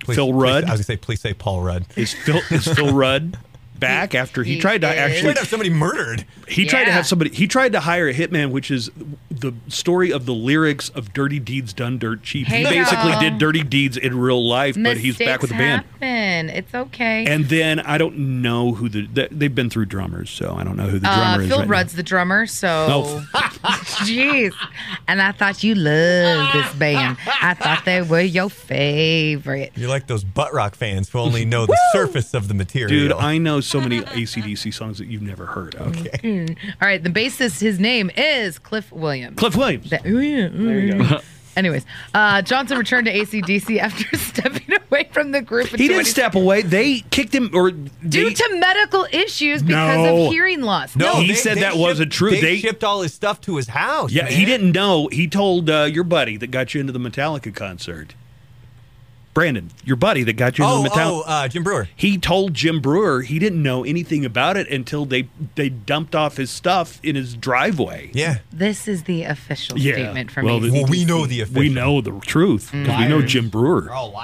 Speaker 3: Please-
Speaker 2: Phil
Speaker 3: please-
Speaker 2: Rudd.
Speaker 3: I was gonna say, please say Paul Rudd.
Speaker 2: is Phil is
Speaker 3: (laughs)
Speaker 2: Phil Rudd back after he,
Speaker 4: He
Speaker 2: tried to
Speaker 4: is.
Speaker 2: actually
Speaker 3: Might have somebody murdered.
Speaker 2: He tried to
Speaker 4: Yeah.
Speaker 2: have somebody. He tried to hire a hitman, which is the story of the lyrics of "Dirty Deeds Done Dirt Cheap." he
Speaker 4: Hey,
Speaker 2: basically
Speaker 4: y'all.
Speaker 2: did dirty deeds in real life, but he's back with the band.
Speaker 4: Happen. It's okay.
Speaker 2: And then I don't know who the th- they've been through drummers, so I don't know who the
Speaker 4: uh,
Speaker 2: drummer is.
Speaker 4: Phil
Speaker 2: right now.
Speaker 4: Rudd's the drummer, so (laughs) jeez. And I thought you loved this band. I thought they were your favorite.
Speaker 3: You're like those butt rock fans who
Speaker 2: (laughs)
Speaker 3: only know the surface of the material.
Speaker 2: Dude, I know so many ACDC songs that you've never heard of.
Speaker 4: Mm. All right, the bassist, his name is Cliff Williams.
Speaker 2: Cliff Williams.
Speaker 4: That- ooh, yeah, ooh, yeah. Anyways, uh, Johnson returned to ACDC (laughs) after stepping away from the group. in
Speaker 2: He didn't
Speaker 4: 20-
Speaker 2: step away. They kicked him, or
Speaker 4: due
Speaker 2: they,
Speaker 4: to medical issues because
Speaker 2: No.
Speaker 4: of hearing loss.
Speaker 2: No, he
Speaker 3: they-
Speaker 2: said
Speaker 3: they
Speaker 2: that wasn't true.
Speaker 3: They,
Speaker 2: They-
Speaker 3: shipped all his stuff to his house.
Speaker 2: Yeah, he
Speaker 3: Oh, man.
Speaker 2: didn't know. He told uh, your buddy that got you into the Metallica concert, Brandon. Your buddy that got you into
Speaker 3: Oh,
Speaker 2: the Metallica.
Speaker 3: oh, uh, Jim Brewer.
Speaker 2: He told Jim Brewer he didn't know anything about it until they they dumped off his stuff in his driveway.
Speaker 3: Yeah.
Speaker 4: This is the official
Speaker 2: Yeah.
Speaker 4: statement from
Speaker 2: Well,
Speaker 4: well,
Speaker 2: the-
Speaker 3: Well, we know the official.
Speaker 2: We know the truth
Speaker 11: Mm.
Speaker 3: Mm.
Speaker 2: because we know Jim Brewer.
Speaker 3: Oh.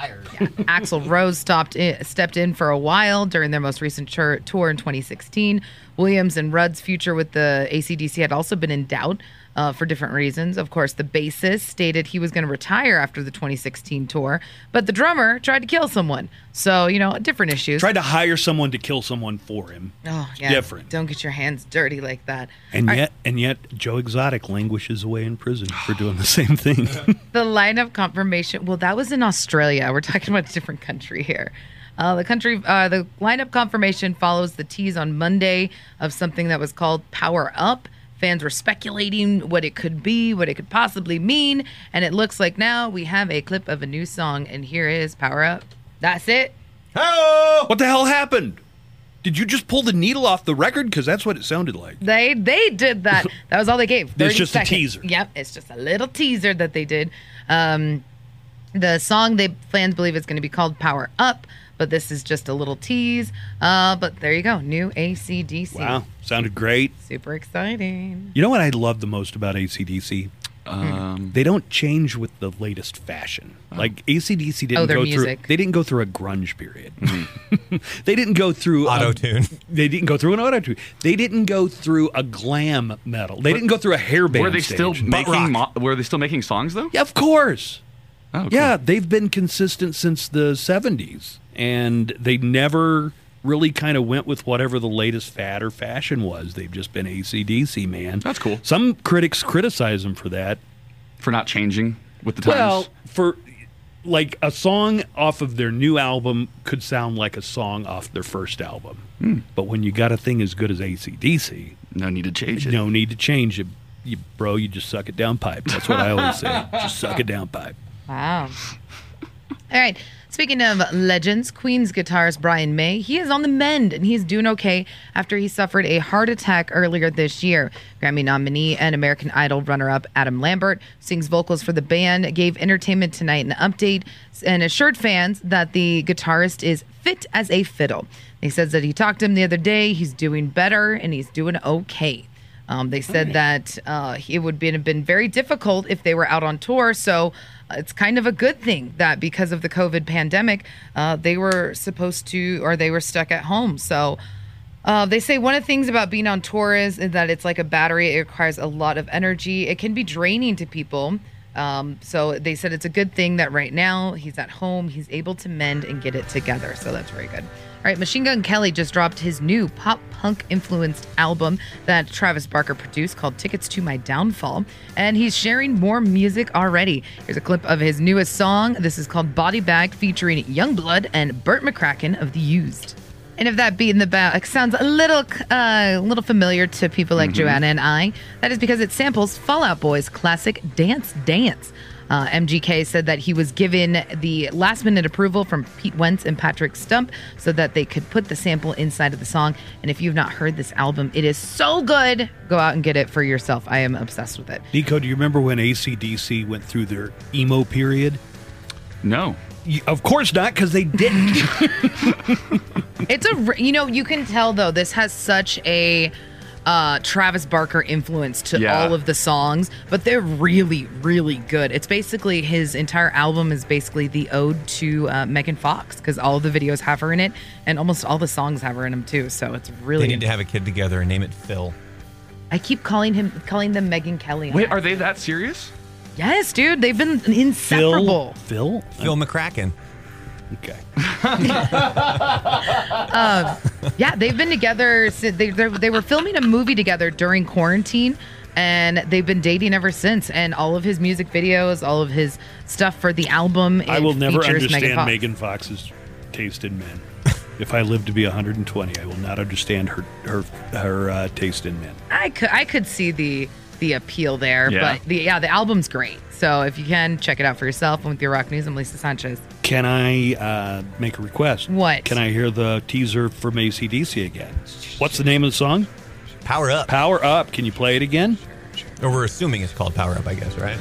Speaker 4: Axel Rose stopped in, stepped in for a while during their most recent tour, tour in 2016. Williams and Rudd's future with the ACDC had also been in doubt uh, for different reasons. Of course, the bassist stated he was going to retire after the 2016 tour, but the drummer tried to kill someone. So, you know, different issues.
Speaker 2: Tried to hire someone to kill someone for him.
Speaker 4: oh,
Speaker 2: It's
Speaker 4: yeah.
Speaker 2: Different.
Speaker 4: Don't get your hands dirty like that.
Speaker 2: And
Speaker 4: All right.
Speaker 2: yet, and yet, Joe Exotic languishes away in prison for
Speaker 3: (sighs)
Speaker 2: doing the same thing.
Speaker 4: The lineup confirmation. Well, that was in Australia. We're talking about a different country here. Uh, the country, uh, the lineup confirmation follows the tease on Monday of something that was called Power Up. Fans were speculating what it could be, what it could possibly mean, and it looks like now we have a clip of a new song, and here is Power Up. That's it.
Speaker 3: (laughs) Hello.
Speaker 2: what the hell happened? Did you just pull the needle off the record? Because that's what it sounded like.
Speaker 4: They they did
Speaker 2: (laughs)
Speaker 4: that. That was all they gave. 30
Speaker 2: just a
Speaker 4: seconds.
Speaker 2: teaser.
Speaker 4: Yep, it's just a little teaser that they did. Um, the song they fans believe is going to be called "Power Up," but this is just a little tease. Uh, but there you go, new ACDC.
Speaker 2: Wow, sounded great.
Speaker 4: super exciting.
Speaker 2: You know what I love the most about ACDC?
Speaker 7: Um, Oh.
Speaker 2: They don't change with the latest fashion. Like ACDC didn't
Speaker 4: Oh, their
Speaker 2: go
Speaker 4: music.
Speaker 2: through. They didn't go through a grunge period.
Speaker 7: Mm-hmm.
Speaker 2: (laughs) they didn't go through a-
Speaker 3: Auto-tune.
Speaker 2: They didn't go through an auto tune. They didn't go through a glam metal. They didn't go through a hair band.
Speaker 7: were they
Speaker 2: stage.
Speaker 7: still making? Mo-
Speaker 3: rock.
Speaker 7: were they still making songs though?
Speaker 2: Yeah, of course.
Speaker 7: Oh, cool.
Speaker 2: Yeah, they've been consistent since the '70s, and they never really kind of went with whatever the latest fad or fashion was. They've just been ACDC, man.
Speaker 7: That's cool.
Speaker 2: Some critics criticize them for that.
Speaker 7: For not changing with the times.
Speaker 2: Well, for like a song off of their new album could sound like a song off their first album. But when you got a thing as good as
Speaker 7: Hmm.
Speaker 2: ACDC,
Speaker 7: no need to change it.
Speaker 2: no need to change it. You, bro, you just suck
Speaker 7: (laughs)
Speaker 2: it down pipe. That's what I always say. Just suck it down pipe.
Speaker 4: Wow. all right. Speaking of legends, Queen's guitarist Brian May, he is on the mend and he's doing okay after he suffered a heart attack earlier this year. Grammy nominee and American Idol runner up Adam Lambert sings vocals for the band, gave Entertainment Tonight an update, and assured fans that the guitarist is fit as a fiddle. He says that he talked to him the other day, he's doing better and he's doing okay. Um, they said that uh, it would be, have been very difficult if they were out on tour. So uh, it's kind of a good thing that because of the COVID pandemic, uh, they were supposed to or they were stuck at home. So uh, they say one of the things about being on tour is that it's like a battery, it requires a lot of energy, it can be draining to people. Um, so they said it's a good thing that right now he's at home, he's able to mend and get it together. So that's very good. All right, Machine Gun Kelly just dropped his new pop punk influenced album that Travis Barker produced called Tickets to My Downfall, and he's sharing more music already. Here's a clip of his newest song. This is called Body Bag featuring Youngblood and Burt McCracken of The Used. And if that beat in the back sounds a little, uh, little familiar to people like
Speaker 11: Mhm.
Speaker 4: Joanna and I, that is because it samples Fallout Boy's classic Dance Dance. Uh, MGK said that he was given the last minute approval from Pete Wentz and Patrick Stump so that they could put the sample inside of the song. And if you've not heard this album, it is so good. Go out and get it for yourself. I am obsessed with it.
Speaker 2: Nico, do you remember when ACDC went through their emo period?
Speaker 7: No.
Speaker 2: Of course not, because they
Speaker 4: (laughs)
Speaker 2: didn't.
Speaker 4: It's a, re- you know, you can tell though, this has such a uh, Travis Barker influence to
Speaker 7: Yeah.
Speaker 4: all of the songs, but they're really, really good. It's basically his entire album is basically the ode to uh, Megan Fox because all the videos have her in it and almost all the songs have her in them too. So it's really.
Speaker 3: They need to have a kid together and name it Phil.
Speaker 4: I keep calling him, calling them Megan Kelly.
Speaker 7: Wait, are they that serious?
Speaker 4: Yes, dude, they've been inseparable.
Speaker 2: Phil?
Speaker 3: Phil McCracken.
Speaker 2: Okay.
Speaker 4: Uh, yeah, they've been together. Since they, they they were filming a movie together during quarantine, and they've been dating ever since. And all of his music videos, all of his stuff for the album, it
Speaker 2: I will never
Speaker 4: features
Speaker 2: understand
Speaker 4: Megan. Fox.
Speaker 2: Fox's taste in men. (laughs) if I live to be 120, I will not understand her her her uh, taste in men.
Speaker 4: I could I could see the the appeal there,
Speaker 2: Yeah.
Speaker 4: but the yeah the album's great. So if you can check it out for yourself. I'm with your rock news. I'm Lisa Sanchez.
Speaker 2: Can I uh, make a request?
Speaker 4: What?
Speaker 2: Can I hear the teaser from ACDC again? What's the name of the song?
Speaker 3: Power Up.
Speaker 2: Power Up. Can you play it again?
Speaker 3: Or we're assuming it's called Power Up, I guess, right?